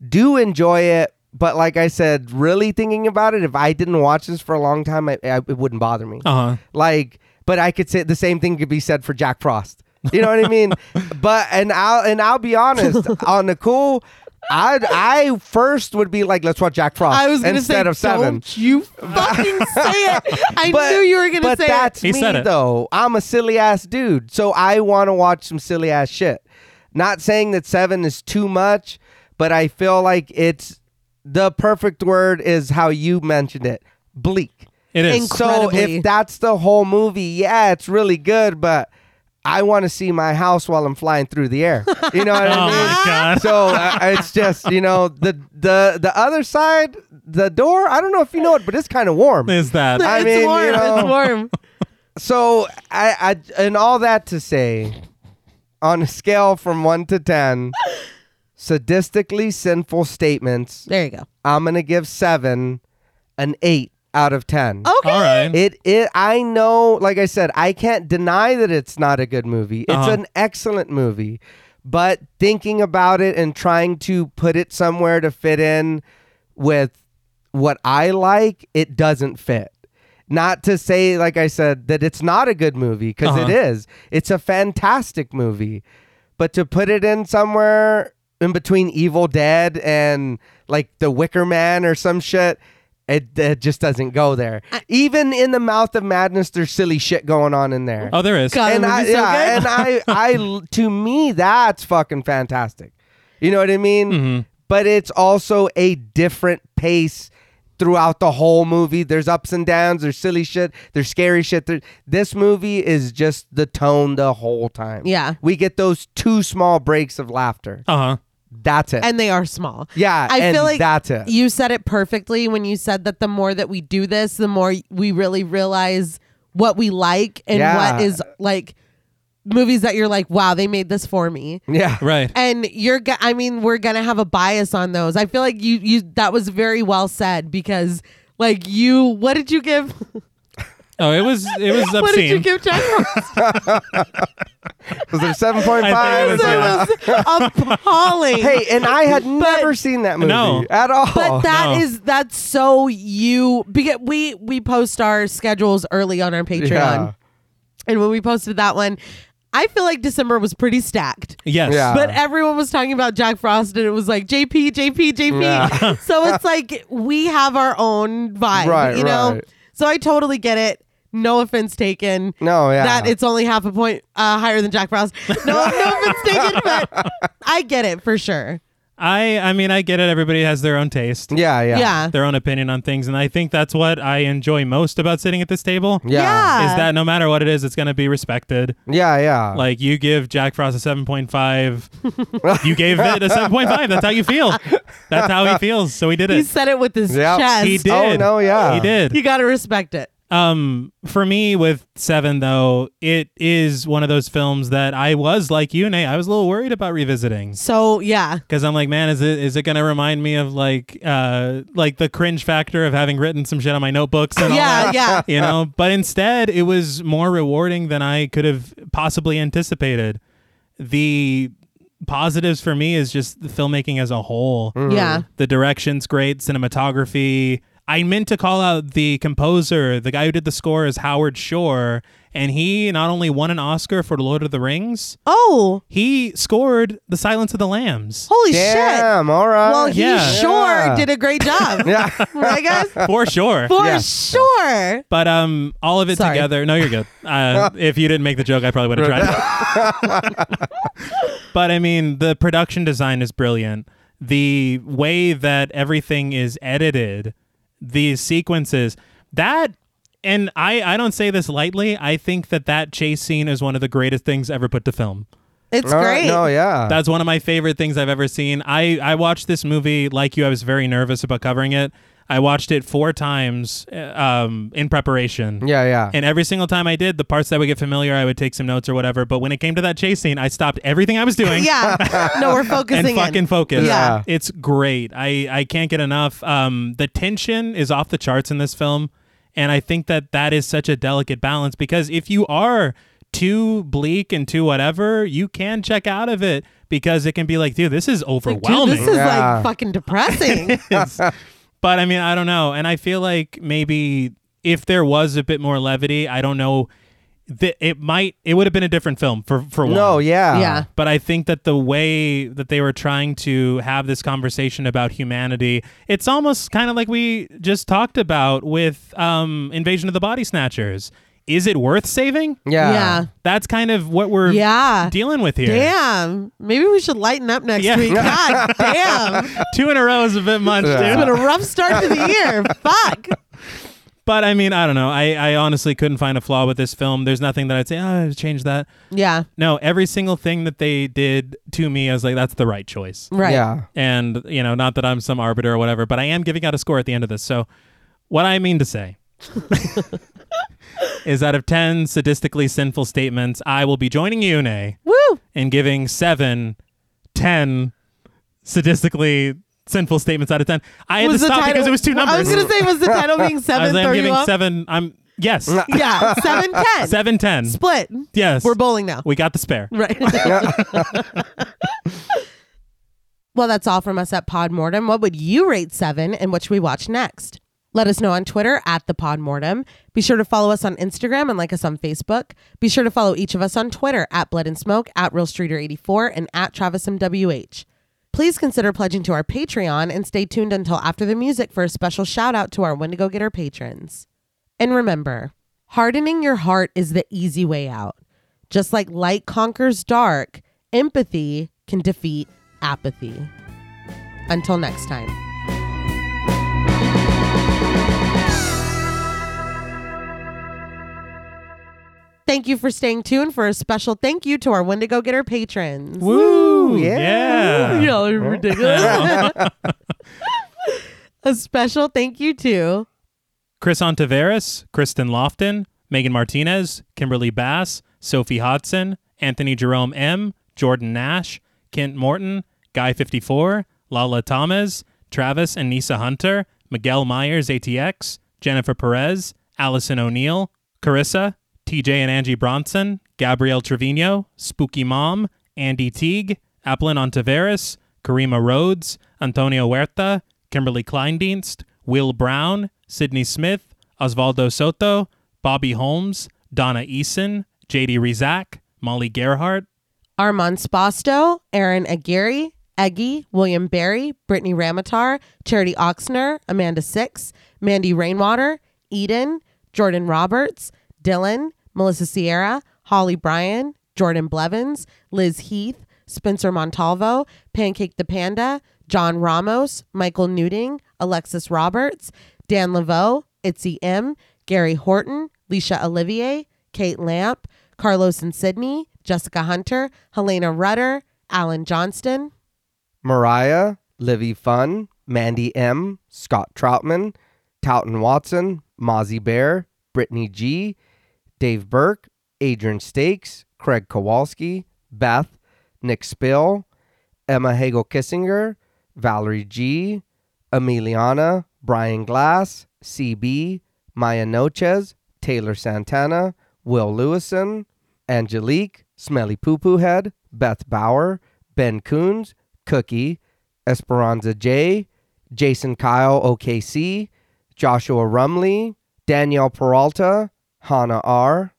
B: do enjoy it. But like I said, really thinking about it, if I didn't watch this for a long time, I, I, it wouldn't bother
A: Oh.
B: me.
C: uh huh.
B: Like, but I could say the same thing could be said for Jack Frost. You know what I mean? But and I'll and I'll be honest on the cool. I I first would be like, let's watch Jack Frost
A: I was going to say,
B: instead of seven.
A: don't you fucking say it. I
B: But-
A: knew you were going to
B: but
A: say
B: that's
A: that.
C: He
B: me
C: said it.
B: though. I'm a silly ass dude, so I want to watch some silly ass shit. Not saying that seven is too much, but I feel like it's the perfect word is how you mentioned it, bleak.
C: It is.
A: Inc-
B: So
A: Incredibly.
B: if that's the whole movie, yeah, it's really good, but I want to see my house while I'm flying through the air. You know what
C: oh
B: I mean?
C: my god.
B: so uh, it's just you know the the the other side the door i don't know if you know it but it's kind of warm
C: Is that?
B: I
A: it's
B: mean, you
A: warm.
B: know.
A: It's warm.
B: so I, I and all that to say on a scale from 1 to 10 sadistically sinful statements
A: There you go.
B: i'm gonna give 7 an 8 out of 10
A: Okay.
C: All right.
B: It it I know, like I said, I can't deny that it's not a good movie. It's
C: Uh-huh.
B: an excellent movie. But thinking about it and trying to put it somewhere to fit in with what I like, it doesn't fit. Not to say, like I said, that it's not a good movie, because
C: Uh-huh.
B: is. It's a fantastic movie. But to put it in somewhere in between Evil Dead and like The Wicker Man or some shit, it, it just doesn't go there. Even in the mouth of madness, there's silly shit going on in there.
C: oh, there is.
A: God,
B: and
A: that
B: I,
A: movie's so good.
B: yeah, and I, I, to me, that's fucking fantastic. You know what I mean?
A: Mm-hmm.
B: But it's also a different pace throughout the whole movie. There's ups and downs. There's silly shit. There's scary shit. There, this movie is just the tone the whole time.
A: Yeah.
B: we get those two small breaks of laughter.
C: Uh huh.
B: That's it.
A: and they are small.
B: Yeah,
A: I
B: and
A: feel like
B: that's it.
A: You said it perfectly when you said that the more that we do this, the more we really realize what we like and
B: Yeah.
A: what is like movies that you're like, wow, they made this for me.
B: yeah,
C: Right.
A: And you're, go- I mean, we're gonna have a bias on those. I feel like you, you that was very well said because, like, you, what did you give?
C: Oh, it was. It was obscene.
A: what did you give Jack? Frost?
B: was there seven
C: I
B: point
C: think it
B: five?
C: was, yeah.
A: that was appalling.
B: Hey, and I had never seen that movie
C: No.
B: at all.
A: But that
C: no.
A: is that's so you because we we post our schedules early on our Patreon,
B: Yeah.
A: and when we posted that one, I feel like December was pretty stacked.
C: Yes.
B: Yeah.
A: But everyone was talking about Jack Frost, and it was like JP, JP, JP.
B: Yeah.
A: so it's like we have our own vibe,
B: Right,
A: you know.
B: right.
A: So I totally get it. No offense taken.
B: no, yeah,
A: That it's only half a point uh, higher than Jack Frost. No, no offense taken, but I get it for sure.
C: I. I mean, I get it. Everybody has their own taste.
B: yeah, yeah,
A: Yeah.
C: Their own opinion on things, and I think that's what I enjoy most about sitting at this table.
B: Yeah.
A: Yeah.
C: Is that no matter what it is, it's going to be respected.
B: yeah, yeah.
C: Like you give Jack Frost a 7.5, you gave it a 7.5. That's how you feel. That's how he feels. So he did
A: He
C: it.
A: said it with his
B: Yep.
A: chest.
C: He did.
B: Oh, no, yeah.
C: He did.
A: You got to respect it.
C: Um, for me with seven though, it is one of those films that I was like you, Nate. I was a little worried about revisiting
A: So yeah,
C: because I'm like, man, is it is it gonna remind me of like uh like the cringe factor of having written some shit on my notebooks and all
A: yeah,
C: that?
A: yeah.
C: you know but instead it was more rewarding than i could have possibly anticipated the positives for me is just the filmmaking as a whole
A: Mm. Yeah.
C: the direction's great cinematography i meant to call out the composer the guy who did the score is howard shore and he not only won an oscar for lord of the rings
A: Oh,
C: he scored the silence of the lambs
A: holy shit!
B: Damn, all right.
A: Well, he
C: Yeah.
A: sure
B: Yeah.
A: did a great job.
B: Yeah.
A: right, guys?
C: for sure
A: For
B: Yeah.
A: sure.
C: But um, all of it
A: Sorry.
C: together. No, you're good. Uh, if you didn't make the joke, I probably would have tried. but I mean, the production design is brilliant. The way that everything is edited, these sequences that, and I I don't say this lightly. I think that that chase scene is one of the greatest things ever put to film.
A: It's
B: All right,
A: great.
B: No, yeah.
C: That's one of my favorite things I've ever seen. I, I watched this movie like you. I was very nervous about covering it. I watched it four times uh, um, in preparation.
B: yeah, yeah.
C: And every single time I did, the parts that would get familiar, I would take some notes or whatever. But when it came to that chase scene, I stopped everything I was doing
A: Yeah. No, we're
C: and
A: focusing. in.
C: fucking focused.
A: Yeah.
B: Yeah.
C: It's great. I, I can't get enough. Um, the tension is off the charts in this film. And I think that that is such a delicate balance because if you are too bleak and too whatever, you can check out of it because it can be like, dude, this is
A: Like, dude,
C: overwhelming.
A: this is
B: Yeah.
A: like fucking depressing.
C: But I mean, I don't know. And I feel like maybe if there was a bit more levity, I don't know th- it might it would have been a different film for for one.
B: No, yeah.
A: yeah.
C: But I think that the way that they were trying to have this conversation about humanity, it's almost kind of like we just talked about with um, Invasion of the Body Snatchers. Is it worth saving?
B: Yeah.
A: Yeah.
C: That's kind of what we're
A: Yeah.
C: dealing with here.
A: Damn. Maybe we should lighten up next
C: Yeah.
A: week. God damn. It's
C: Two in a row is a bit much,
B: Yeah.
C: dude.
A: been a rough start to the year. Fuck.
C: But I mean, I don't know. I, I honestly couldn't find a flaw with this film. There's nothing that I'd say, oh, change that.
A: Yeah.
C: No, every single thing that they did to me, I was like, that's the right choice.
A: Right.
B: Yeah.
C: And, you know, not that I'm some arbiter or whatever, but I am giving out a score at the end of this. So, what I mean to say is out of 10 sadistically sinful statements, I will be joining you, Nay,
A: Woo.
C: in giving seven, 10 sadistically sinful statements out of 10. I had to stop because it was two numbers.
A: I was gonna say was the title being
C: I
A: seven
C: was like, I'm
A: throw you
C: giving
A: off?
C: seven. I'm, yes,
A: Yeah, seven ten.
C: seven, 10.
A: Split.
C: Yes.
A: We're bowling now.
C: We got the spare.
A: Right. well, that's all from us at Podmortem. What would you rate seven and what should we watch next? Let us know on Twitter at the Podmortem. Be sure to follow us on Instagram and like us on Facebook. Be sure to follow each of us on Twitter at Blood and Smoke, at Real Streeter84, and at Travis MWH. Please consider pledging to our Patreon and stay tuned until after the music for a special shout out to our Wendigo Getter patrons. And remember, hardening your heart is the easy way out. Just like light conquers dark, empathy can defeat apathy. Until next time. Thank you for staying tuned for a special thank you to our Wendigo Getter patrons.
C: Woo!
B: yeah.
C: Yeah.
A: Y'all are ridiculous. a special thank you to
C: Chris Ontiveros, Kristen Lofton, Megan Martinez, Kimberly Bass, Sophie Hodson, Anthony Jerome M, Jordan Nash, Kent Morton, Guy54, Lala Thomas, Travis and Nisa Hunter, Miguel Myers ATX, Jennifer Perez, Allison O'Neill, Carissa, TJ and Angie Bronson, Gabrielle Trevino, Spooky Mom, Andy Teague, Applin Ontiveros, Karima Rhodes, Antonio Huerta, Kimberly Kleindienst, Will Brown, Sydney Smith, Osvaldo Soto, Bobby Holmes, Donna Eason, JD Rizak, Molly Gerhardt,
A: Armand Spasto, Aaron Aguirre, Eggy, William Barry, Brittany Ramatar, Charity Oxner, Amanda Six, Mandy Rainwater, Eden, Jordan Roberts, Dylan, Melissa Sierra, Holly Bryan, Jordan Blevins, Liz Heath, Spencer Montalvo, Pancake the Panda, John Ramos, Michael Newding, Alexis Roberts, Dan Laveau, Itzy M, Gary Horton, Leisha Olivier, Kate Lamp, Carlos and Sydney, Jessica Hunter, Helena Rudder, Alan Johnston.
B: Mariah, Livy Fun, Mandy M, Scott Troutman, Towton Watson, Mozzie Bear, Brittany G, Dave Burke, Adrian Stakes, Craig Kowalski, Beth, Nick Spill, Emma Hagel Kissinger, Valerie G, Emiliana, Brian Glass, CB, Maya Noches, Taylor Santana, Will Lewison, Angelique, Smelly Poo Poo Head, Beth Bauer, Ben Coons, Cookie, Esperanza J, Jason Kyle OKC, Joshua Rumley, Danielle Peralta, Hannah R,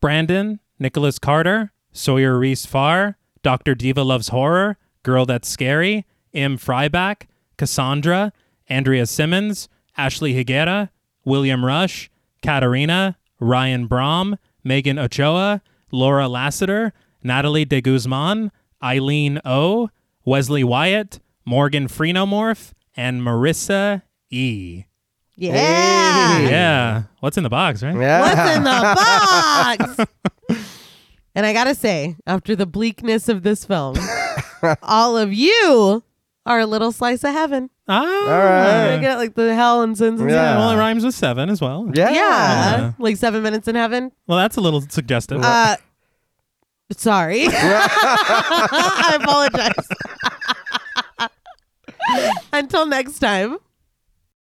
C: Brandon, Nicholas Carter, Sawyer Reese Farr, Dr. Diva Loves Horror, Girl That's Scary, M. Fryback, Cassandra, Andrea Simmons, Ashley Higuera, William Rush, Katarina, Ryan Brom, Megan Ochoa, Laura Lassiter, Natalie de Guzman, Eileen O, Wesley Wyatt, Morgan Phrenomorph, and Marissa E.
A: Yeah.
B: Hey.
C: Yeah. What's in the box, right?
B: Yeah.
A: What's in the box? and I gotta say, after the bleakness of this film, all of you are a little slice of heaven.
C: Ah.
B: All right.
A: I get like the hell and sins and
B: Yeah.
A: yeah.
C: Well, it rhymes with seven as well.
A: Yeah.
C: Yeah.
A: like seven minutes in heaven.
C: Well, that's a little suggestive.
A: Uh, sorry, I apologize. Until next time.